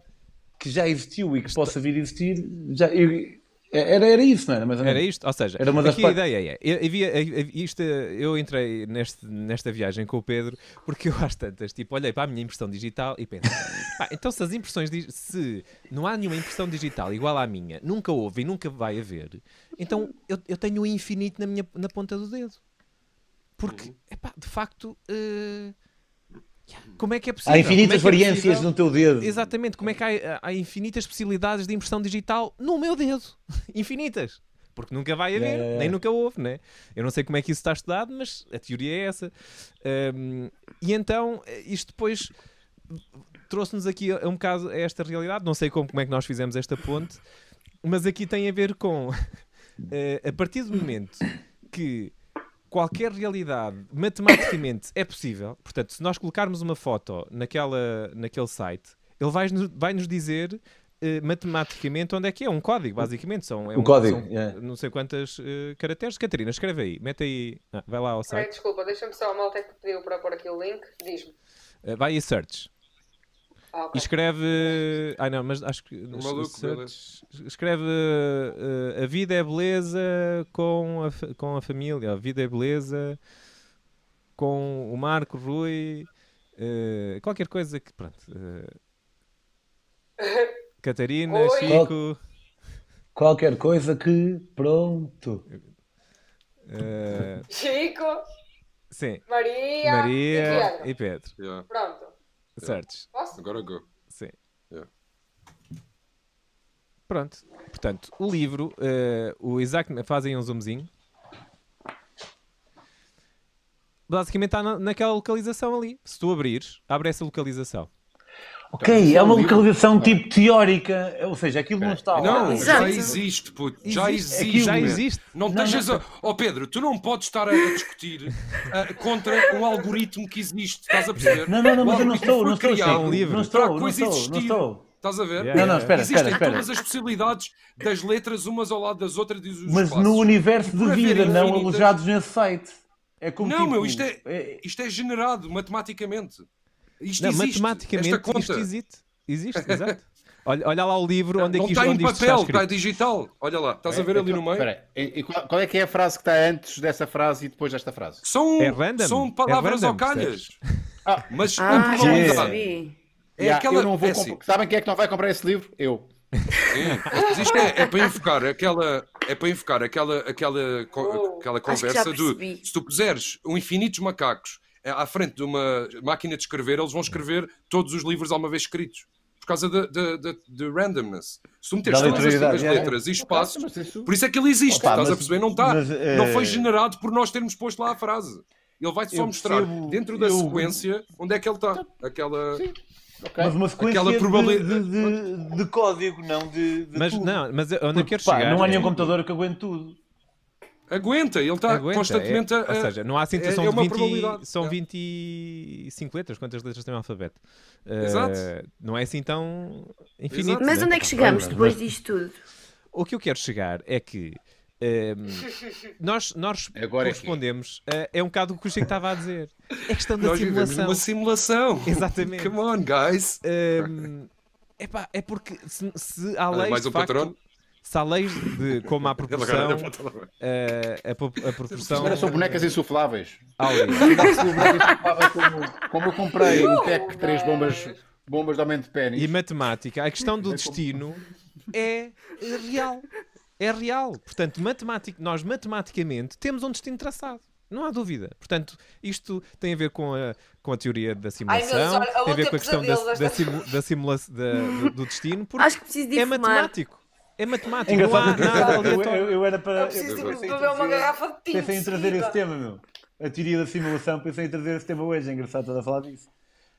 Speaker 7: que já existiu e que possa vir a existir. Já, eu- era, era isso, não era? Mas,
Speaker 4: Era isto? Ou seja,
Speaker 7: Era uma das
Speaker 4: aqui a
Speaker 7: par-
Speaker 4: ideia é. Eu, havia- havia- isto, eu entrei neste- nesta viagem com o Pedro porque eu às tantas, tipo, olhei para a minha impressão digital e pensei, "Pá, então se as impressões, dig- se não há nenhuma impressão digital igual à minha, nunca houve e nunca vai haver, então eu, eu tenho o infinito na, minha, na ponta do dedo.
Speaker 7: Uhum.
Speaker 4: Porque, epá, de facto, eh, yeah, como é que é possível?
Speaker 7: Há infinitas
Speaker 4: Como é que é
Speaker 7: variâncias
Speaker 4: possível?
Speaker 7: no teu dedo.
Speaker 4: Exatamente, como é que há, há infinitas possibilidades de impressão digital no meu dedo? Infinitas. Porque nunca vai haver,
Speaker 7: yeah, yeah.
Speaker 4: nem nunca houve, né? Eu não sei como é que isso está estudado, mas a teoria é essa. Ahm, e então, eh, isto depois trouxe-nos aqui a- um bocado a esta realidade. Não sei como, como é que nós fizemos esta ponte, mas aqui tem a ver com eh, a partir do momento que qualquer realidade matematicamente é possível. Portanto, se nós colocarmos uma foto naquela, naquele site, ele vai, vai nos dizer eh, matematicamente onde é que é. Um código, basicamente. São, é
Speaker 7: Um código,
Speaker 4: são
Speaker 7: yeah.
Speaker 4: não sei quantas eh, caracteres. Catarina, escreve aí. Mete aí. Ah, vai lá ao
Speaker 6: Peraí,
Speaker 4: site.
Speaker 6: desculpa, deixa-me só a malta é que pediu para pôr aqui o link. Diz-me.
Speaker 4: Eh, vai a search.
Speaker 6: Ah,
Speaker 4: E
Speaker 6: ok.
Speaker 4: escreve. eh, Ai não, mas acho que.
Speaker 2: maluco,
Speaker 4: search- escreve eh, A Vida é Beleza com a, fa- com a família. A Vida é Beleza com o Marco, Rui. eh, qualquer coisa que. Pronto. eh, Catarina,
Speaker 6: Oi.
Speaker 4: Chico.
Speaker 7: Qualquer coisa que. Pronto.
Speaker 4: Então, eh,
Speaker 6: Chico,
Speaker 4: sim.
Speaker 6: Maria, e
Speaker 4: Maria
Speaker 6: Tiago.
Speaker 4: e Pedro.
Speaker 2: Yeah.
Speaker 6: Pronto.
Speaker 4: Search.
Speaker 6: Posso?
Speaker 2: Agora go.
Speaker 4: Sim.
Speaker 2: Yeah.
Speaker 4: Pronto. Portanto, o livro, eh, o Isaac, fazem um zoomzinho. Basicamente está na- naquela localização ali. Se tu abrires, abre essa localização.
Speaker 7: Ok, é
Speaker 4: um
Speaker 7: uma
Speaker 4: Ah.
Speaker 7: localização tipo teórica, ou seja, aquilo não está lá.
Speaker 2: Não,
Speaker 5: Exato.
Speaker 2: já existe, puto. Já
Speaker 4: Existe,
Speaker 2: existe.
Speaker 4: aquilo já
Speaker 2: man.
Speaker 4: existe.
Speaker 2: Não, estejas a. Oh Pedro, tu não podes estar a a discutir ah, contra um algoritmo que existe. Estás a perceber?
Speaker 7: Não, não, não,
Speaker 2: O
Speaker 7: mas eu não
Speaker 2: algoritmo
Speaker 7: estou,
Speaker 2: foi
Speaker 7: não estou,
Speaker 2: criado
Speaker 7: Chico,
Speaker 4: um livro.
Speaker 7: não
Speaker 2: para a
Speaker 7: estou, não
Speaker 2: coisa
Speaker 7: estou, não
Speaker 2: existir.
Speaker 7: estou.
Speaker 2: Estás a ver?
Speaker 4: Yeah, Não, não, yeah.
Speaker 7: espera,
Speaker 2: Existem
Speaker 7: espera, espera.
Speaker 2: todas as possibilidades das letras umas ao lado das outras e dos
Speaker 7: Mas
Speaker 2: espaços.
Speaker 7: no universo de
Speaker 2: Por haver
Speaker 7: vida, não
Speaker 2: infinitas-
Speaker 7: alojados nesse site. É como
Speaker 2: Não,
Speaker 7: tipo,
Speaker 2: meu, isto é- Isto é generado matematicamente. Isto
Speaker 4: Não,
Speaker 2: existe.
Speaker 4: matematicamente
Speaker 2: Esta conta
Speaker 4: isto existe. Existe, exato. Olha, olha lá o livro onde é
Speaker 2: não
Speaker 4: que
Speaker 2: está
Speaker 4: isto,
Speaker 2: em
Speaker 4: onde isto está
Speaker 2: papel,
Speaker 4: escrito.
Speaker 2: está digital. Olha lá, estás a ver
Speaker 3: É,
Speaker 2: ali
Speaker 3: então,
Speaker 2: no meio?
Speaker 3: espera, e- e qual, qual é que é a frase que está antes dessa frase e depois desta frase?
Speaker 2: São,
Speaker 4: É random,
Speaker 2: são
Speaker 4: é
Speaker 2: palavras
Speaker 4: random,
Speaker 2: ao calhas.
Speaker 3: Ah,
Speaker 2: Mas
Speaker 5: Ah,
Speaker 2: a
Speaker 5: já
Speaker 3: Yeah.
Speaker 4: um
Speaker 2: probabilidade
Speaker 5: percebi.
Speaker 2: é
Speaker 3: Yeah,
Speaker 2: aquela.
Speaker 3: eu não vou
Speaker 2: é
Speaker 3: comprar-
Speaker 2: assim,
Speaker 3: Sabem quem é que não vai comprar esse livro? Eu.
Speaker 2: é, mas isto é, é para enfocar aquela, é para enfocar aquela, aquela, co-
Speaker 6: Oh,
Speaker 2: aquela
Speaker 5: acho que já
Speaker 2: conversa do
Speaker 5: percebi.
Speaker 2: se tu puseres um infinitos macacos à frente de uma máquina de escrever, eles vão escrever todos os livros alguma vez escritos. Por causa da- da da- de randomness. Se tu meteres
Speaker 7: Da
Speaker 2: todas as,
Speaker 7: aleatoriedade,
Speaker 2: as
Speaker 7: é.
Speaker 2: letras e espaços,
Speaker 3: Mas isso-
Speaker 2: por isso é que ele existe,
Speaker 7: Opa,
Speaker 2: estás a
Speaker 7: mas-
Speaker 2: perceber? Não está.
Speaker 7: mas, eh,
Speaker 2: Não foi generado por nós termos posto lá a frase. Ele vai só
Speaker 7: Eu
Speaker 2: mostrar
Speaker 7: percebo-
Speaker 2: dentro da
Speaker 7: eu-
Speaker 2: sequência onde é que ele está. Aquela.
Speaker 3: ok.
Speaker 7: Mas uma sequência
Speaker 2: Aquela
Speaker 7: de-
Speaker 2: probabilidade-
Speaker 7: de, de- de código, não de, de
Speaker 4: Mas
Speaker 7: tudo.
Speaker 4: não, mas onde eu
Speaker 7: Porque,
Speaker 4: quero
Speaker 7: pá,
Speaker 4: chegar.
Speaker 7: não há
Speaker 4: é-
Speaker 7: nenhum computador que aguente tudo.
Speaker 2: Aguenta, ele está
Speaker 4: Aguenta,
Speaker 2: constantemente
Speaker 4: é-
Speaker 2: a.
Speaker 4: Ou seja, não há assim,
Speaker 2: é-
Speaker 4: são,
Speaker 2: é uma
Speaker 4: 20,
Speaker 2: probabilidade,
Speaker 4: são
Speaker 2: é.
Speaker 4: 25 letras, quantas letras tem o alfabeto?
Speaker 2: Exato.
Speaker 4: Eh, não é assim tão infinito.
Speaker 5: Mas
Speaker 4: né?
Speaker 5: onde é que chegamos depois disto tudo?
Speaker 4: O que eu quero chegar é que ehm, nós, nós
Speaker 3: Agora é que-
Speaker 4: correspondemos. a- é um bocado o que o Chico estava a dizer. É questão da
Speaker 2: Nós vivemos
Speaker 4: simulação.
Speaker 2: numa simulação.
Speaker 4: Exatamente.
Speaker 2: Come on, guys.
Speaker 4: Ehm, epá, é porque se, se há
Speaker 2: Olha,
Speaker 4: leis.
Speaker 2: mais
Speaker 4: de
Speaker 2: um
Speaker 4: facto,
Speaker 2: patrão.
Speaker 4: Se há leis de como há
Speaker 2: Ele
Speaker 4: proporção,
Speaker 2: agora aponta lá.
Speaker 4: eh, a, po- a proporção.
Speaker 3: Agora são bonecas insufláveis.
Speaker 4: áurea.
Speaker 3: Cuidado com o boneco insuflável, como, como eu comprei um pack de três bombas, bombas de aumento de
Speaker 4: E
Speaker 3: pênis.
Speaker 4: matemática, a questão do
Speaker 3: como-
Speaker 4: destino é real. É real. Portanto, matemática, nós matematicamente temos um destino traçado. Não há dúvida. Portanto, isto tem a ver com a, com a teoria da
Speaker 6: Ai, meu Deus,
Speaker 4: simulação,
Speaker 6: olha, eu
Speaker 4: tem a
Speaker 6: vou
Speaker 4: ver
Speaker 6: ter
Speaker 4: com a questão da,
Speaker 6: pesadelos
Speaker 4: da
Speaker 6: esta-
Speaker 4: simu- da simula- da- do, do destino, porque
Speaker 5: Acho que preciso de
Speaker 4: é
Speaker 5: fumar.
Speaker 4: matemático. É matemático. Não há
Speaker 7: Engraçado,
Speaker 4: nada
Speaker 7: eu,
Speaker 4: aleatório.
Speaker 7: eu- eu era para.
Speaker 6: Eu
Speaker 7: eu
Speaker 6: preciso de
Speaker 7: pensei em
Speaker 6: beber uma
Speaker 7: trazer-
Speaker 6: garrafa de tinto.
Speaker 7: Pensei em trazer esse
Speaker 6: seguida.
Speaker 7: tema, meu. A teoria da simulação, pensei em trazer esse tema hoje. É engraçado estar a falar disso.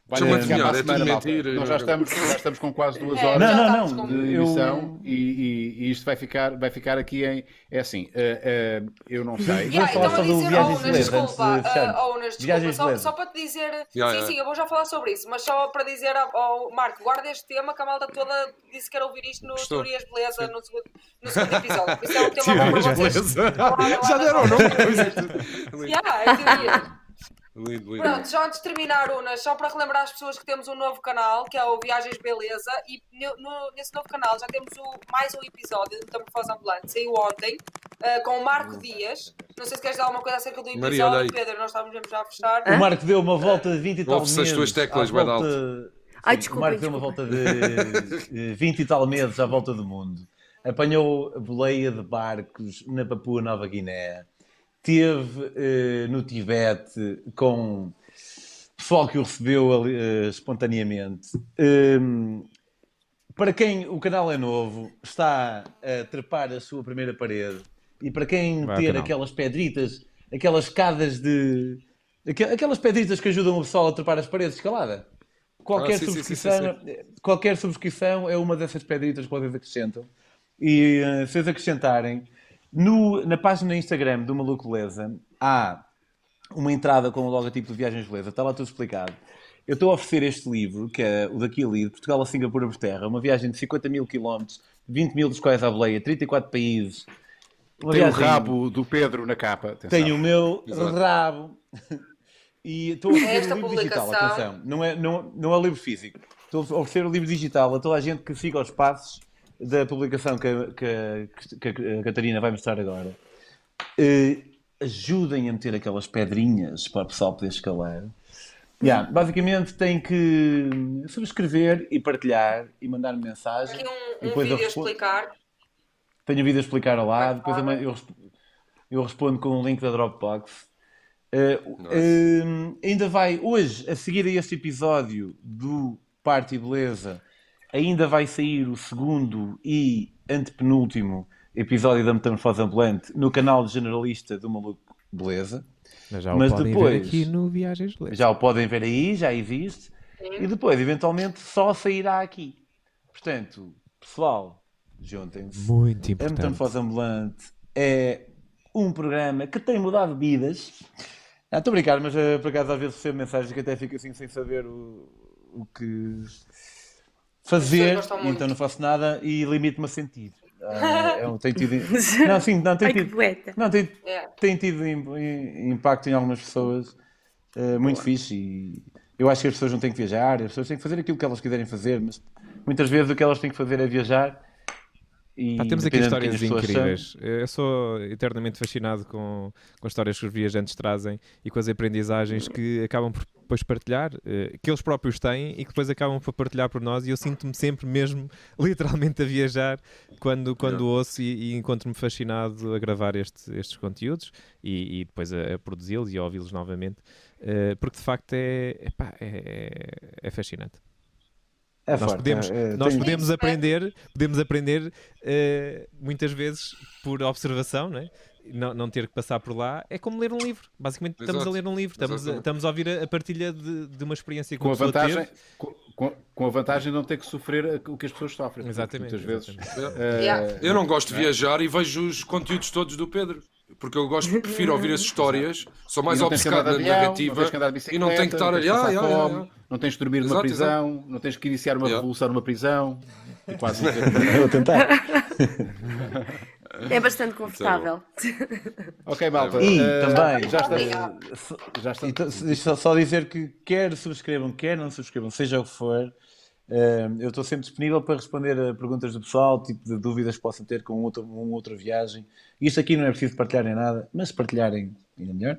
Speaker 3: Vai
Speaker 2: Deixa-me
Speaker 3: chegar para a
Speaker 2: adivinhar, é
Speaker 3: semana,
Speaker 2: tudo
Speaker 3: malta.
Speaker 2: mentira.
Speaker 3: Nós já estamos, já estamos com quase duas
Speaker 6: É,
Speaker 3: horas.
Speaker 6: já
Speaker 7: Não, não,
Speaker 6: estamos
Speaker 7: não.
Speaker 6: com-
Speaker 3: de
Speaker 7: Eu-
Speaker 3: emissão e, e- e isto vai ficar, vai ficar aqui em. É assim, eh, eh, eu não sei.
Speaker 7: Yeah,
Speaker 6: Yeah,
Speaker 7: falar
Speaker 6: então a
Speaker 7: só do
Speaker 6: dizer,
Speaker 7: Viagens
Speaker 6: owners,
Speaker 7: de Leve, antes de
Speaker 6: desculpa,
Speaker 7: fecharmos.
Speaker 6: ah, owners, desculpa,
Speaker 7: Viagens de
Speaker 6: só,
Speaker 7: Leve.
Speaker 6: só para te dizer, sim,
Speaker 2: yeah.
Speaker 6: sim, eu vou já falar sobre isso, mas só para dizer ao, ao Marco, guarda este tema que a malta toda disse que era ouvir isto no
Speaker 2: Gostou.
Speaker 6: Teorias de Beleza no segundo, no segundo episódio, por isso é um tema bom para
Speaker 2: Teorias,
Speaker 6: vocês.
Speaker 2: beleza.
Speaker 6: Claro,
Speaker 2: Já
Speaker 6: claro.
Speaker 2: deram o nome. Lindo,
Speaker 6: Yeah, é teoria.
Speaker 2: lindo, lindo.
Speaker 6: Pronto, já antes de terminar, Unas, só para relembrar as pessoas que temos um novo canal, que é o Viagens Beleza, e no- no- nesse novo canal já temos o- mais um episódio do Metamorfose Ambulante, saiu ontem, ah, com o Marco Dias, não sei se queres dar alguma coisa acerca do
Speaker 2: Maria,
Speaker 6: episódio,
Speaker 2: olha aí.
Speaker 6: Pedro, nós estávamos mesmo já a fechar.
Speaker 5: Hã?
Speaker 7: O Marco deu uma volta de 20 e tal meses.
Speaker 2: Ouve-se as tuas teclas,
Speaker 7: à
Speaker 2: bué de
Speaker 7: volta-
Speaker 5: Ai,
Speaker 7: Sim,
Speaker 5: desculpem,
Speaker 7: O Marco deu uma volta de eh, 20 e tal meses à volta do mundo. Apanhou a boleia de barcos na Papua Nova Guiné. Teve eh, no Tibete com pessoal que o recebeu ali, eh, espontaneamente. Hum, para quem o canal é novo, está a trepar a sua primeira parede. E para quem
Speaker 4: Vai ao
Speaker 7: ter
Speaker 4: canal.
Speaker 7: aquelas pedritas, aquelas escadas de. aqua- Aquelas pedritas que ajudam o pessoal a trepar as paredes de escalada. Qualquer,
Speaker 2: Ah, sim, sim, sim,
Speaker 7: subscrição, eh, qualquer subscrição é uma dessas pedritas que vocês acrescentam. E eh, se vocês acrescentarem, no- na página Instagram do Maluco Lesa há uma entrada com o logotipo de Viagens Beleza, está lá tudo explicado. Eu estou a oferecer este livro, que é o daqui ali, de Portugal a Singapura por terra, uma viagem de 50 mil quilómetros, 20 mil dos quais à boleia, 34 países. Uma
Speaker 3: Tem o
Speaker 7: viagem-
Speaker 3: rabo do Pedro na capa. atenção.
Speaker 7: Tenho o meu
Speaker 2: Exato.
Speaker 7: rabo. E estou a oferecer
Speaker 6: Esta
Speaker 7: o livro digital,
Speaker 6: publicação.
Speaker 7: atenção. Não é, não, não é o livro físico. Estou a oferecer o livro digital a toda a gente que siga os passos da publicação que, a- que a- que a Catarina vai mostrar agora. Eh, ajudem a meter aquelas pedrinhas para o pessoal poder escalar. Yeah, basicamente tem que subscrever e partilhar e mandar-me mensagem.
Speaker 6: aqui um,
Speaker 7: E
Speaker 6: um
Speaker 7: depois eu
Speaker 6: vídeo a
Speaker 7: respondo.
Speaker 6: explicar.
Speaker 7: Tenho um vídeo a explicar ao lado, depois eu,
Speaker 6: Claro.
Speaker 7: ma- eu, resp- eu respondo com um link da Dropbox. Eh,
Speaker 2: Nice.
Speaker 7: eh, ainda vai, hoje, a seguir a este episódio do Parte e Beleza, ainda vai sair o segundo e antepenúltimo episódio da Metamorfose Ambulante no canal generalista do Maluco Beleza.
Speaker 4: Mas já o
Speaker 7: Mas
Speaker 4: podem
Speaker 7: depois-
Speaker 4: ver aqui no Viagens Leves.
Speaker 7: Já o podem ver aí, já existe. E depois, eventualmente, só sairá aqui. Portanto, pessoal, juntem-se.
Speaker 4: Muito
Speaker 7: A
Speaker 4: importante.
Speaker 7: Metamorfose É Ambulante é um programa que tem mudado vidas. Ah, Estou a brincar, mas eh, por acaso às vezes recebo mensagens que até fico assim sem saber o, o que fazer,
Speaker 6: As pessoas gostam
Speaker 7: e então
Speaker 6: muito.
Speaker 7: não faço nada e limito-me a sentir. Ah, é um- tem tido... Não, sim, não, tem
Speaker 5: Ai, que
Speaker 7: tido,
Speaker 5: poeta.
Speaker 7: não, tem,
Speaker 6: É.
Speaker 7: tem tido im- im- impacto em algumas pessoas
Speaker 4: Tá
Speaker 7: eh, muito fixe e eu acho que as pessoas não têm que viajar, as pessoas têm que fazer aquilo que elas quiserem fazer, mas muitas vezes o que elas têm que fazer é viajar
Speaker 4: E Pá, temos aqui histórias incríveis. Eh, Eu sou eternamente fascinado com, com histórias que os viajantes trazem e com as aprendizagens que acabam por depois partilhar, eh, que eles próprios têm e que depois acabam por partilhar por nós. E eu sinto-me sempre mesmo, literalmente, a viajar quando, quando yeah. ouço e, e encontro-me fascinado a gravar este, estes conteúdos e, e depois a, a produzi-los e a ouvi-los novamente, eh, porque de facto é, epá, é, é fascinante. É nós forte, podemos, é, nós podemos isso, aprender, é? podemos aprender uh, muitas vezes por observação, não, é? não, não, ter que passar por lá. É como ler um livro. Basicamente, Exato. estamos a ler um livro, estamos, a, estamos a ouvir a, a partilha de, de, uma experiência que
Speaker 3: com a vantagem, com, com, com, a vantagem de não ter que sofrer o que as pessoas sofrem.
Speaker 4: Exatamente.
Speaker 3: Muitas exatamente.
Speaker 2: vezes. Yeah. Eu não gosto de viajar e vejo os conteúdos todos do Pedro porque eu gosto, prefiro ouvir as histórias, sou mais obcecado na avião, narrativa e não tenho que estar ali. Ah, ah,
Speaker 3: Não tens de dormir exato, numa prisão, exato. não tens que iniciar uma yeah. revolução numa prisão. E quase
Speaker 7: vou tentar.
Speaker 5: É bastante confortável.
Speaker 3: ok, malta. eh,
Speaker 7: E uh, também, já está, já está... Então, só, só dizer que quer subscrevam, quer não subscrevam, seja o que for, uh, eu estou sempre disponível para responder a perguntas do pessoal, tipo de dúvidas que possam ter com outra, uma outra viagem. Isto aqui não é preciso partilhar nem nada, mas se partilharem ainda melhor.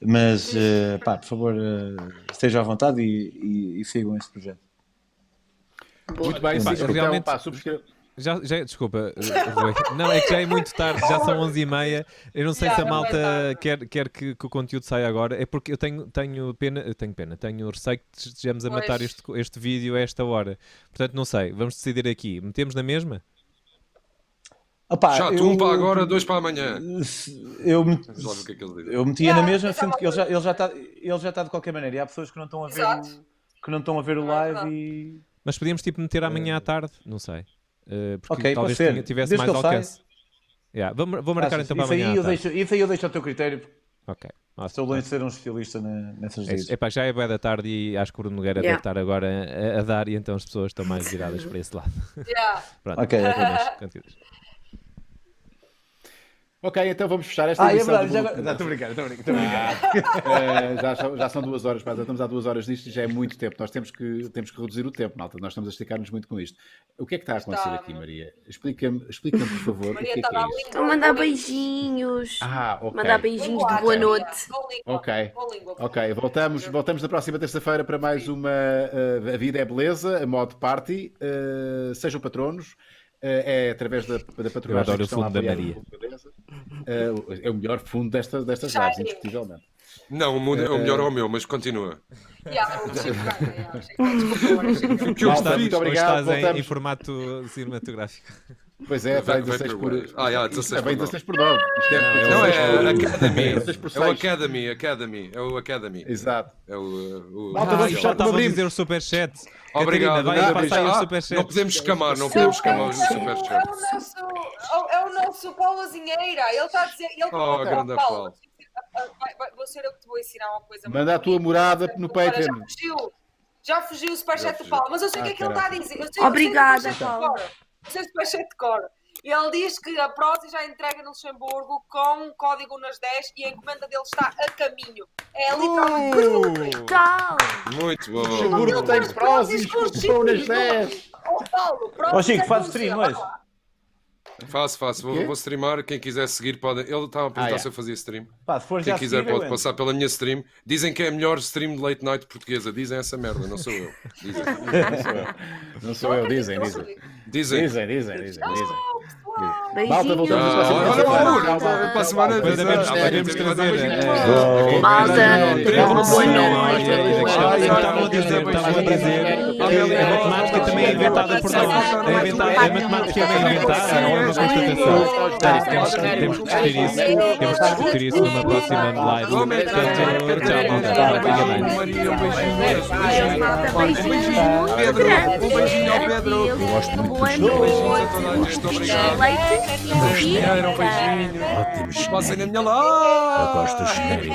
Speaker 7: Mas, uh, pá, por favor, uh, estejam à vontade e, e, e sigam este projeto.
Speaker 3: Boa. Muito bem, pá, então, realmente... pá, subscrevam.
Speaker 4: Já, já, desculpa, não, é que já é muito tarde, já são 11 e meia. Eu não é sei já, se a malta quer, quer que, que, o conteúdo saia agora. É porque eu tenho, tenho pena, tenho pena, tenho receio que estejamos a matar este, este vídeo a esta hora. Portanto, não sei, vamos decidir aqui. Metemos na mesma?
Speaker 7: Ah,
Speaker 2: Opa, já, tu um para agora, dois para amanhã.
Speaker 7: Eu, me,
Speaker 2: é
Speaker 7: eu metia na mesma, sendo que ele já, ele, já está, ele já está de qualquer maneira. E há pessoas que não estão a ver, o, que não é estão a ver o live e.
Speaker 4: Mas podíamos tipo meter amanhã à tarde, não sei. Uh, porque okay, talvez tinha, tivesse Desde mais alcance. Yeah, vou, vou marcar ah, então para
Speaker 7: isso
Speaker 4: amanhã.
Speaker 7: Aí eu deixo, isso aí eu deixo ao teu critério.
Speaker 4: Ok.
Speaker 7: Estou longe de ser um especialista na, nessas
Speaker 4: é, epá, já é boa da tarde e acho que o Bruno Nogueira yeah. deve estar agora a, a, dar e então as pessoas estão mais viradas para esse lado. é
Speaker 6: Yeah.
Speaker 7: Pronto, ok,
Speaker 4: okay.
Speaker 3: Ok, então vamos fechar esta ah,
Speaker 7: edição. Ah, é verdade, já estou a brincar, estou a brincar.
Speaker 3: Eh, já, já são duas horas, pá, já estamos há duas horas disto e já é muito tempo. Nós temos que, temos que reduzir o tempo, malta. Nós estamos a esticar-nos muito com isto. O que é que está a acontecer aqui, Maria? Explica-me, explica por favor. Maria, o que é que é isto?
Speaker 5: Estão a Então, mandar beijinhos.
Speaker 3: Ah, ok.
Speaker 5: Mandar beijinhos de boa noite.
Speaker 3: Ok, ok. Voltamos, voltamos na próxima terça-feira para mais uma uh, A Vida é Beleza, a Mod Party. Uh, sejam patronos é através da, da patronagem
Speaker 4: que estão a apoiar da Maria.
Speaker 3: é o melhor fundo destas, destas lives, indiscutivelmente.
Speaker 2: Não, o, mundo, é, o melhor é o meu, mas continua.
Speaker 4: Muito
Speaker 2: então,
Speaker 4: obrigado. Estás em, formato cinematográfico.
Speaker 3: Pois é, está 16 por...
Speaker 2: Ah, yeah, 16
Speaker 3: por 16 por 9.
Speaker 2: Não, é Academy. É o Academy, Academy. É o Academy.
Speaker 3: Exato.
Speaker 2: É o...
Speaker 4: Malta, vamos fechar
Speaker 2: tá
Speaker 4: com o dizer o Superchat.
Speaker 2: Obrigado. Ah, Não podemos escamar, não podemos escamar o Superchat.
Speaker 6: É o nosso Paulo Azinheira. Ele está a dizer...
Speaker 2: Oh, grande Paulo.
Speaker 6: Vai, vai, vou ser eu que te vou ensinar uma coisa.
Speaker 3: Manda a tua morada no Patreon.
Speaker 6: Já fugiu, já fugiu o superchat do Paulo, mas eu sei o ah, que é que ele está a dizer. Eu sei,
Speaker 5: Obrigada,
Speaker 6: eu sei Paulo. Eu sei o superchat de cor. E ele diz que a Prosa já entrega no Luxemburgo com um código nas 10 e a encomenda dele está a caminho. É
Speaker 3: Oh,
Speaker 6: literalmente.
Speaker 5: Uh, tal.
Speaker 2: Muito bom.
Speaker 3: Luxemburgo tem Prozis com nas 10.
Speaker 6: Oh, Paulo, Prozis. Oh,
Speaker 7: Chico, faz stream hoje.
Speaker 2: Faço, faço. Vou, vou, streamar. Quem quiser seguir, pode. Ele estava a perguntar ah, yeah. se eu fazia stream.
Speaker 7: Pá, se for
Speaker 2: Quem
Speaker 7: já é.
Speaker 2: quiser pode aguenta. passar pela minha stream. Dizem que é a melhor stream de late night portuguesa. Dizem essa merda, não sou eu. Dizem.
Speaker 3: não sou eu. Não sou eu, dizem, dizem.
Speaker 2: Dizem, Ah,
Speaker 3: dizem, dizem. dizem, dizem.
Speaker 5: Beijinhos. Malta, voltamos
Speaker 2: para a semana.
Speaker 4: Podemos trazer.
Speaker 5: Malta, uma boa noite.
Speaker 4: Estavam
Speaker 2: É
Speaker 4: a dizer, estavam a dizer. A matemática também é inventada por nós. A matemática é inventada, não é uma constatação. Temos que discutir isso. Temos que discutir isso numa próxima live. Portanto, tchau,
Speaker 5: malta. Beijinhos.
Speaker 2: Um beijinho ao Pedro.
Speaker 5: Gosto muito. Beijinhos a toda a gente leite e
Speaker 2: Era um beijinho. Ótimo. Passem na minha lá.
Speaker 9: Eu gosto genérico.